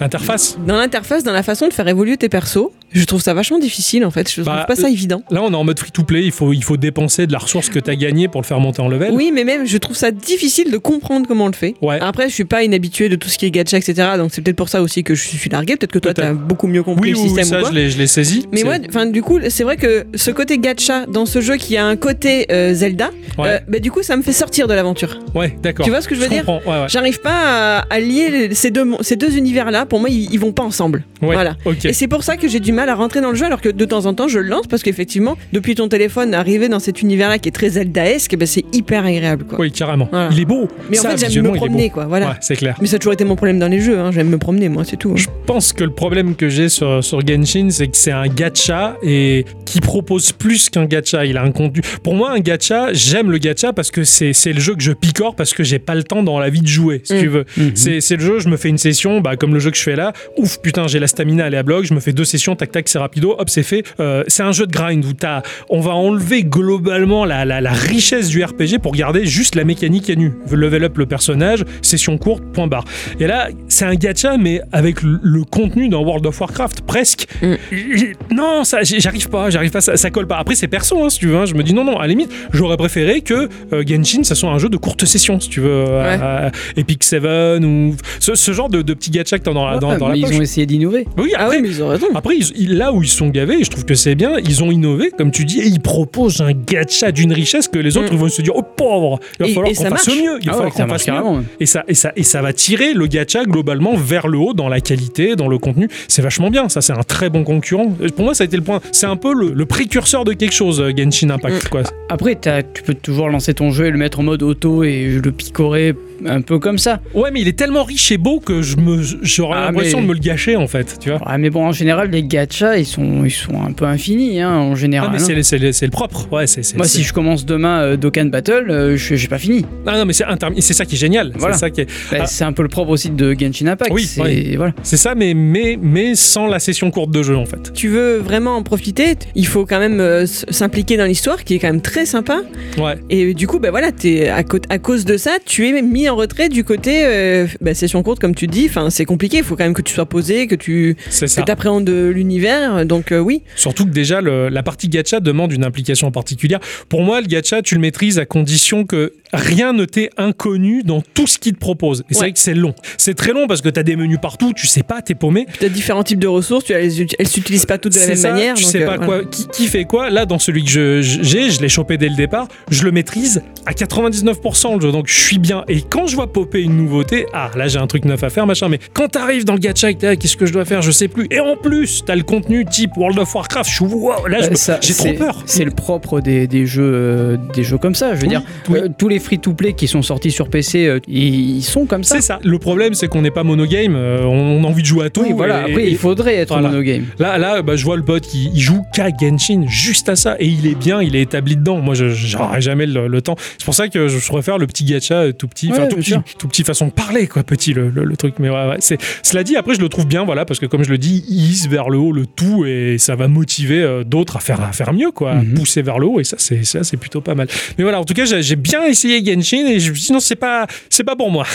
B: Interface.
A: dans l'interface, dans la façon de faire évoluer tes persos. Je trouve ça vachement difficile en fait. Je
B: Bah,
A: trouve pas ça
B: euh,
A: évident.
B: Là, on est en mode free to play. Il faut, il faut dépenser de la ressource que t'as gagnée pour le faire monter en level.
A: Oui, mais même, je trouve ça difficile de comprendre comment on le fait.
B: Ouais.
A: Après, je suis pas inhabitué de tout ce qui est gacha, etc. Donc c'est peut-être pour ça aussi que je suis largué. Peut-être que toi,
B: Peut-être.
A: t'as beaucoup mieux compris
B: Oui,
A: le
B: oui, oui,
A: système. ou
B: ça,
A: quoi.
B: je l'ai je l'ai saisi.
A: Mais
B: C'est-
A: moi, enfin, du coup, c'est vrai que ce côté gacha dans ce jeu qui a un côté euh, Zelda,
B: Ouais.
A: euh, bah, du coup, ça me fait sortir de l'aventure.
B: ouais, d'accord.
A: tu vois ce que je veux dire
B: comprends, ouais, ouais.
A: J'arrive pas à, à lier les- ces deux, mon- ces deux univers-là. Pour moi, ils, ils vont pas ensemble.
B: Ouais,
A: Voilà.
B: Ok.
A: Et c'est pour ça que j'ai du mal à rentrer dans le jeu, alors que de temps en temps, je le lance parce qu'effectivement, depuis ton téléphone, arriver dans cet univers-là qui est très Zeldaesque, ben, c'est hyper agréable, quoi.
B: Oui, carrément.
A: Voilà.
B: Il est beau.
A: Mais en
B: Ça,
A: fait, j'aime
B: visuellement,
A: me
B: il est beau.
A: promener, quoi. Voilà.
B: Ouais, c'est clair.
A: Mais ça a toujours été mon problème dans les jeux. hein. J'aime me promener, moi, c'est tout. hein.
B: Je pense que le problème que j'ai sur, sur Genshin, c'est que c'est un gacha et qui propose plus qu'un gacha. Il a un contenu. Pour moi, un gacha, j'aime le gacha parce que c'est c'est le jeu que je picore parce que j'ai pas le temps dans la vie de jouer, si
A: Mm.
B: tu veux.
C: Mhm.
B: C'est c'est le jeu, je me fais une session, bah, comme le jeu que je fais là. Ouf, putain, j'ai la stamina, elle est à bloc. Je me fais deux sessions, tac tac, c'est rapido, hop, c'est fait. Euh, c'est un jeu de grind où t'as- on va enlever globalement la, la- la richesse du RPG pour garder juste la mécanique à nu. Level up le personnage, session courte, point barre. Et là, c'est un gacha, mais avec le, le contenu dans World of Warcraft, presque.
A: Mm.
B: J- Non, ça, j- j'arrive pas, j'arrive pas, ça, ça colle pas. Après, c'est perso, hein, si tu veux. hein. Je me dis non, non, à la limite, j'aurais préféré que euh, Genshin, ça soit un jeu de courte session, si tu veux. à- à Epic Seven ou ce, ce genre de, de petit gacha que t'as dans, la- dans,
C: Ouais,
B: dans
C: mais
B: la
C: ils
B: poche.
C: ont essayé d'innover.
B: Oui,
A: Ah
B: après,
A: oui, mais ils ont raison.
B: après, ils- ils- là où ils sont gavés, et je trouve que c'est bien, ils ont innové, comme tu dis, et ils proposent un gacha d'une richesse que les autres
A: Mm.
B: vont se dire, oh pauvre, il
A: Et-
B: va falloir
A: et
B: qu'on
A: ça
B: fasse
A: marche.
B: mieux, il va
C: Ah ouais,
B: falloir
C: ça
B: qu'on
C: marche
B: fasse mieux.
C: carrément.
B: Et ça, et, ça, et ça va tirer le gacha globalement vers le haut dans la qualité, dans le contenu. C'est vachement bien, ça c'est un très bon concurrent. Et Pour moi, ça a été le point. C'est un peu le, le précurseur de quelque chose, euh, Genshin Impact. Quoi.
C: Après, t'as- tu peux toujours lancer ton jeu et le mettre en mode auto et le picorer un peu comme ça.
B: Ouais, mais il est tellement riche et beau que je me- j'aurais
C: Ah,
B: l'impression
C: mais-
B: de me le gâcher en fait. Tu vois
C: Ouais, mais bon, en général, les gachas, ils sont, ils sont un peu infinis, hein, en
B: ah,
C: général.
B: mais
C: hein.
B: c'est le- c'est le c'est le propre. Ouais, c'est- c'est-
C: Moi,
B: c'est-
C: si je commence demain euh, Dokkan Battle, euh, je j'ai pas fini.
B: Ah non, mais c'est intermi- et c'est ça qui est génial.
C: Voilà.
B: C'est ça qui est-
C: Bah,
B: Ah.
C: C'est un peu le propre aussi de Genshin Impact.
B: Oui,
C: c'est-
B: oui.
C: voilà.
B: C'est ça, mais, mais, mais sans la session courte de jeu en fait.
A: Tu veux vraiment en profiter, il faut quand même euh, s- s'impliquer dans l'histoire qui est quand même très sympa.
B: Ouais.
A: Et du coup, bah voilà, t'es à, co- à cause de ça, tu es mis en retrait du côté euh, bah, session courte, comme tu dis. Enfin, c'est compliqué. Il faut quand même que tu sois posé, que tu
B: C'est
A: que
B: ça.
A: t'appréhendes de l'univers. Donc euh, oui,
B: Surtout que déjà, le- la partie gacha demande une implication particulière. Pour moi, le gacha, tu le maîtrises à condition que rien ne t'est inconnu dans tout ce qu'il te propose. Et c'est
A: Ouais.
B: vrai que c'est long. C'est très long parce que t'as des menus partout, tu sais pas, t'es paumé.
A: tu as différents types de ressources. Tu as les ut- elles s'utilisent pas toutes de la
B: C'est
A: même
B: ça,
A: manière.
B: Tu
A: donc,
B: sais
A: euh,
B: pas
A: voilà.
B: quoi, qui, qui fait quoi. Là, dans celui que je- je- j'ai, je l'ai chopé dès le départ. Je le maîtrise à 99% le jeu, donc je suis bien. Et quand je vois popper une nouveauté, ah là j'ai un truc neuf à faire, machin. Mais quand t'arrives dans le gacha, et que t'es là, qu'est-ce que je dois faire Je sais plus. Et en plus, t'as le contenu type World of Warcraft. Je suis wow, là Ah, je
C: Euh,
B: me-
C: ça,
B: j'ai trop
C: c'est-
B: peur.
C: C'est le propre des, des jeux, euh, des jeux comme ça. Je veux
B: Oui,
C: dire,
B: oui.
C: euh, tous les free-to-play qui sont sortis sur PC, euh, ils, ils sont comme ça.
B: C'est ça. Le problème, c'est qu'on n'est pas monogame. euh, on on a envie de jouer à tout.
C: Oui, voilà.
B: et-
C: Après,
B: et-
C: il faudrait être
B: voilà.
C: monogame.
B: Là, là bah, je vois le pote qui il joue qu'à Genshin, juste à ça, et il est bien, il est établi dedans. Moi, je- j'aurais jamais le, le temps. C'est pour ça que je je préfère le petit gacha euh, tout petit, enfin
C: Ouais,
B: tout,
C: bien
B: petit
C: sûr.
B: tout petit façon de parler, quoi, petit le, le- le truc. Mais ouais, ouais, c'est- Cela dit, après, je le trouve bien, voilà, parce que comme je le dis, il hisse vers le haut le tout, et ça va motiver euh, d'autres à faire, à faire mieux, quoi,
C: Mhm.
B: à pousser vers le haut, et ça, c'est ça, c'est plutôt pas mal. Mais voilà, en tout cas, j'ai j'ai bien essayé Genshin, et je me suis dit, non, c'est pas, c'est pas pour moi.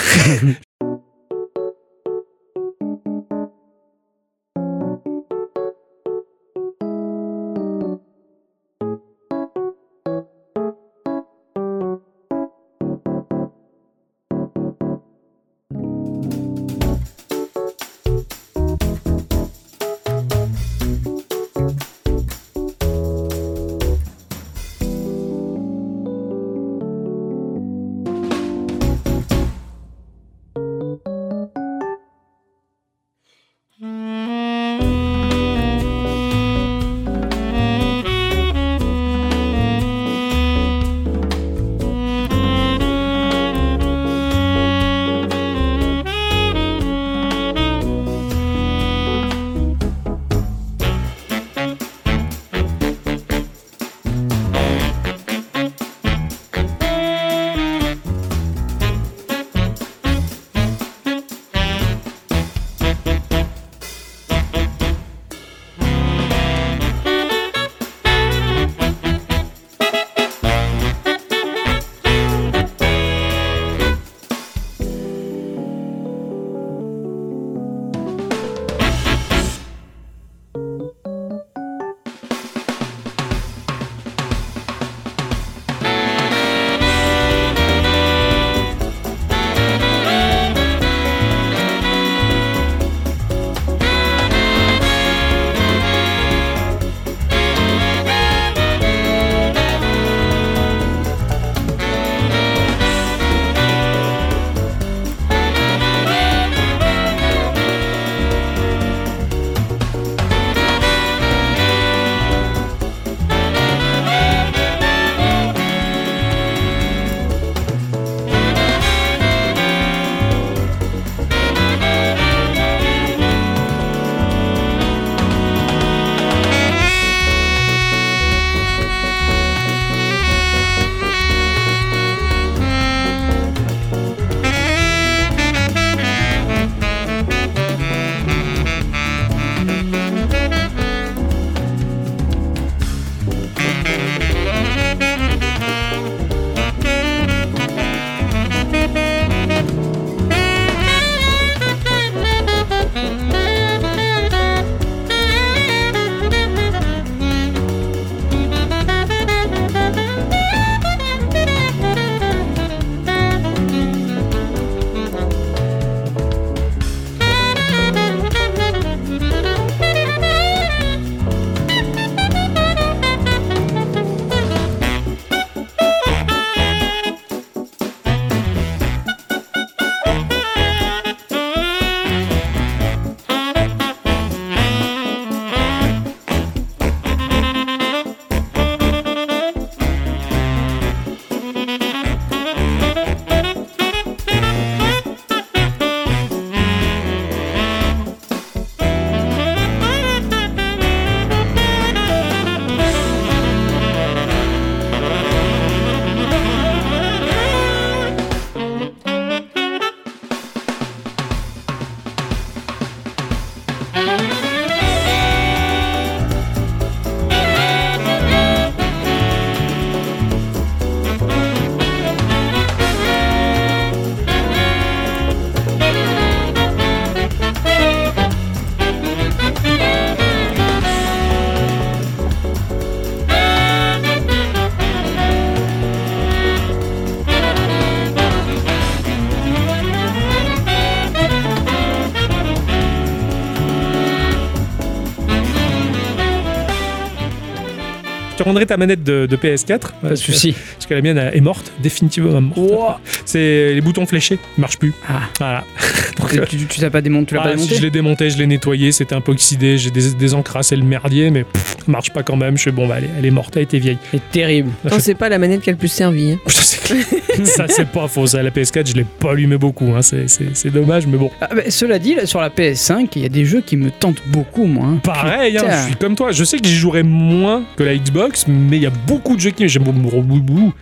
B: Je te rendrai ta manette de, de PS4.
C: Pas de soucis.
B: Parce que la mienne elle est morte, définitivement morte.
C: Ouah.
B: C'est les boutons fléchés, ils marchent plus.
C: Ah, (laughs)
B: Voilà.
C: tu tu- tu l'as pas démonté, tu l'as
B: Ah,
C: pas
B: si,
C: démonté
B: je l'ai démonté, je l'ai nettoyé, c'était un peu oxydé, j'ai dés- désencrassé le merdier, mais pff, marche pas quand même. Je suis bon, bah, elle, est- elle est morte, elle était vieille. (laughs)
C: C'est terrible.
A: Non, c'est pas la manette qui a le plus servi. hein.
B: Je sais
C: (laughs)
B: que- ça, c'est pas faux. Ça, la PS4, je l'ai pas allumé beaucoup. hein, C'est, c'est- c'est dommage, mais bon.
C: Ah, bah, cela dit, là, sur la PS5, il y a des jeux qui me tentent beaucoup, moi. hein.
B: Pareil, hein,
C: Putain.
B: je suis comme toi. Je sais que j'y jouerais moins que la Xbox, mais il y a beaucoup de jeux qui. J'aime beaucoup.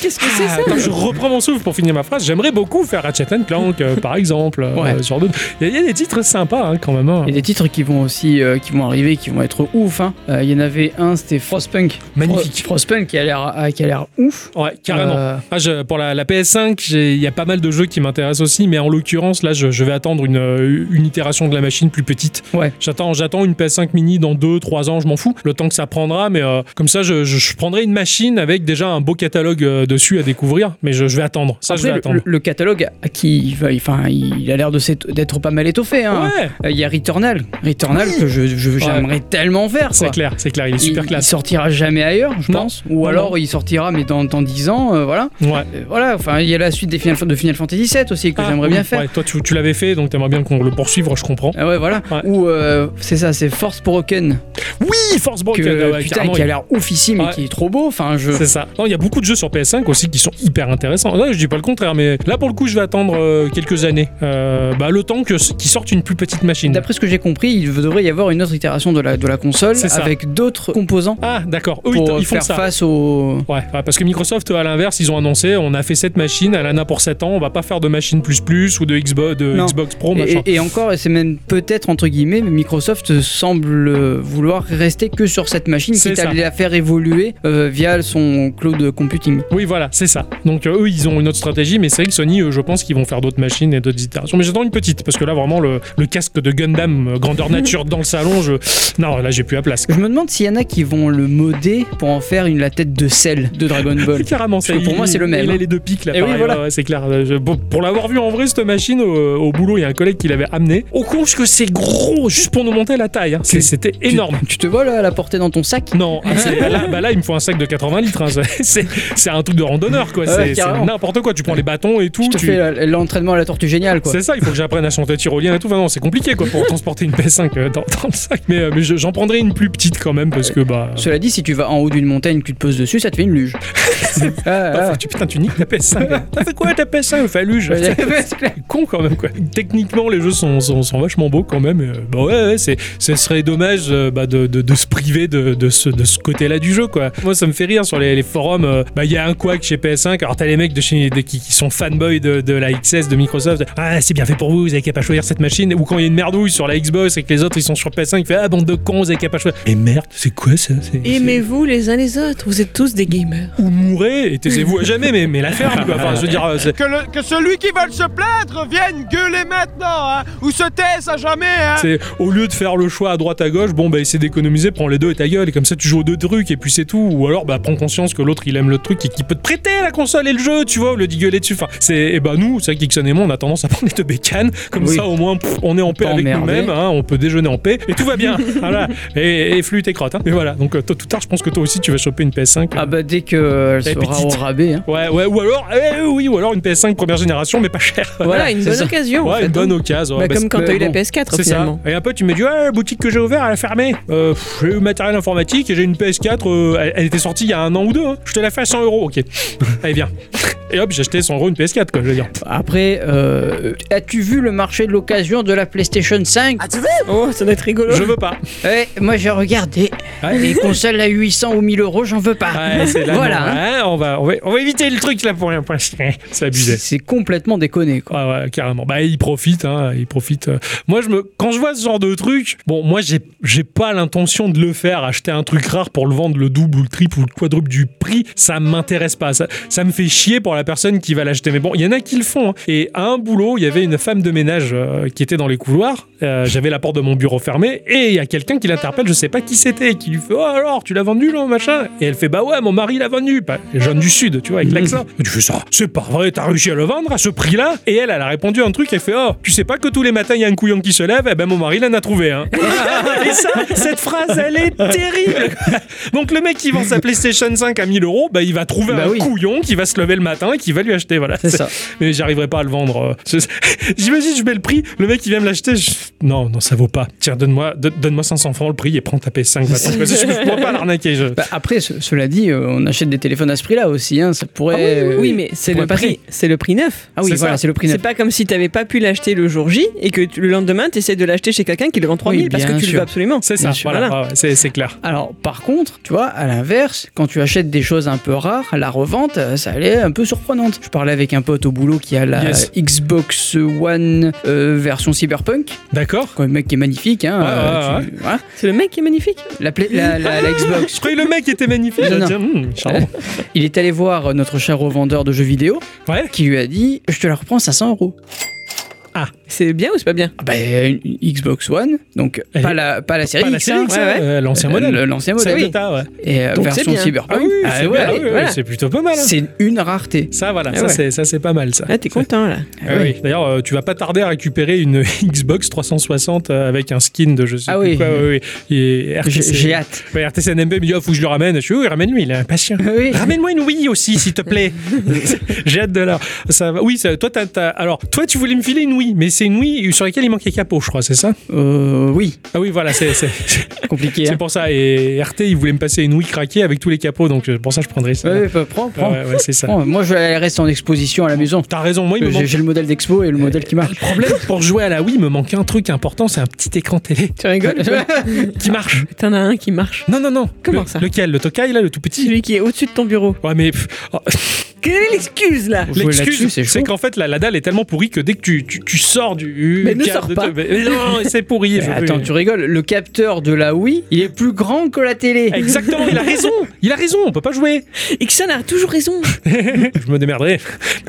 A: Qu'est-ce que c'est
B: Ah,
A: ça
B: attends, je reprends mon souffle pour finir ma phrase. J'aimerais beaucoup faire Ratchet and Clank, euh, par exemple. euh,
C: Ouais.
B: ce genre d'autres. Il y, a- il y a des titres sympas hein, quand même. hein.
C: Il y a des titres qui vont aussi euh, qui vont arriver, qui vont être ouf. hein. Euh, Il y en avait un, c'était Frostpunk.
B: Magnifique.
C: Fro- Frostpunk qui a l'air ah, qui a l'air ouf.
B: Ouais, carrément.
C: Euh,
B: Ah, je- pour la, la PS5, j'ai- il y a pas mal de jeux qui m'intéressent aussi, mais en l'occurrence, là, je, je vais attendre une, euh, une itération de la machine plus petite.
C: Ouais.
B: J'attends, j'attends une PS5 mini dans 2-3 ans, je m'en fous, le temps que ça prendra, mais euh, comme ça, je, je- je prendrai une machine avec déjà un beau catalogue euh, dessus à découvrir, mais je, je vais attendre. Ça, je
C: après,
B: vais
C: le,
B: attendre.
C: le- le catalogue a- qui va- enfin il a l'air de s'être- d'être pas mal étoffé. hein.
B: Ouais,
C: Euh, Il y a Returnal, Returnal que je je- j'aimerais tellement faire.
B: c'est
C: quoi.
B: clair, c'est clair, il est super
C: il, il
B: classe.
C: sortira jamais ailleurs, je
B: Non.
C: pense.
B: Non,
C: Ou alors il sortira, mais dans, dans 10 ans, euh, voilà.
B: Ouais.
C: Euh, voilà, enfin, il y a la suite des Final, de Final Fantasy VII aussi que
B: Ah,
C: j'aimerais
B: oui,
C: bien faire.
B: ouais, toi, tu, tu l'avais fait, donc t'aimerais bien qu'on le poursuive, je comprends.
C: Ah ouais, voilà.
B: Ouais.
C: Ou euh, c'est ça, c'est Force Broken.
B: Oui, Force
C: que,
B: Broken, ah ouais,
C: putain,
B: carrément,
C: qui a
B: il-
C: l'air oufissime
B: Ouais.
C: et qui est trop beau. Enfin, je.
B: C'est ça. Non, il y a beaucoup de jeux sur PS5 aussi qui sont hyper intéressants. Non, je dis pas le contraire, mais là pour le coup, je vais attendre euh, quelques années. Euh, bah, le temps que qu'ils sortent une plus petite machine.
C: D'après ce que j'ai compris, il devrait y avoir une autre itération de la, de la console
B: C'est ça.
C: avec d'autres composants
B: Ah, d'accord. Eux, ils-
C: pour
B: ils, font
C: faire
B: ça.
C: face au.
B: Ouais, ouais, parce que Microsoft, euh, à l'inverse, ils ont annoncé on a fait cette machine, elle en a pour 7 ans, on va pas faire de machine plus plus ou de Xbox, de
C: Non.
B: Xbox Pro, machin.
C: Et, et encore, c'est même peut-être entre guillemets, mais Microsoft semble euh, vouloir rester que sur cette machine,
B: C'est
C: quitte à
B: ça.
C: la faire évoluer euh, via son cloud computing.
B: Oui, voilà, c'est ça. Donc euh, eux, ils ont une autre stratégie, mais c'est vrai que Sony, euh, je pense qu'ils vont faire d'autres machines et d'autres itérations. Mais j'attends une petite, parce que là, vraiment, le, le casque de Gundam euh, grandeur nature dans le salon, je. Non, là, j'ai plus la place.
C: Je me demande s'il y en a qui vont le modder pour en faire une la tête de sel de Dragon
B: (laughs) (laughs)
C: Ball.
B: Carrément, ça,
C: Parce que pour
B: il-
C: moi, c'est le même,
B: Il a
C: hein.
B: les deux pics là.
C: Eh oui,
B: pareil,
C: voilà.
B: ouais, ouais, c'est clair. Euh, Je- pour pour l'avoir vu en vrai, cette machine au, au boulot, il y a un collègue qui l'avait amené. Au compte que c'est gros, juste pour nous monter la taille. hein. C'est- C'était énorme.
C: Tu te vois là, la porter dans ton sac
B: Non, ah, c'est- là, bah là, il me faut un sac de 80 litres. hein. (laughs) C'est- C'est c'est un truc de randonneur, quoi.
C: Ah ouais,
B: C'est c'est
C: carrément.
B: n'importe quoi. Tu prends les bâtons et tout.
C: Je te
B: tu-
C: fais la- l'entraînement à la tortue géniale quoi.
B: C'est ça, il faut que j'apprenne à chanter tyrolien et tout. Enfin, non, c'est compliqué quoi pour transporter une PS5 euh, dans, dans le sac. Mais, euh, mais je- j'en prendrai une plus petite quand même parce que bah.
C: Cela dit, si tu vas en haut d'une montagne, que tu te poses dessus, ça te fait une
B: (laughs)
C: luge.
B: bah,
C: Ah,
B: faut- tu, putain, tu niques la
C: (laughs)
B: PS5. là. T'as fait quoi ta PS5 Fallu, je.
C: ah.
B: (laughs)
C: C'est clair.
B: con quand même quoi. Techniquement les jeux sont, sont, sont vachement beaux quand même. Euh, bah ouais, ouais c'est, ce serait dommage euh, bah, de, de, de se priver de, de ce, de ce côté-là du jeu quoi. Moi ça me fait rire sur les, les forums. euh, bah il y a un quack chez PS5. Alors t'as les mecs de chez de- qui, qui sont fanboys de, de la XS de Microsoft. Ah c'est bien fait pour vous, vous avez qu'à pas choisir cette machine. Ou quand il y a une merdouille sur la Xbox et que les autres ils sont sur PS5, il fait ah bande de cons, vous avez qu'à pas choisir. Mais merde, c'est quoi ça C'est- c'est-
A: Aimez-vous les uns les autres, vous êtes tous des gamers.
B: ou mourrez et taisez-vous à jamais, mais, mais la ferme, quoi. Enfin, je veux dire, euh, c'est-
I: Que, le- que celui qui veut se plaindre vienne gueuler maintenant, hein, ou se taise à jamais, hein.
B: C'est au lieu de faire le choix à droite à gauche, bon bah essaie d'économiser, prends les deux et ta gueule, et comme ça tu joues aux deux trucs et puis c'est tout. Ou alors bah prends conscience que l'autre il aime le truc et qu'il peut te prêter la console et le jeu, tu vois, au lieu d'y gueuler dessus. Enfin, c'est et bah nous, c'est vrai que Dixon et moi on a tendance à (laughs) prendre les deux bécanes, comme
C: Oui.
B: ça au moins pff, on est en paix
C: peut
B: avec
C: emmerder.
B: nous-mêmes, hein, on peut déjeuner en paix et tout va bien. voilà. Et, et flûte et crotte. Hein. Et voilà, donc euh, tôt ou tard, je pense que toi aussi tu vas choper une PS5.
C: Ah bah dès qu'elle
B: Elle est
C: sera au
B: petite.
C: rabais. hein.
B: Ouais, ouais, ou alors, eh oui, ou alors une PS5 première génération, mais pas chère.
A: Voilà,
C: Voilà,
A: une
C: c'est
A: bonne
C: ça.
A: occasion. en
B: Ouais,
A: fait,
B: une
A: hein.
B: bonne occasion. ouais,
A: Bah,
B: bah,
A: comme quand
B: c'est-
A: t'as eu la
B: bon.
A: PS4
B: C'est ça.
A: finalement.
B: Et un peu, tu me dis, ouais, la boutique que j'ai ouverte, elle a fermé. Euh, pff, j'ai eu le
A: (laughs)
B: matériel informatique et j'ai une PS4. euh, elle, elle était sortie il y a un an ou deux. hein. Je te la fais à 100 euros. Ok. Allez, viens. Et hop, j'ai acheté 100 euros une PS4, quoi, je
A: (laughs)
B: veux dire.
C: Après, euh, as-tu vu le marché de l'occasion de la PlayStation 5
A: Oh, ça doit être rigolo.
B: Je veux pas.
C: Ouais, Moi, j'ai regardé.
B: Ouais.
C: Les consoles à 800 ou 1000 euros, j'en veux pas.
B: Ouais, c'est là,
C: voilà. hein.
B: non. Ouais, on, va, on, va, on va éviter le truc là pour rien. pour rien. (laughs) C'est abusé.
C: C'est c'est complètement déconné, quoi.
B: Ouais, ouais, carrément. Bah, il profite, hein, il profite. Euh, Moi, je me, quand je vois ce genre de truc, bon, moi, j'ai, j'ai pas l'intention de le faire, acheter un truc rare pour le vendre le double ou le triple ou le quadruple du prix, ça m'intéresse pas. Ça, ça me fait chier pour la personne qui va l'acheter. Mais bon, il y en a qui le font. hein. Et à un boulot, il y avait une femme de ménage euh, qui était dans les couloirs. Euh, j'avais la porte de mon bureau fermée et il y a quelqu'un qui l'interpelle, je sais pas qui c'était, qui lui fait Oh alors, tu l'as vendu, non, machin Et elle fait Bah ouais, mon mari l'a vendu. Bah, les jeunes du Sud, tu vois, avec l'accent. Et tu fais ça, c'est pas vrai, t'as réussi à le vendre à ce prix-là Et elle, elle a répondu un truc, elle fait Oh, tu sais pas que tous les matins il y a un couillon qui se lève Eh ben mon mari l'en a trouvé, hein. et ça, cette phrase,
A: (laughs)
B: elle est terrible Donc le mec qui vend sa PlayStation 5 à 1000 euros, bah il va trouver
C: Bah
B: un
C: oui.
B: couillon qui va se lever le matin et qui va lui acheter, voilà.
C: C'est ça.
B: (laughs) Mais j'arriverai pas à le vendre. euh, c'est- (laughs) J'imagine, je mets le prix, le mec il vient me l'acheter, je- non, non, ça vaut pas. Tiens, donne-moi don- donne-moi 500 francs le prix et prends ta PS5. va-t'en. Parce que
C: (laughs)
B: je ne pourrais pas l'arnaquer. je-
C: Bah, après, ce- cela dit, euh, on achète des téléphones à ce prix-là aussi. Hein, ça pourrait. euh,
A: Ah Oui, mais c'est
C: pourrait
A: le prix, c'est le prix neuf.
C: Ah oui,
B: C'est
C: voilà,
B: ça.
C: c'est le prix
A: C'est
C: neuf.
A: pas comme si t'avais pas pu l'acheter le jour J et que tu- le lendemain t'essaies de l'acheter chez quelqu'un qui le vend 3000
C: Oui,
A: parce que
C: bien
A: tu le
C: sûr.
A: veux absolument.
B: C'est ça,
A: Bien sûr.
B: voilà, ouais, ouais, c'est c'est clair.
C: Alors, par contre, tu vois, à l'inverse, quand tu achètes des choses un peu rares, la revente, euh, ça allait un peu surprenante. Je parlais avec un pote au boulot qui a la
B: Yes.
C: Xbox One euh, version cyberpunk.
B: D'accord
C: Quoi, le mec qui est magnifique, hein.
B: Ouais, ouais,
C: tu- voilà.
A: C'est le mec qui est magnifique.
C: La, pla- la- la- la Xbox.
B: Je croyais le mec était magnifique.
C: Non,
B: je
C: non.
B: dis, hum, (laughs) charmant.
C: Il est allé voir notre cher revendeur de jeux vidéo
B: Ouais.
C: qui lui a dit Je te la reprends à 100 euros.
A: C'est bien ou c'est pas bien
C: Ah bah, une Xbox One, donc
B: Elle
C: pas
B: est-
C: la, pas la série
B: Pas la
C: X,
B: série,
C: hein,
B: X,
C: ouais,
B: hein,
C: ouais.
B: euh, l'ancien modèle.
C: Euh, L'ancien
B: Celle
C: modèle.
B: de ta, ouais.
C: Et euh,
A: Donc, c'est
C: version
A: bien.
C: cyberpunk.
B: Ah oui,
C: Ah
B: c'est
C: ouais,
B: bien, oui, oui,
C: voilà.
B: c'est plutôt pas mal. hein.
C: C'est une rareté.
B: Ça, voilà,
C: Ah
B: ça,
C: ouais.
B: c'est- ça c'est pas mal ça.
A: Ah, t'es content là.
B: Ah oui. D'ailleurs, euh, tu vas pas tarder à récupérer une (laughs) Xbox 360 euh, avec un skin de je sais
C: Ah
B: plus
C: oui.
B: quoi. oui, oui. Et
C: J'ai
B: RTC
C: j'ai hâte.
B: Ouais, RTCNMB me dit oh, faut que je le ramène. Je suis oui, ramène-lui, il est impatient.
C: Ah Oui.
B: Ramène-moi une Wii aussi, s'il te
C: (laughs)
B: plaît. (laughs) J'ai hâte de la. Ça va. Oui, ça- toi, t'as, t'as- alors toi, tu voulais me filer une Wii, mais c'est une Wii sur laquelle il manquait capot, je crois, c'est ça
C: Euh, oui,
B: Ah oui, voilà, c'est, c'est,
C: compliqué.
B: c'est
C: hein.
B: pour ça. Et RT, il voulait me passer une Wii craquée avec tous les capots, donc euh, pour ça, je prendrais ça.
C: Ouais, ouais, prends,
B: Ah
C: prends.
B: ouais, ouais, c'est ça.
C: Prends. Moi, je elle reste en exposition à la maison.
B: T'as raison, moi, il me
C: J'ai
B: manque.
C: j'ai le modèle d'expo et le modèle qui marche.
B: Le
C: (laughs)
B: problème pour jouer à la Wii, il me manque un truc important, c'est un petit écran télé
A: Tu
B: (laughs)
A: rigoles
B: qui marche.
A: T'en as un qui marche.
B: Non, non, non.
A: Comment
B: Le-
A: ça
B: Lequel Le Tokai, là, le tout petit
A: Celui qui est au-dessus de ton bureau.
B: Ouais, mais pff, oh,
A: Quelle est l'excuse là
C: Jouer là-dessus,
B: l'excuse,
C: c'est chaud.
B: c'est qu'en fait, la, la dalle est tellement pourrie que dès que tu, tu, tu sors du.
A: Mais ne
B: cadre
A: sors
B: de-
A: pas.
B: mais non, c'est pourri.
C: Eh,
B: je veux-
C: Attends, tu rigoles. Le capteur de la Wii, il est plus grand que la
B: Eh,
C: télé.
B: Exactement, il a raison. Il a raison, on peut
A: (laughs)
B: pas jouer.
A: Ixon a toujours raison.
B: Je me démerderai.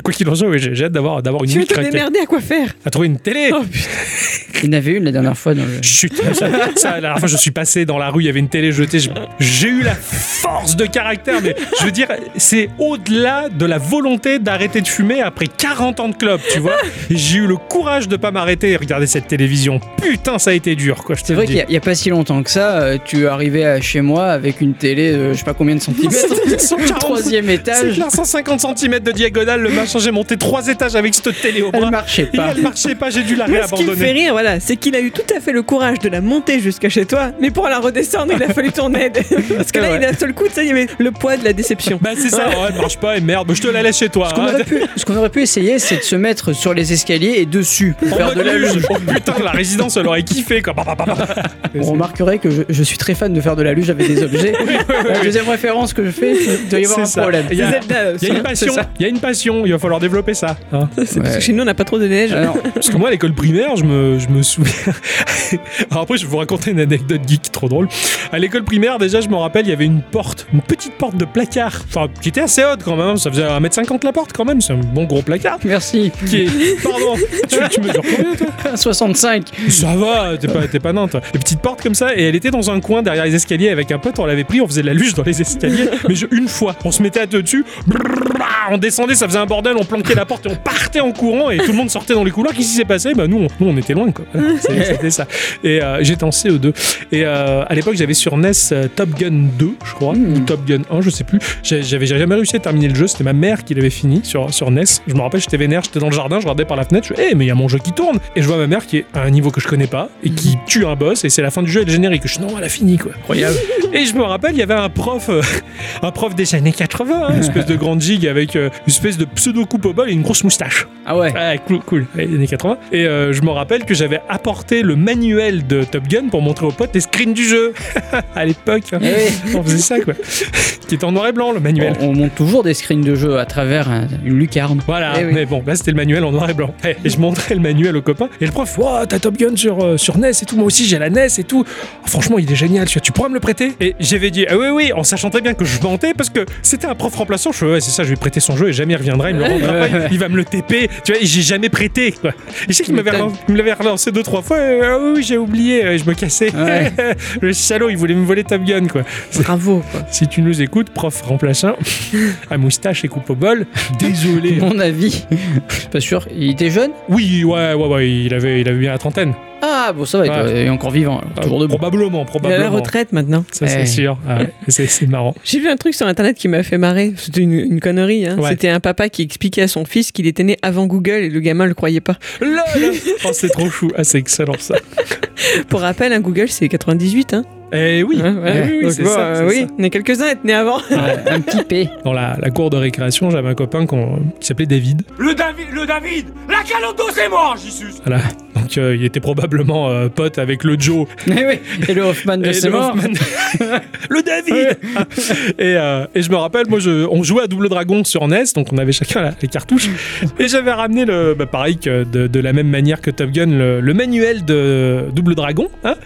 B: Quoi qu'il en soit, oui, j'ai j'ai hâte d'avoir d'avoir une
A: Tu veux
B: Wii
A: te
B: craquée.
A: démerder à quoi faire
B: À trouver une télé.
A: Oh putain.
C: Il y en avait une la dernière fois dans le.
B: Chut, (laughs) ça, ça, la dernière fois je suis passé dans la rue, il y avait une télé jetée, je- j'ai eu la force de caractère, mais je veux dire, c'est au-delà de la volonté d'arrêter de fumer après 40 ans de club, tu vois. J'ai eu le courage de pas m'arrêter et regarder cette télévision. Putain, ça a été dur, quoi, je te
C: C'est
B: le
C: vrai
B: dis.
C: qu'il n'y a, pas si longtemps que ça, euh, tu arrivais à chez moi avec une télé, de je sais pas combien de (laughs) centimètres,
B: C'est- c'est 140.
C: troisième
B: C'est
C: étage,
B: clair, 150 cm de diagonale, le machin, j'ai monté trois étages avec cette télé au
C: elle
B: bras.
C: marchait
B: Et
C: pas.
B: elle marchait pas, j'ai dû la
A: Moi, ce qui me fait
B: réabandonner.
A: rire, voilà, c'est qu'il a eu tout à fait le courage de la monter jusqu'à chez toi, mais pour la redescendre, il a fallu ton
B: (laughs)
A: aide. Parce que là,
C: Ouais.
A: il a un seul coup, ça y avait le poids de la déception.
B: Bah c'est ça, ouais, elle marche pas et merde, je te la laisse chez toi.
C: Ce qu'on
B: hein.
C: aurait, pu- ce qu'on aurait pu essayer, c'est de se mettre sur les escaliers et dessus pour
B: En
C: faire
B: mode
C: de la
B: luge.
C: luge.
B: Oh putain, la résidence, elle aurait kiffé quoi. Pa, pa, pa, pa.
C: On remarquerait que je, je suis très fan de faire de la luge avec des (laughs) objets. La deuxième référence que je fais, c'est- il doit y avoir
B: C'est
C: un
B: ça.
C: problème.
B: Il y a-
A: C'est Zelda, euh,
B: Il y a une passion,
C: C'est ça.
B: il y a une passion, il va falloir développer ça. hein.
A: C'est parce
C: Ouais.
A: que chez nous, on n'a pas trop de neige.
C: Alors,
B: Parce que moi, à l'école primaire, je me, je me souviens. (laughs) Alors après, je vais vous raconter une anecdote geek trop drôle. À l'école primaire, déjà, je me rappelle, il y avait une porte, une petite porte de placard, enfin, qui était assez haute quand même. hein. Ça faisait 1m50 la porte quand même, c'est un bon gros placard.
C: (laughs) merci.
B: Qui (laughs) est... Pardon, tu, tu mesures combien toi
C: 65.
B: Ça va, t'es pas, t'es pas nain, toi. Une petite porte comme ça, et elle était dans un coin derrière les escaliers avec un pote, on l'avait pris, on faisait de la luge dans les escaliers, mais je- une fois, on se mettait à deux dessus, brrrra, on descendait, ça faisait un bordel, on planquait la porte et on partait en courant, et tout le monde sortait dans les couloirs. Qu'est-ce qui s'est passé Bah, nous, on, nous, on était loin, quoi. Voilà, c'est- C'était E ça. Et euh, j'étais en CE2. Et euh, à l'époque, j'avais sur NES euh, Top Gun 2, je crois.
C: Hmm.
B: ou Top Gun 1, je sais plus. J'ai- J'avais jamais réussi à terminer le jeu, c'était ma mère qui l'avait fini sur, sur NES. Je me rappelle, j'étais vénère, j'étais dans le jardin, je regardais par la fenêtre, je fais, Eh, mais il y a mon jeu qui tourne Et je vois ma mère qui est à un niveau que je connais pas et qui tue un boss, et c'est la fin du jeu et le générique. Je dis, Non, elle a fini, quoi. Incroyable. et je me rappelle, il y avait un prof, euh, un prof des années 80, hein, une espèce de grande gigue avec euh, une espèce de pseudo coupe au bol et une grosse moustache.
C: Ah ouais.
B: Ah, cool, cool, les années 80. Et euh, je me rappelle que j'avais apporté le manuel de Top Gun pour montrer aux potes les screens du jeu. (laughs) à l'époque, hein,
C: Eh oui.
B: on faisait ça, quoi. Qui était en noir et blanc, le manuel.
C: On, on monte toujours des screens de jeu à travers euh, une lucarne.
B: (laughs) Voilà,
A: Eh oui.
B: mais bon, là c'était le manuel en noir et blanc. Eh, Et je montrais le manuel au copain, et le prof, wow, t'as Top Gun sur, euh, sur NES et tout, moi aussi j'ai la NES et tout. Ah, franchement, il est génial, tu, vois, tu pourras me le prêter Et j'avais dit, ah oui, oui, en sachant très bien que je mentais, parce que c'était un prof remplaçant, je fais, ouais, c'est ça, je vais prêter son jeu et jamais il reviendra, il me le rendra pas, il- il va me le TP, tu vois, et j'ai jamais prêté, quoi. Et je sais qu'il m'avait
C: m'étonnes.
B: relan- il me l'avait relancé deux, trois fois, et, ah oui, oui, j'ai oublié, euh, je me cassais.
C: Ouais.
B: (laughs) le salaud, il voulait me voler Top Gun, quoi.
A: Bravo, quoi.
B: Si tu nous écoutes,
A: (laughs)
B: prof remplaçant, à moustache et coupe au bol, désolé.
C: Mon avis. (laughs) Je suis pas sûr. Il était jeune
B: Oui, ouais, ouais, ouais, il avait, il avait bien la trentaine.
C: Ah bon, ça va, il doit-
B: Ouais.
C: il est encore vivant. alors, toujours
B: Ah,
C: debout.
B: Probablement,
A: Il est à la
B: probablement.
A: retraite maintenant.
B: Ça, c'est
C: Eh.
B: sûr.
A: (laughs)
B: Ah ouais, c'est- c'est marrant.
A: J'ai vu un truc sur internet qui m'a fait marrer. C'était une, une connerie. hein.
B: Ouais.
A: C'était un papa qui expliquait à son fils qu'il était né avant Google et le gamin le croyait pas.
B: Lol Oh, c'est trop chou. Ah, c'est excellent ça.
A: Pour rappel, un Google c'est 98. Hein.
B: Eh oui,
A: Hein, voilà.
B: eh oui, oui,
A: Donc,
B: c'est
A: bon,
B: ça,
A: euh,
B: c'est
A: oui,
B: ça.
A: on est quelques-uns à être nés avant.
C: Ouais, un petit
B: (laughs)
C: P.
B: Dans la, la cour de récréation, j'avais un copain qu'on- qui s'appelait David.
I: Le David, le David La caloto, c'est moi, j'y suis
B: Voilà. Donc, euh, il était probablement euh, pote avec le Joe
C: Eh oui, Et le Hoffman de
B: Et
C: ses
B: le
C: morts.
B: Hoffman. le David et, euh, et je me rappelle, moi, je, on jouait à Double Dragon sur NES, donc on avait chacun la- les cartouches. Et j'avais ramené, le, bah, pareil, que de, de la même manière que Top Gun, le, le manuel de Double Dragon. hein.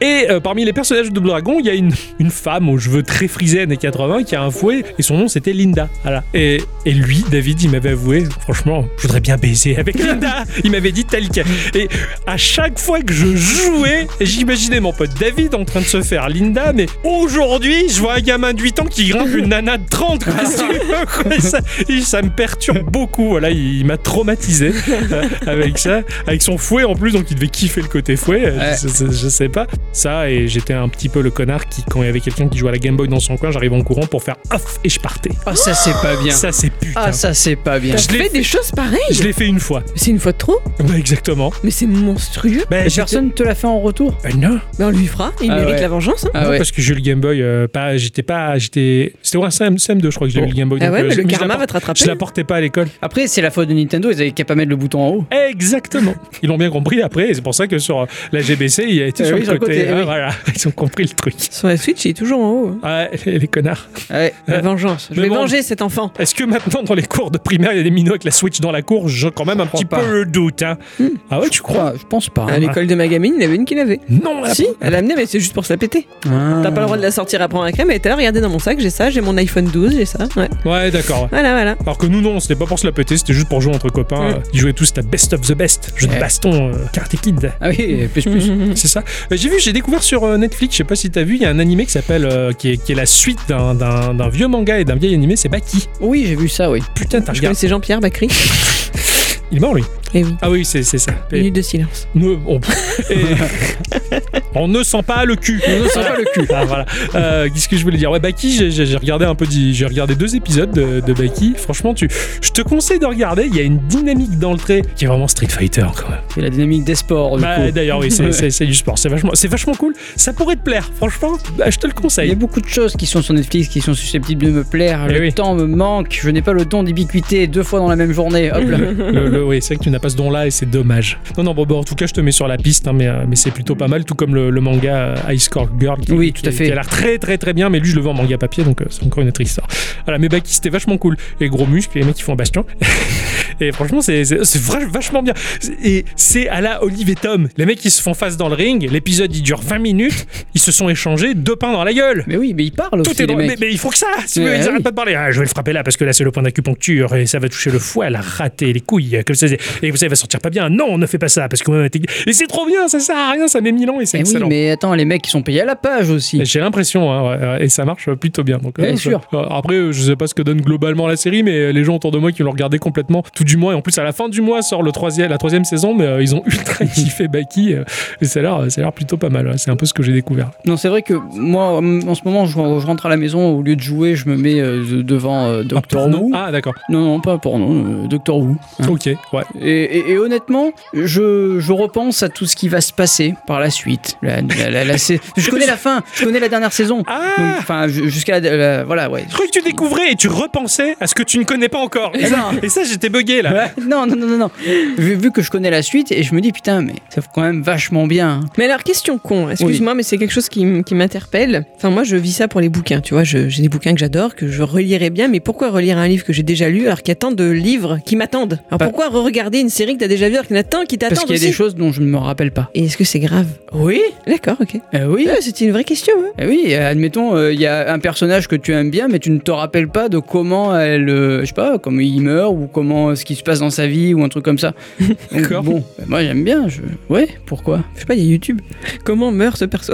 B: Et euh, parmi les personnages de Double Dragon, il y a une, une femme aux cheveux très frisés années 80 qui a un fouet, et son nom c'était Linda. Voilà. Et, et lui, David, il m'avait avoué, franchement, je voudrais bien baiser avec Linda. Il m'avait dit tel quel. Et à chaque fois que je jouais, j'imaginais mon pote David en train de se faire Linda, mais aujourd'hui, je vois un gamin de 8 ans qui grimpe une nana de 30, quoi, (laughs) si tu veux, quoi. Et ça, et ça me perturbe beaucoup, voilà, il, il m'a traumatisé euh, avec ça, avec son fouet en plus, donc il devait kiffer le côté fouet, euh,
C: Ouais.
B: je, je- je sais pas. Ça, et j'étais un petit peu le connard qui, quand il y avait quelqu'un qui jouait à la Game Boy dans son coin, j'arrivais en courant pour faire off et je partais.
C: Ah, ça c'est pas bien.
B: Ça, c'est putain.
C: Ah, ça c'est pas bien.
A: T'as
B: Je l'ai
A: fait des choses pareilles.
B: je l'ai fait une fois. (laughs)
A: C'est une fois de trop,
B: Bah, exactement.
A: mais c'est monstrueux.
B: Bah,
C: Et
B: j'étais-
C: personne te l'a fait en retour
B: Bah, non.
A: Ben, on lui fera. Il
C: Ah
A: mérite
C: ouais.
A: la vengeance. hein.
C: Ah
B: Non,
C: ouais.
B: parce que j'ai eu le Game Boy, euh, pas, j'étais pas, j'étais, c'était ouais, un CM, 2 je crois que j'ai
C: Bon.
B: eu le Game Boy.
A: Ah
B: donc,
A: ouais,
B: euh,
A: mais le
B: je- je
A: karma
B: l'appor-
A: va te rattraper.
B: Je la portais pas à l'école.
C: Après, c'est la faute de Nintendo, ils avaient qu'à pas mettre le bouton en haut.
B: Exactement. Ils l'ont bien compris après, et c'est pour ça que sur euh, la GBC, il a été
C: Euh,
B: sur
C: oui,
B: le
C: sur le
B: côté.
C: côté,
B: Ah,
C: oui.
B: Voilà, (laughs) ils ont compris le truc.
A: Sur la Switch, il est toujours en haut. hein.
B: Ah, les les connards.
C: Ouais.
A: La vengeance. Je
B: Mais
A: vais
B: bon.
A: venger cet enfant.
B: Est-ce que maintenant dans les cours de primaire, il y a des minots avec la Switch dans la cour J'ai quand même un
C: crois
B: petit
C: pas.
B: peu le doute. hein. Ah ouais, Ah, tu crois
C: Quoi Je pense pas. hein.
A: À l'école de ma gamine, il y en avait une qui l'avait.
B: Non, elle a
A: Si, elle l'a amenée, mais c'est juste pour se la péter. T'as pas le droit de la sortir après en crème. Et tout à l'heure, regardez dans mon sac, j'ai ça, j'ai mon iPhone 12, j'ai ça. Ouais.
B: pas- Ouais, d'accord. ouais.
A: Voilà, voilà.
B: Alors que nous, non, c'était pas pour se la péter, c'était juste pour jouer entre copains.
A: Mm.
B: euh, Ils jouaient tous la best of the best, jeu de
C: Ouais.
B: baston, euh, Karate Kid.
C: Ah oui, plus
B: (laughs)
C: plus.
B: C'est ça. Euh, J'ai vu, j'ai découvert sur euh, Netflix, je sais pas si t'as vu, il y a un animé qui s'appelle, euh, qui, est, qui est la suite d'un- d'un d'un vieux manga et d'un vieil animé, c'est Baki.
C: Oui, j'ai vu ça, oui.
B: Putain, t'as
A: Je
B: regardé.
A: connaissais Jean-Pierre Bacry.
B: Il est mort lui.
A: Et oui.
B: Ah oui, c'est c'est ça. Et-
A: Minute de silence.
B: nous- on... (laughs) et- on ne sent pas le cul. On ne sent pas le cul. voilà. Euh, Qu'est-ce que je voulais dire Ouais, Baki, j'ai- j'ai j'ai regardé un peu, d'y- j'ai regardé deux épisodes de, de Baki. Franchement, tu, je te conseille de regarder. Il y a une dynamique dans le trait qui est vraiment Street Fighter quand même.
C: Et la dynamique des sports, du
B: Bah,
C: coup.
B: D'ailleurs, oui, (laughs) c'est- c'est c'est du sport. C'est vachement, c'est vachement cool. Ça pourrait te plaire. Franchement, bah, je te le
C: Il y
B: conseille.
C: a beaucoup de choses qui sont sur Netflix qui sont susceptibles de me plaire.
B: Eh
C: le
B: oui.
C: temps me manque. Je n'ai pas le don d'ubiquité deux fois dans la même journée. Hop
B: (laughs)
C: là.
B: Le- le- oui, c'est vrai que tu n'as pas ce don-là et c'est dommage. Non, non, bon, bon, en tout cas, je te mets sur la piste, hein, mais, euh, mais c'est plutôt pas mal, tout comme le, le manga euh, Ice Core Girl. Qui,
C: Oui, tout à
B: qui-
C: fait.
B: Qui a l'air très, très, très bien, mais lui, je le vois en manga papier, donc euh, c'est encore une autre histoire. Voilà, mais Baki, c'était vachement cool. Et gros muscles, et les mecs qui font un bastion. (laughs) et franchement, c'est c'est- c'est vra- vachement bien. Et c'est à la Olive et Tom. Les mecs, ils se font face dans le ring, l'épisode, il dure 20 minutes, ils se sont échangés deux pains dans la gueule.
C: Mais oui, mais ils parlent
B: Tout
C: aussi,
B: est
C: les
B: drôle, mais,
C: mecs.
B: mais il faut que ça si vous
C: Ouais,
B: voulez, Ils
C: oui.
B: hein. arrêtent pas de parler. Ah, je vais le frapper là parce que là c'est le point d'acupuncture et ça va toucher le foie, la rater les couilles, comme ça. c'est- Et vous savez, elle va sortir pas bien. Non, on ne fait pas ça parce que ouais, t'es- et c'est trop bien, ça sert à rien, ça met mille ans et c'est
C: Mais Eh oui,
B: excellent.
C: mais attends, les mecs, ils sont payés à la page aussi.
B: J'ai l'impression, hein, ouais, ouais, et ça marche plutôt bien. Donc,
C: Bien
B: ça-
C: sûr.
B: euh, Après, euh, je sais pas ce que donne globalement la série, mais euh, les gens autour de moi qui l'ont regardé complètement, tout du mois, et en plus à la fin du mois sort le troisième, la troisième saison, mais euh, ils ont (laughs) ultra kiffé Baki, euh, et ça a l'air, ça a l'air plutôt pas mal. ouais. C'est un peu ce que j'ai découvert.
C: Non, c'est vrai que moi, en en ce moment, je, je rentre à la maison, au lieu de jouer, je me mets euh, de- devant euh,
B: Un
C: Doctor
B: porno.
C: Who.
B: Ah d'accord.
C: Non, non, pas porno, euh, Doctor Who. hein.
B: Ok. Ouais.
C: Et, et- et honnêtement, je, je repense à tout ce qui va se passer par la suite. La- la- la- la- c'est- je connais la fin, je connais la dernière saison. Donc,
B: Ah.
C: Enfin, ju- jusqu'à la, la- voilà, ouais.
B: truc que tu découvrais et tu repensais à ce que tu ne connais pas encore. Et ça, et ça, j'étais bugué là.
C: Non, non, non, non, non. Vu, vu que je connais la suite, et je me dis putain, mais ça fait quand même vachement bien. hein.
A: Mais alors, question con, excuse-moi, mais c'est quelque chose qui, m- qui m'interpelle. Enfin, moi, je vis ça pour les bouquins, tu vois. je- J'ai des bouquins que j'adore, que je relirai bien, mais pourquoi relire un livre que j'ai déjà lu alors qu'il y a tant de livres qui m'attendent Alors,
C: Pas-
A: pourquoi re-regarder une série que t'as déjà vue alors qu'il y en a tant qui t'attendent
C: Bah. Parce qu'il y a
A: aussi
C: des choses dont je ne me rappelle pas.
A: Et est-ce que c'est grave
C: Oui,
A: D'accord, ok.
B: Eh
C: oui.
A: Ouais, Ah, C'était une vraie question,
C: (laughs)
A: hein.
C: Eh oui, euh, admettons, il y a un personnage que tu aimes bien, mais tu ne te rappelles pas de comment elle, euh, je sais pas, comment il meurt ou comment euh, ce qui se passe dans sa vie ou un truc comme
A: (laughs)
C: ça. Donc,
B: D'accord.
C: Bon, bah, moi j'aime bien. Je... Ouais, pourquoi
A: Je sais pas, il y a YouTube. Comment meurt ce perso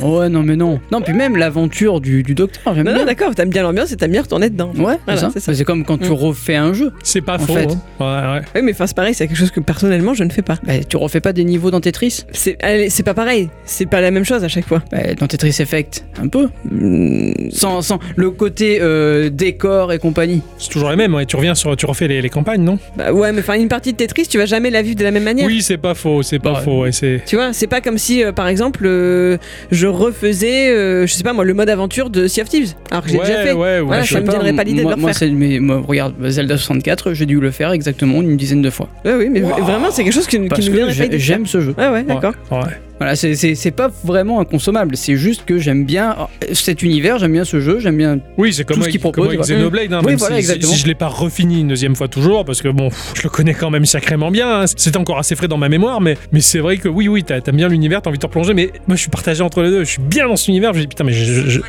C: Ouais, non mais non. Non, puis même l'aventure du, du docteur, j'aime
A: Non,
C: bien.
A: non, d'accord, t'aimes bien l'ambiance et t'aimes bien retourner dedans.
C: Ouais, c'est
A: Voilà,
C: ça.
A: c'est ça. Mm.
C: Bah, c'est comme quand tu refais un jeu.
B: C'est pas
C: En
B: faux.
C: fait.
B: hein. Ouais, ouais.
A: Oui, mais enfin, c'est pareil, c'est quelque chose que personnellement, je ne fais pas.
C: Bah, tu refais pas des niveaux dans Tetris
A: C'est allez, c'est pas pareil, c'est pas la même chose à chaque fois.
C: Bah, Dans Tetris Effect, un peu. Hmm. Sans, sans le côté euh, décor et compagnie.
B: C'est toujours les mêmes. ouais. Tu reviens sur, tu refais les, les campagnes, non
A: Bah ouais, mais enfin, une partie de Tetris, tu vas jamais la vivre de la même manière.
B: Oui, c'est pas faux. C'est pas
C: Ouais.
B: faux. ouais, c'est
A: Tu vois, c'est pas comme si, euh, par exemple, euh, je refaisais, euh, je sais pas moi, le mode aventure de Sea of Thieves, alors que j'ai
B: ouais,
A: déjà fait.
B: ouais, ouais,
C: Bah,
A: Voilà,
B: je-
A: Ah, ça me donnerait pas l'idée de
C: moi,
A: le
C: moi,
A: refaire.
C: c'est- mais, moi, regarde, Zelda 64, j'ai dû le faire exactement une dizaine de fois.
A: Ouais, oui, mais vraiment, c'est quelque chose qui, qui
C: Parce
A: me
C: que
A: viendrait pas
C: j'ai-
A: l'idée.
C: j'aime ce jeu.
A: Ouais, ouais, d'accord.
B: ouais.
C: Voilà, c'est- c'est c'est pas vraiment inconsommable, c'est juste que j'aime bien cet univers, j'aime bien ce jeu, j'aime bien.
B: Oui, c'est comme
C: Tout ce
B: avec,
C: qu'il
B: comme
C: propose,
B: avec
C: ouais.
B: Xenoblade. hein,
C: Oui,
B: même
C: voilà,
B: si, si-
C: exactement.
B: si je l'ai pas refini une deuxième fois toujours, parce que bon, pff, je le connais quand même sacrément bien. hein. C'est encore assez frais dans ma mémoire, mais, mais c'est vrai que oui, oui, t'as- t'aimes bien l'univers, t'as envie de te replonger. Mais moi, je suis partagé entre les deux. Je suis bien dans cet univers. Je me dis putain, mais je, je- je-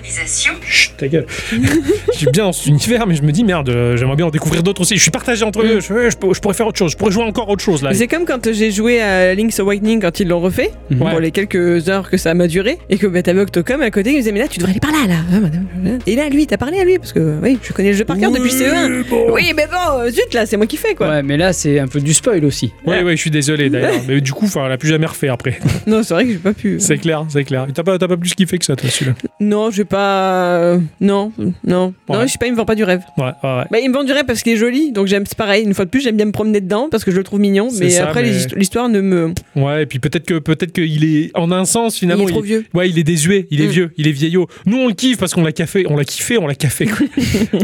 B: Chut, ta gueule. (laughs) je suis bien dans cet univers, mais je me dis merde, euh, j'aimerais bien en découvrir d'autres aussi. Je suis partagé entre
C: Mm.
B: eux. Je, ouais, je peux- je pourrais faire autre chose. Je pourrais jouer encore autre chose là.
A: Mais C'est comme quand euh, j'ai joué à Link's Awakening quand ils l'ont refait,
B: Ouais.
A: pour les quelques heures que ça m'a duré, et que bah, t'avais Octocom à côté qui me disait Mais là, tu devrais aller par là, là. Ah, madame. Et là, lui, t'as parlé à lui, parce que oui, je connais le jeu par cœur depuis CE1. Oui, mais bon, euh, zut, là, c'est moi qui fais, quoi.
C: Ouais, mais là c'est un peu du spoil aussi.
B: Ouais, ouais, je suis désolé d'ailleurs. mais du coup, enfin, elle a plus jamais refait après. (laughs)
A: Non, c'est vrai que j'ai pas pu.
B: c'est clair, c'est clair. T'as pas, t'as pas plus kiffé que ça, toi, celui-là.
A: Non, j'ai pas. euh, Non, non. Non,
B: Ouais.
A: je sais pas, il me vend pas du rêve.
B: Ouais, ouais, ouais.
A: Bah, il me vend du rêve parce qu'il est joli, donc j'aime, c'est pareil. Une fois de plus, j'aime bien me promener dedans parce que je le trouve mignon,
B: C'est
A: mais
B: ça,
A: après,
B: mais-
A: les histo- l'histoire ne me.
B: Ouais, et puis peut-être que peut-être qu'il est en un sens
A: il
B: finalement.
A: est trop vieux.
B: Ouais, il est désuet, il est
A: Mm.
B: vieux, il est vieillot. Nous on le kiffe parce qu'on l'a café, on l'a kiffé, on l'a café.
C: (laughs)
B: quoi.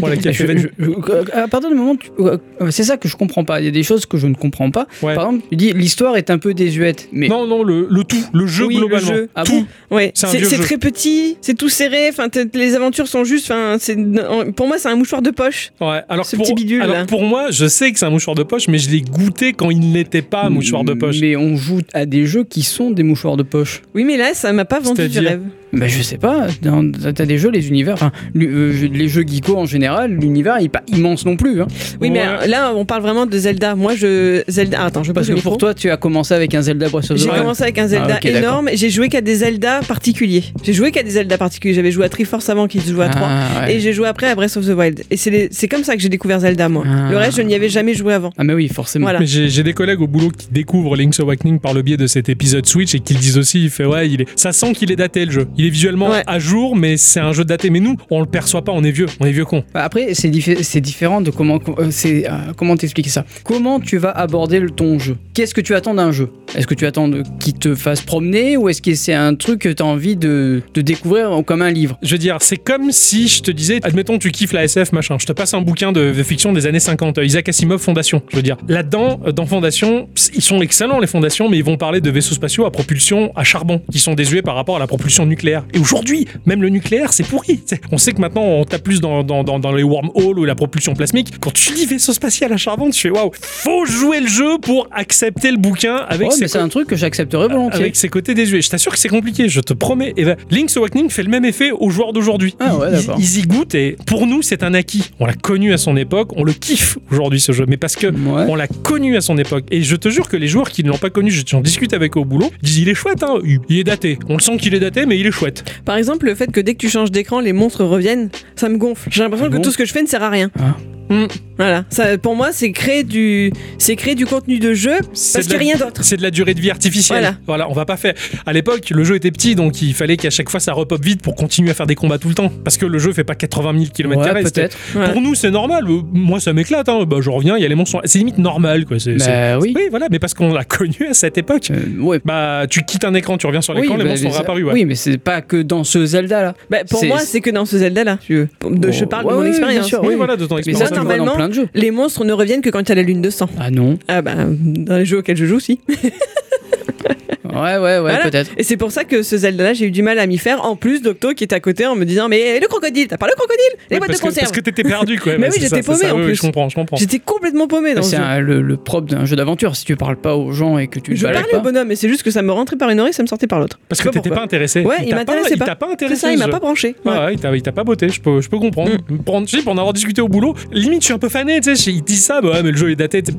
B: on l'a
C: Je-
B: café.
C: je- je- à partir du moment, où tu- euh, euh, c'est ça que je comprends pas. Il y a des choses que je ne comprends pas.
B: Ouais.
C: Par exemple, tu dis l'histoire est un peu désuète, mais
B: Non, non, le, le tout, le jeu
C: Oui, le
B: globalement.
C: jeu. Ah
B: tout.
C: bon
A: Ouais,
B: C'est un
A: c'est
B: vieux
A: c'est
B: jeu.
A: très petit, c'est tout serré. Enfin, t'es- les aventures sont juste. Enfin, c'est en- pour moi, c'est un mouchoir de poche.
B: Ouais, alors,
A: Ce
B: pour,
A: petit bidule,
B: alors
A: là.
B: pour moi, je sais que c'est un mouchoir de poche, mais je l'ai goûté quand il n'était pas un mouchoir de poche.
C: Mais on joue à des jeux qui sont des mouchoirs de poche.
A: Oui, mais là, ça m'a pas vendu du
B: C'est-à-dire
A: rêve.
C: Bah je sais pas. dans- T'as des jeux, les univers, enfin, lu- euh, je- les jeux geeko en général, l'univers il est pas immense non plus. hein.
A: Oui, mais
B: Ouais.
A: euh, là, on parle vraiment de Zelda. Moi, je Zelda. ah, attends, je
C: Parce
A: passe
C: que pour toi, tu as commencé avec un Zelda Breath of the
A: J'ai
C: Wild.
A: commencé avec un Zelda
C: Ah, ok,
A: énorme. J'ai joué qu'à des Zelda particuliers. J'ai joué qu'à des Zelda particuliers. J'avais joué à Triforce avant qu'il se joue à 3.
C: Ah, ouais.
A: Et j'ai joué après à Breath of the Wild. Et c'est les- c'est comme ça que j'ai découvert Zelda, moi.
C: Ah.
A: Le reste, je n'y avais jamais joué avant.
C: Ah mais oui, forcément.
A: Voilà.
B: Mais j'ai j'ai des collègues au boulot qui découvrent Link's Awakening par le biais de cet épisode Switch et qui le disent aussi, il fait ouais, il est, ça sent qu'il est daté le jeu. Il est visuellement
A: Ouais.
B: à jour, mais c'est un jeu daté. Mais nous, on le perçoit pas, on est vieux, on est vieux con.
C: Bah, Après, c'est diffé- c'est différent de comment euh, c'est, euh, comment t'expliquer ça. Comment tu vas aborder le- ton jeu Qu'est-ce que tu attends d'un jeu Est-ce que tu attends de- qu'il te fasse promener ou est-ce que c'est un truc que tu as envie de, de découvrir comme un livre
B: Je veux dire, c'est comme si je te disais, admettons, tu kiffes la SF, machin, je te passe un bouquin de, de fiction des années 50, euh, Isaac Asimov, Fondation. Je veux dire, là-dedans, euh, dans Fondation, pss, ils sont excellents, les fondations, mais ils vont parler de vaisseaux spatiaux à propulsion à charbon, qui sont désuets par rapport à la propulsion nucléaire. Et aujourd'hui, même le nucléaire, c'est pourri. t'sais. On sait que maintenant, on tape plus dans, dans, dans, dans les wormholes ou la propulsion plasmique. Quand tu lis vaisseau spatial à Charvente, je fais waouh, faut jouer le jeu pour accepter le bouquin avec
C: Ouais,
B: ses
C: mais c'est
B: co-
C: un truc que j'accepterais volontiers.
B: avec ses côtés désuets. Je t'assure que c'est compliqué, je te promets. Et ben, Link's Awakening fait le même effet aux joueurs d'aujourd'hui.
C: Ah ouais,
B: Ils-
C: d'accord.
B: ils, ils y goûtent et pour nous, c'est un acquis. On l'a connu à son époque, on le kiffe aujourd'hui ce jeu, mais parce que
C: Ouais.
B: on l'a connu à son époque. Et je te jure que les joueurs qui ne l'ont pas connu, je- j'en discute avec au boulot, ils disent il est chouette, hein, il il est daté. On le sent qu'il est daté, mais il est chouette.
A: Par exemple, le fait que dès que tu changes d'écran, les monstres reviennent, ça me gonfle. J'ai l'impression
C: Ah
A: que
C: bon
A: tout ce que je fais ne sert à rien.
C: Ah.
B: Mm.
A: Voilà. Ça, pour moi, c'est créer du, c'est créer du contenu de jeu
B: C'est
A: parce qu'il
B: de la-
A: n'y a rien d'autre.
B: C'est de la durée de vie artificielle.
A: Voilà.
B: on va pas faire. À l'époque, le jeu était petit, donc il fallait qu'à chaque fois ça repop vite pour continuer à faire des combats tout le temps. Parce que le jeu fait pas 80 000 km.
C: Ouais, peut-être.
A: Ouais.
B: Pour nous, c'est normal. Euh, Moi, ça m'éclate. hein. Bah, je reviens, il y a les monstres. C'est limite normal, quoi. C'est- c'est-
C: Bah oui.
B: Oui, voilà, mais parce qu'on l'a (laughs) connu à cette époque.
C: Euh, ouais.
B: Bah, tu quittes un écran, tu reviens sur
C: Oui,
B: l'écran, les
C: bah,
B: monstres
C: mais
B: sont
C: ça-
B: réapparus. ouais.
C: Oui, mais c'est pas que dans ce Zelda là.
A: Bah, pour
C: C'est-
A: moi, c'est que dans ce Zelda là. Je, de- je
C: Oh,
A: parle
C: ouais,
A: de mon
C: ouais,
A: expérience.
C: bien sûr,
B: Oui,
C: oui.
B: voilà, de ton
C: Mais
B: expérience.
A: ça,
C: ça, on le voit dans
A: normalement,
C: plein de jeux.
A: Les monstres ne reviennent que quand tu as la lune de sang.
C: Ah non.
A: Ah bah, dans les jeux auxquels je joue, si.
C: Ouais, ouais, ouais,
A: Voilà.
C: peut-être.
A: Et c'est pour ça que ce Zelda-là, j'ai eu du mal à m'y faire. En plus, Docto qui était à côté en me disant Mais le crocodile, t'as pas le crocodile Les
B: Ouais,
A: boîtes de
B: parce, que,
A: Eh, conserve
B: parce que t'étais perdu,
A: (laughs)
B: quoi.
A: Mais
B: bah,
A: oui,
B: c'est
A: j'étais
B: ça, c'est
A: paumé,
B: ça,
A: en
B: oui, oui,
A: plus.
B: Je comprends, je comprends.
A: J'étais complètement paumé dans ce
C: C'est
A: jeu.
C: un- le, le propre d'un jeu d'aventure. Si tu parles pas aux gens et que tu te
A: Je
C: balades
A: parlais
C: pas.
A: au bonhomme, mais c'est juste que ça me rentrait par une oreille, ça me sortait par l'autre.
B: Parce
A: Je
B: que
A: sais
B: t'étais pas
A: pourquoi.
B: intéressé.
A: Ouais, il
B: t'a
A: m'intéressait
B: Il
A: pas.
B: t'a pas
A: C'est
B: intéressé.
A: ça, il
B: ce
A: m'a
B: jeu.
A: pas branché. Ouais.
B: Ouais, ouais, il t'a- il t'a pas botté, je peux, je peux comprendre.
C: Mm.
B: Prendre, tu sais, pour en avoir discuté au boulot, limite, je suis un peu fané, tu sais, ils disent ça, bah ouais, mais le jeu est daté. t'sais.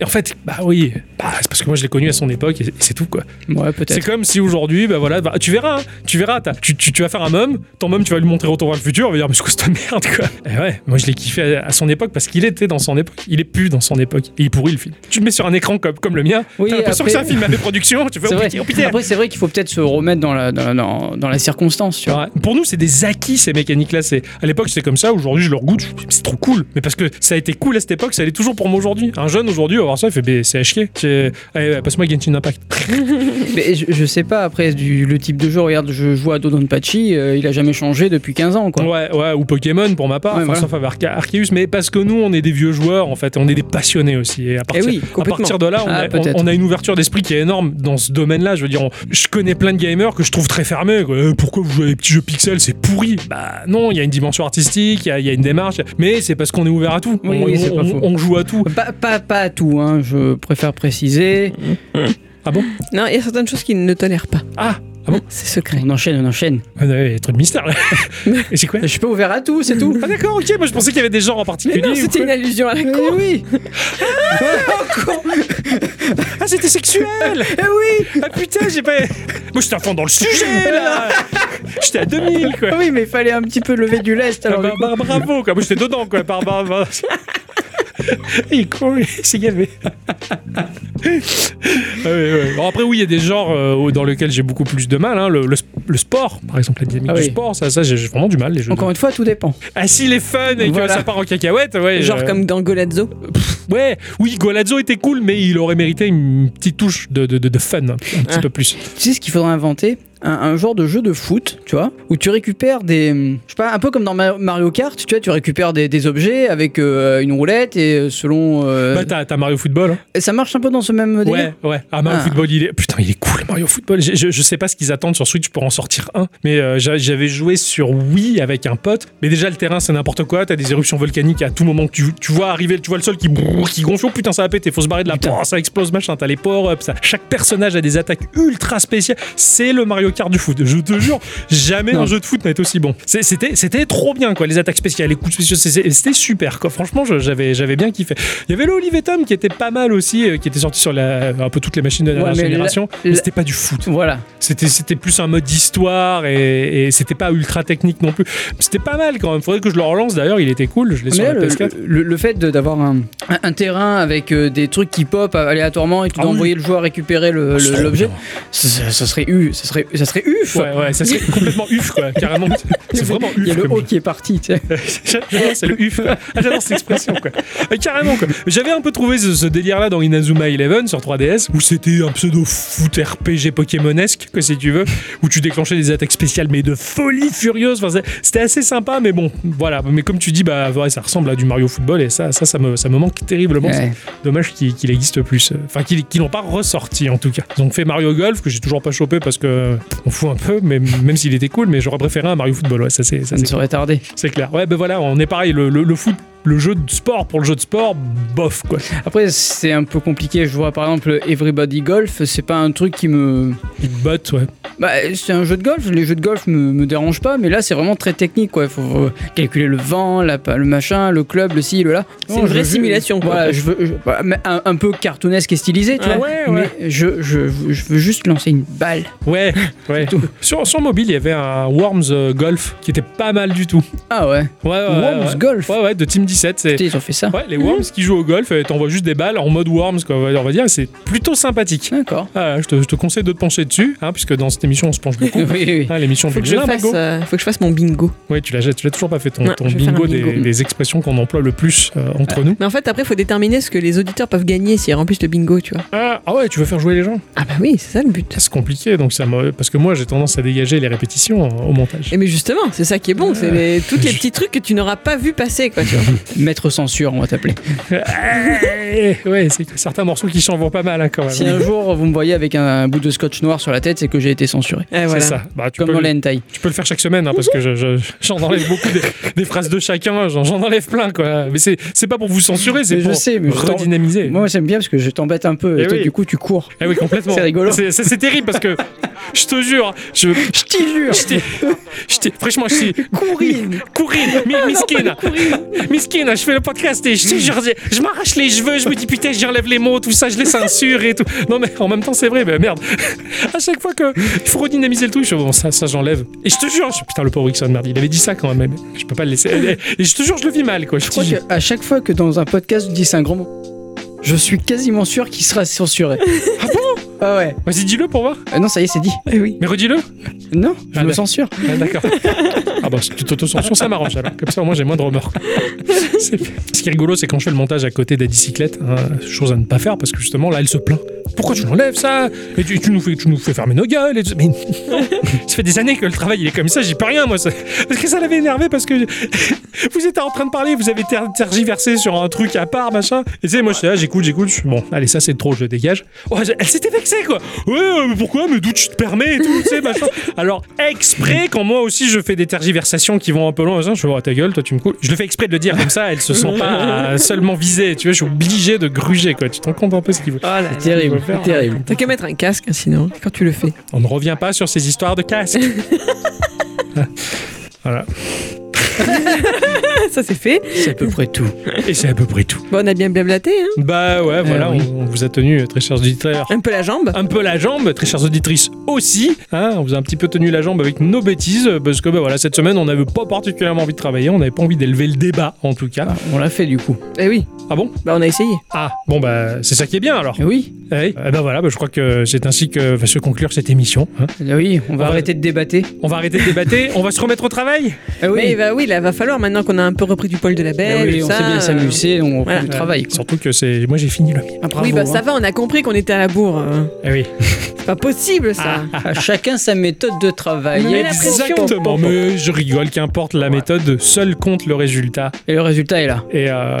B: Et en fait, bah oui, bah, c'est parce que moi je l'ai connu à son époque et et c'est tout quoi.
C: Ouais,
B: C'est
C: peut-être.
B: comme si aujourd'hui, bah voilà, bah, tu verras, hein, tu verras, t'as- tu, tu, tu vas faire un mum, ton mum tu vas lui montrer Retour vers le futur, il va dire mais c'est quoi cette merde quoi. Et ouais, moi je l'ai kiffé à, à son époque parce qu'il était dans son époque, il est plus dans son époque, il est pourri le film. Tu le mets sur un écran comme, comme le mien,
C: Oui,
B: t'as l'impression
C: après-
B: que c'est un film à production, tu fais
C: (laughs) C'est
B: oh
C: vrai.
B: putain, oh putain.
C: Après, c'est vrai qu'il faut peut-être se remettre dans la, dans, la- dans- dans la circonstance, tu vois.
B: Ouais. Pour nous, c'est des acquis ces mécaniques-là. C'est à l'époque c'était comme ça. Aujourd'hui, je le regoute. je- C'est trop cool. Mais parce que ça a été cool à cette époque, ça l'est toujours pour moi aujourd'hui. Un jeune aujourd'hui va voir ça, il fait bah, c'est à chier. C'est- Allez, ouais, passe-moi Genshin Impact.
C: Mais je, je sais pas, après, du, le type de jeu, regarde, je joue à Dodonpachi, euh, il a jamais changé depuis 15 ans, quoi.
B: Ouais, ouais, ou Pokémon pour ma part,
C: Ouais,
B: enfin,
C: voilà.
B: sauf avec Arca- Arceus. Mais parce que nous, on est des vieux joueurs en fait, on est des passionnés aussi. Et à partir,
A: oui,
B: à
A: complètement.
B: partir de là, on,
C: Eh Ah,
B: a,
C: peut-être.
B: on- on a une ouverture d'esprit qui est énorme dans ce domaine-là. Je veux dire, on- je connais plein de gamers que je trouve très fermés. quoi. Euh, pourquoi vous jouez à des petits jeux pixels C'est pourri. Bah non, il y a une dimension artistique, il y a- il y, a une démarche. Mais c'est parce qu'on est ouvert à tout.
C: Oui,
B: on,
C: oui, c'est
B: on-
C: pas
B: on-
C: faux.
B: on joue à tout.
C: Pas, pas, pas à tout, hein, je préfère préciser.
B: Ah bon
A: Non, il y a certaines choses qu'ils ne tolèrent pas.
B: Ah
A: C'est secret.
C: On enchaîne, on enchaîne.
B: Ah, ouais, Il y a trop de mystère
C: (laughs)
B: là. Et c'est quoi
C: Je suis pas ouvert à tout, c'est tout. (laughs)
B: Ah d'accord, ok, moi je pensais qu'il y avait des genres en particulier.
A: Mais non,
B: ou
A: c'était
B: quoi.
A: une allusion à la
C: Eh
A: con.
C: oui Oh,
B: Ah c'était sexuel
C: Eh oui
B: Ah putain, j'ai pas. Moi j'étais à fond dans le sujet là J'étais à 2000 quoi
C: Ah Oui, mais il fallait un petit peu lever du lest,
B: Ah,
C: alors...
B: bah, bah, Bravo quoi, moi j'étais dedans quoi, par par- par- Il est con, il s'est gavé. Ah ouais, ouais. Alors après, oui, il y a des genres euh, dans lesquels j'ai beaucoup plus de mal. hein. Le, le sp- le sport, par exemple, la dynamique
C: Ah
B: du
C: oui.
B: sport, ça, ça j'ai j'ai vraiment du mal. Les jeux
C: Encore une fois, tout dépend.
B: Ah, s'il est fun et que
C: Voilà.
B: ça part en cacahuète, ouais.
A: Genre
B: euh,
A: comme dans Golazzo.
B: Ouais, oui, Golazzo était cool, mais il aurait mérité une petite touche de, de, de- de fun, un petit
A: Ah.
B: peu plus.
C: Tu sais ce qu'il faudrait inventer un, un genre de jeu de foot, tu vois, où tu récupères des. hum, Je sais pas, un peu comme dans Mar- Mario Kart, tu vois, tu récupères des, des objets avec euh, une roulette et euh, selon. euh,
B: Bah, t'as t'as Mario Football. hein.
C: et ça marche un peu dans ce même délire.
B: Ouais, ouais. Ah, Mario
C: Ah.
B: Football, il est. Putain, il est cool, Mario Football. Je, je- je sais pas ce qu'ils attendent sur Switch pour en sortir un, mais euh, j'a- j'avais joué sur Wii avec un pote. Mais déjà, le terrain, c'est n'importe quoi. T'as des éruptions volcaniques à tout moment que tu, tu vois arriver, tu vois le sol qui, brrr, qui gonfle. Oh, putain, ça va péter, faut se barrer de là.
C: Putain.
B: Pouah, ça explose, machin. T'as les power-ups. ça- Chaque personnage a des attaques ultra spéciales. C'est le Mario Kart du foot. Je te jure, jamais
C: Non.
B: un jeu de foot n'a été aussi bon. C'est- C'était c'était trop bien, quoi. Les attaques spéciales, les coups spéciaux, c'est- c'est- c'était super, quoi. Franchement, je- j'avais j'avais bien kiffé. Il y avait le Olive et Tom qui était pas mal aussi, euh, qui était sorti sur la, un peu toutes les machines de la
C: Ouais, mais
B: génération,
C: la-
B: mais
C: la-
B: c'était pas du foot.
C: Voilà.
B: C'était c'était plus un mode histoire et, et c'était pas ultra technique non plus. C'était pas mal quand même. Faudrait que je le relance d'ailleurs, il était cool, je l'ai sur
C: Mais là,
B: la
C: le,
B: PS4.
C: le- le fait de- d'avoir un, un- un terrain avec euh, des trucs qui pop aléatoirement et tout,
B: Ah oui. Ah,
C: d'envoyer le joueur récupérer le-
B: c'est
C: le-
B: trop
C: l'objet,
B: bien.
C: ça, ça- ça serait u, ça serait, ça serait uf.
B: Ouais, ouais, ça
C: (laughs)
B: serait complètement uf quoi, carrément. C'est vraiment uf.
C: Il y a le
B: comme
C: haut
B: jeu.
C: qui est
B: (laughs)
C: parti. tu sais.
B: J'adore, c'est le uf. quoi. Ah, J'adore cette expression, quoi. Mais carrément, quoi. J'avais un peu trouvé ce, ce délire-là dans Inazuma Eleven sur 3DS, où c'était un pseudo foot RPG Pokémonesque, que si tu veux, où tu déclenchais des attaques spéciales, mais de folie furieuse. Enfin, c'est- c'était assez sympa, mais bon, voilà. Mais comme tu dis, bah, ouais, ça ressemble à du Mario Football, et ça, ça, ça me, ça me manque terriblement.
C: Ouais.
B: Dommage qu'il qu'il existe plus. Enfin, qu'ils qu'ils n'ont pas ressorti en tout cas. Ils ont fait Mario Golf, que j'ai toujours pas chopé parce que on fout un peu, mais même s'il était cool, mais j'aurais préféré un Mario Football, ouais, ça c'est ça,
C: Ça me
B: c'est-
C: serait tardé.
B: c'est clair. Ouais, ben voilà, on est pareil, le, le- le foot, le jeu de sport pour le jeu de sport, bof quoi.
C: Après, c'est un peu compliqué. Je vois par exemple Everybody Golf, c'est pas un truc qui me.
B: Il te botte, ouais.
C: Bah, c'est un jeu de golf, les jeux de golf me, me dérangent pas, mais là c'est vraiment très technique quoi. Il faut euh, calculer le vent, la, pa- le machin, le club, le ci, le là.
A: C'est une
C: je
A: vraie
C: veux-
A: simulation, quoi.
C: Voilà, je veux, je- voilà, mais un, un peu cartoonesque et stylisé, tu
B: Ah
C: vois.
B: ouais, ouais.
C: Mais je, je, je veux juste lancer une balle.
A: (laughs)
B: Ouais, ouais.
C: tout.
B: Sur, sur mobile, il y avait un Worms euh, Golf qui était pas mal du tout.
C: Ah ouais,
B: Ouais, ouais, ouais,
C: Worms
B: ouais.
C: Golf.
B: Ouais, ouais, de Team 17. C'est...
C: Putain, ils ont fait ça.
B: Ouais, les Worms qui jouent au golf, euh, t'envoies juste des balles en mode Worms, quoi, on va dire, et c'est plutôt sympathique.
C: D'accord.
B: Ah, je, te, je te conseille de te pencher dessus, hein, puisque dans cette émission, on se penche
A: (laughs)
B: beaucoup.
C: oui, oui, oui.
B: Ah, l'émission
A: Faut
B: du
A: que, je
B: Jardin
A: fasse,
B: Bingo.
A: euh, faut que je fasse mon bingo.
B: Ouais, tu l'as, tu l'as toujours pas fait ton,
A: Non,
B: ton
A: je vais faire un
B: bingo, des- Des,
A: bingo. Ah.
B: expressions qu'on emploie le plus euh, entre nous.
A: Mais en fait, après, faut déterminer ce que les auditeurs peuvent gagner s'ils remplissent le bingo, tu vois.
B: Ah, ah ouais, tu veux faire jouer les gens
A: Ah bah oui, c'est ça le but.
B: Ça, C'est compliqué, donc ça me- parce que moi j'ai tendance à dégager les répétitions euh, au montage.
A: Et mais justement, c'est ça qui est bon, c'est les- tous les petits trucs que tu n'auras pas vu passer, quoi, tu vois.
C: Maître censure, on va t'appeler.
B: Eh, ouais, c'est certains morceaux qui changent pas mal hein, quand même.
C: Si un jour vous me voyez avec un, bout de scotch noir sur la tête, c'est que j'ai été censuré.
A: Eh,
B: C'est
A: voilà.
B: ça. Bah, tu,
C: Comme
B: peux
C: dans les
B: le,
C: hentai.
B: tu peux le faire chaque semaine hein, parce que je- je- j'en enlève beaucoup des, des phrases de chacun, j'en j'en enlève plein quoi. Mais c'est c'est pas pour vous censurer, c'est
C: Mais je
B: pour
C: sais, mais je t'en-
B: redynamiser.
C: Moi j'aime bien parce que je t'embête un peu et,
B: Eh
C: toi
B: oui.
C: du coup tu cours.
B: Eh oui, complètement.
C: C'est rigolo.
B: C'est c'est- c'est terrible parce que je te jure, je,
C: Je t'y jure
B: Je t'ai- je t'ai- Franchement, je suis. Courine Courine mi- Miskine Miskine, je fais le podcast et je, je, je- je m'arrache les cheveux, je me dis putain, j'enlève les mots, tout ça, je les censure et tout. Non, mais en même temps, c'est vrai, mais merde. (laughs) À chaque fois que il faut redynamiser le truc, je fais, bon, ça, ça j'enlève. Et je te jure, je, putain, le pauvre Rickson, merde, il avait dit ça quand même. mais Je peux pas le laisser. Et je te jure, je le vis mal, quoi. Je
C: Je crois
B: dis-
C: qu'à chaque fois que dans un podcast je dis c'est un grand mot, je suis quasiment sûr qu'il sera (laughs) censuré.
B: Ah bon
C: Ah ouais.
B: Vas-y, dis-le pour voir.
C: Euh, non, ça y est, c'est dit.
B: Mais redis-le.
C: Non, je
B: Ah,
C: me
B: d'accord.
C: censure.
B: Ah, D'accord. Ah bah si tu t'auto-censures, ça m'arrange alors. Comme ça au moins j'ai moins de remords. C'est- Ce qui est rigolo, c'est quand je fais le montage à côté des bicyclettes, hein, chose à ne pas faire parce que justement là elle se plaint. Pourquoi tu l'enlèves ça Et tu, tu nous fais, tu nous fais fermer nos gueules et tout. Mais non. ça fait des années que le travail il est comme ça, j'y peux rien moi. ça. Parce que ça l'avait énervé parce que (laughs) vous étiez en train de parler, vous avez ter- tergiversé sur un truc à part machin. Et tu sais moi je suis là, j'écoute, j'écoute, je suis bon, allez ça c'est trop, je le dégage. Oh, elle s'était vexée quoi. Ouais, euh, mais pourquoi Mais d'où tu te permets et tout, tu sais, machin. Alors, exprès, quand moi aussi je fais des tergiversations qui vont un peu loin, machin, je fais, oh, ta gueule, toi tu me coules. Je le fais exprès de le dire, comme ça, elle se sent pas euh, seulement visée, tu vois, je suis obligé de gruger, quoi. Tu t'en comptes un peu ce qu'il veut.
C: C'est terrible,
B: je vais faire,
C: terrible.
A: T'as qu'à mettre un casque, hein, sinon, quand tu le fais.
B: On ne revient pas sur ces histoires de casque. voilà.
A: Ah, ça, c'est fait.
C: C'est à peu près tout.
B: Et c'est à peu près tout.
A: Bon, on a bien blablaté, hein.
B: Bah ouais, voilà,
C: Eh oui.
B: on, on vous a tenu, euh, très chers auditeurs.
A: Un peu la jambe.
B: un peu la jambe, très chères auditrices aussi. hein, on vous a un petit peu tenu la jambe avec nos bêtises, parce que ben voilà, cette semaine, on n'avait pas particulièrement envie de travailler, on n'avait pas envie d'élever le débat, en tout cas.
C: Ah, on l'a fait du coup.
A: Eh oui.
B: Ah bon
A: Bah, on a essayé.
B: Ah, bon, bah, c'est ça qui est bien alors.
C: Eh Oui,
B: Eh oui. Eh ben voilà, ben, je crois que c'est ainsi que va se conclure cette émission. hein.
C: eh oui, on va
B: va-
C: arrêter de débattre.
B: On va arrêter de débattre, on va se remettre au travail.
C: Ah
A: Mais
C: oui,
A: bah oui, là, va falloir maintenant qu'on a un peu repris du poil de la
C: Eh
A: bête.
C: oui,
A: tout
C: on
A: ça,
C: s'est bien
A: euh,
C: s'amuser, on
A: voilà.
C: prend du travail. quoi.
B: Surtout que c'est. Moi, j'ai fini le mien.
C: Ah, bravo,
A: oui, bah
C: hein.
A: ça va, on a compris qu'on était à la bourre. hein.
B: Eh oui.
A: C'est pas possible ça.
C: Ah, chacun sa méthode de travail.
A: Mais la pression.
B: Exactement. Mais je rigole, qu'importe la méthode, seul compte le résultat.
C: Et le résultat est là.
B: Et, euh,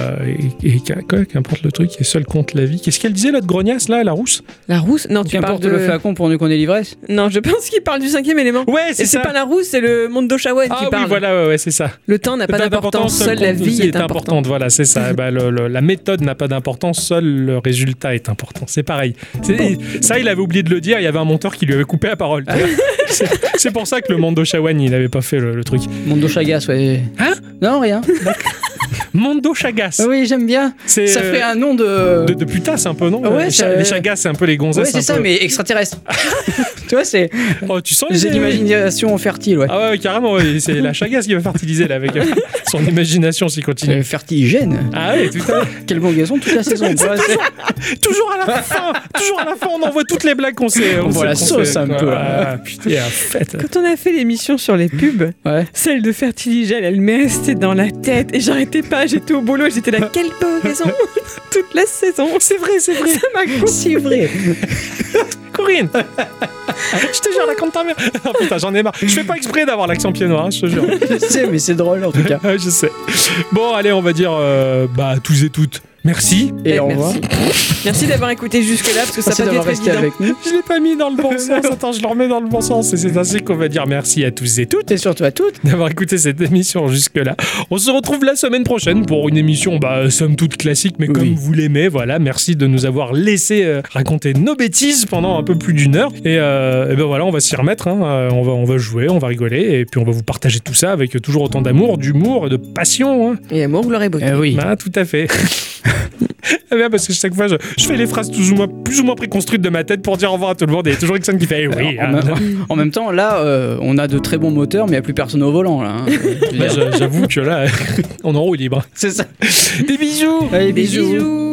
B: et- et qu'un- quoi, qu'importe le truc, et seul compte la vie. Qu'est-ce qu'elle disait, l'autre grognasse, là, la rousse
A: La rousse Non, tu parles
C: Qu'importe
A: de.
C: le flacon pour nous qu'on ait l'ivresse.
A: Non, je pense qu'il parle du cinquième élément.
B: Ouais,
A: Et c'est pas la rousse, c'est le monde d'Oshawen
B: Ah
A: qui
B: oui,
A: parle.
B: voilà, ouais, ouais, c'est ça.
A: Le temps n'a pas d'importance, seule la vie est importante.
B: Voilà, c'est
C: (laughs)
B: ça. Eh ben, le- le- la méthode n'a pas d'importance, seul le résultat est important. C'est pareil. C'est- Ça, il avait oublié de le dire. Il y avait un monteur qui lui avait coupé la
C: (laughs)
B: parole. c'est c'est pour ça que le Mondo Shawan, il n'avait pas fait le, le truc.
C: Mondo Chagas, ouais.
B: Hein
C: Non, rien.
B: Mondo Chagas.
C: Ah oui, j'aime bien.
B: C'est
C: Ça
B: euh,
C: ferait un nom de.
B: de, de putasse un peu, non
C: Ouais,
B: les,
C: ça- euh,
B: Cha- les Chagas, c'est un peu les gonzesses.
C: Ouais, c'est
B: un
C: ça,
B: peu.
C: mais extraterrestre. tu vois, c'est.
B: Oh, tu sens les-
C: J'ai l'imagination fertile, ouais.
B: Ah ouais, ouais, carrément, ouais, c'est la Chagas qui va fertiliser là avec euh, son imagination s'il continue.
C: (laughs) Euh, Fertigène.
B: Ah ouais, tout à fait.
C: Quel bon gazon toute la saison. quoi. C'est-
B: Toujours à la fin, toujours à la fin, on envoie toutes les blagues qu'on sait.
C: On voit la
B: sait- qu'on
C: sauce
B: sait,
C: un
B: quoi.
C: peu, là.
B: Ah, putain, fête.
A: Quand on a fait l'émission sur les pubs,
C: Ouais.
A: celle de Fertiligel, elle m'est restée dans la tête et j'arrêtais pas, j'étais au boulot, j'étais là, quelle bonne raison (laughs) Toute la saison
B: C'est vrai, c'est vrai.
C: C'est vrai.
B: Corinne, je te jure, la compte ta mère. Ah, putain, j'en ai marre. Je fais pas exprès d'avoir l'accent pied noir, hein, je te jure.
C: Je sais, mais c'est drôle en tout cas.
B: Ah, je sais. Bon, allez, on va dire euh, bah à tous et toutes. Merci.
C: Et au revoir.
A: Eh, merci. merci d'avoir écouté jusque-là, parce que ça
C: Merci
A: n'a pas dû
C: d'avoir
A: être
C: resté
A: évident.
C: avec nous.
B: Je l'ai pas mis dans le bon sens. Attends, je le remets dans le bon sens. Et c'est ainsi qu'on va dire merci à tous et toutes
C: Et surtout à toutes.
B: d'avoir écouté cette émission jusque-là. On se retrouve la semaine prochaine pour une émission, bah, somme toute classique, mais
C: Oui.
B: comme vous l'aimez. Voilà, merci de nous avoir laissé euh, raconter nos bêtises pendant un peu plus d'une heure. Et, euh, et ben voilà, on va s'y remettre. hein. Euh, on, va, on va jouer, on va rigoler. Et puis on va vous partager tout ça avec toujours autant d'amour, d'humour et de passion. hein.
A: Et amour, gloire et beauté.
C: Eh oui.
B: Ah, tout à fait. (laughs) Eh bien, parce que chaque fois, je, je fais les phrases plus ou, moins, plus ou moins préconstruites de ma tête pour dire au revoir à tout le monde. Et il y a toujours Ixon qui fait eh oui.
C: en,
B: hein.
C: même, en même temps, là, euh, on a de très bons moteurs, mais il n'y a plus personne au volant. là. hein. Je veux
B: Bah,
C: dire,
B: j'a- J'avoue que là, (laughs) on en roue libre.
C: C'est ça.
B: Des bisous
C: Allez,
A: Des
C: bisous.
A: bisous.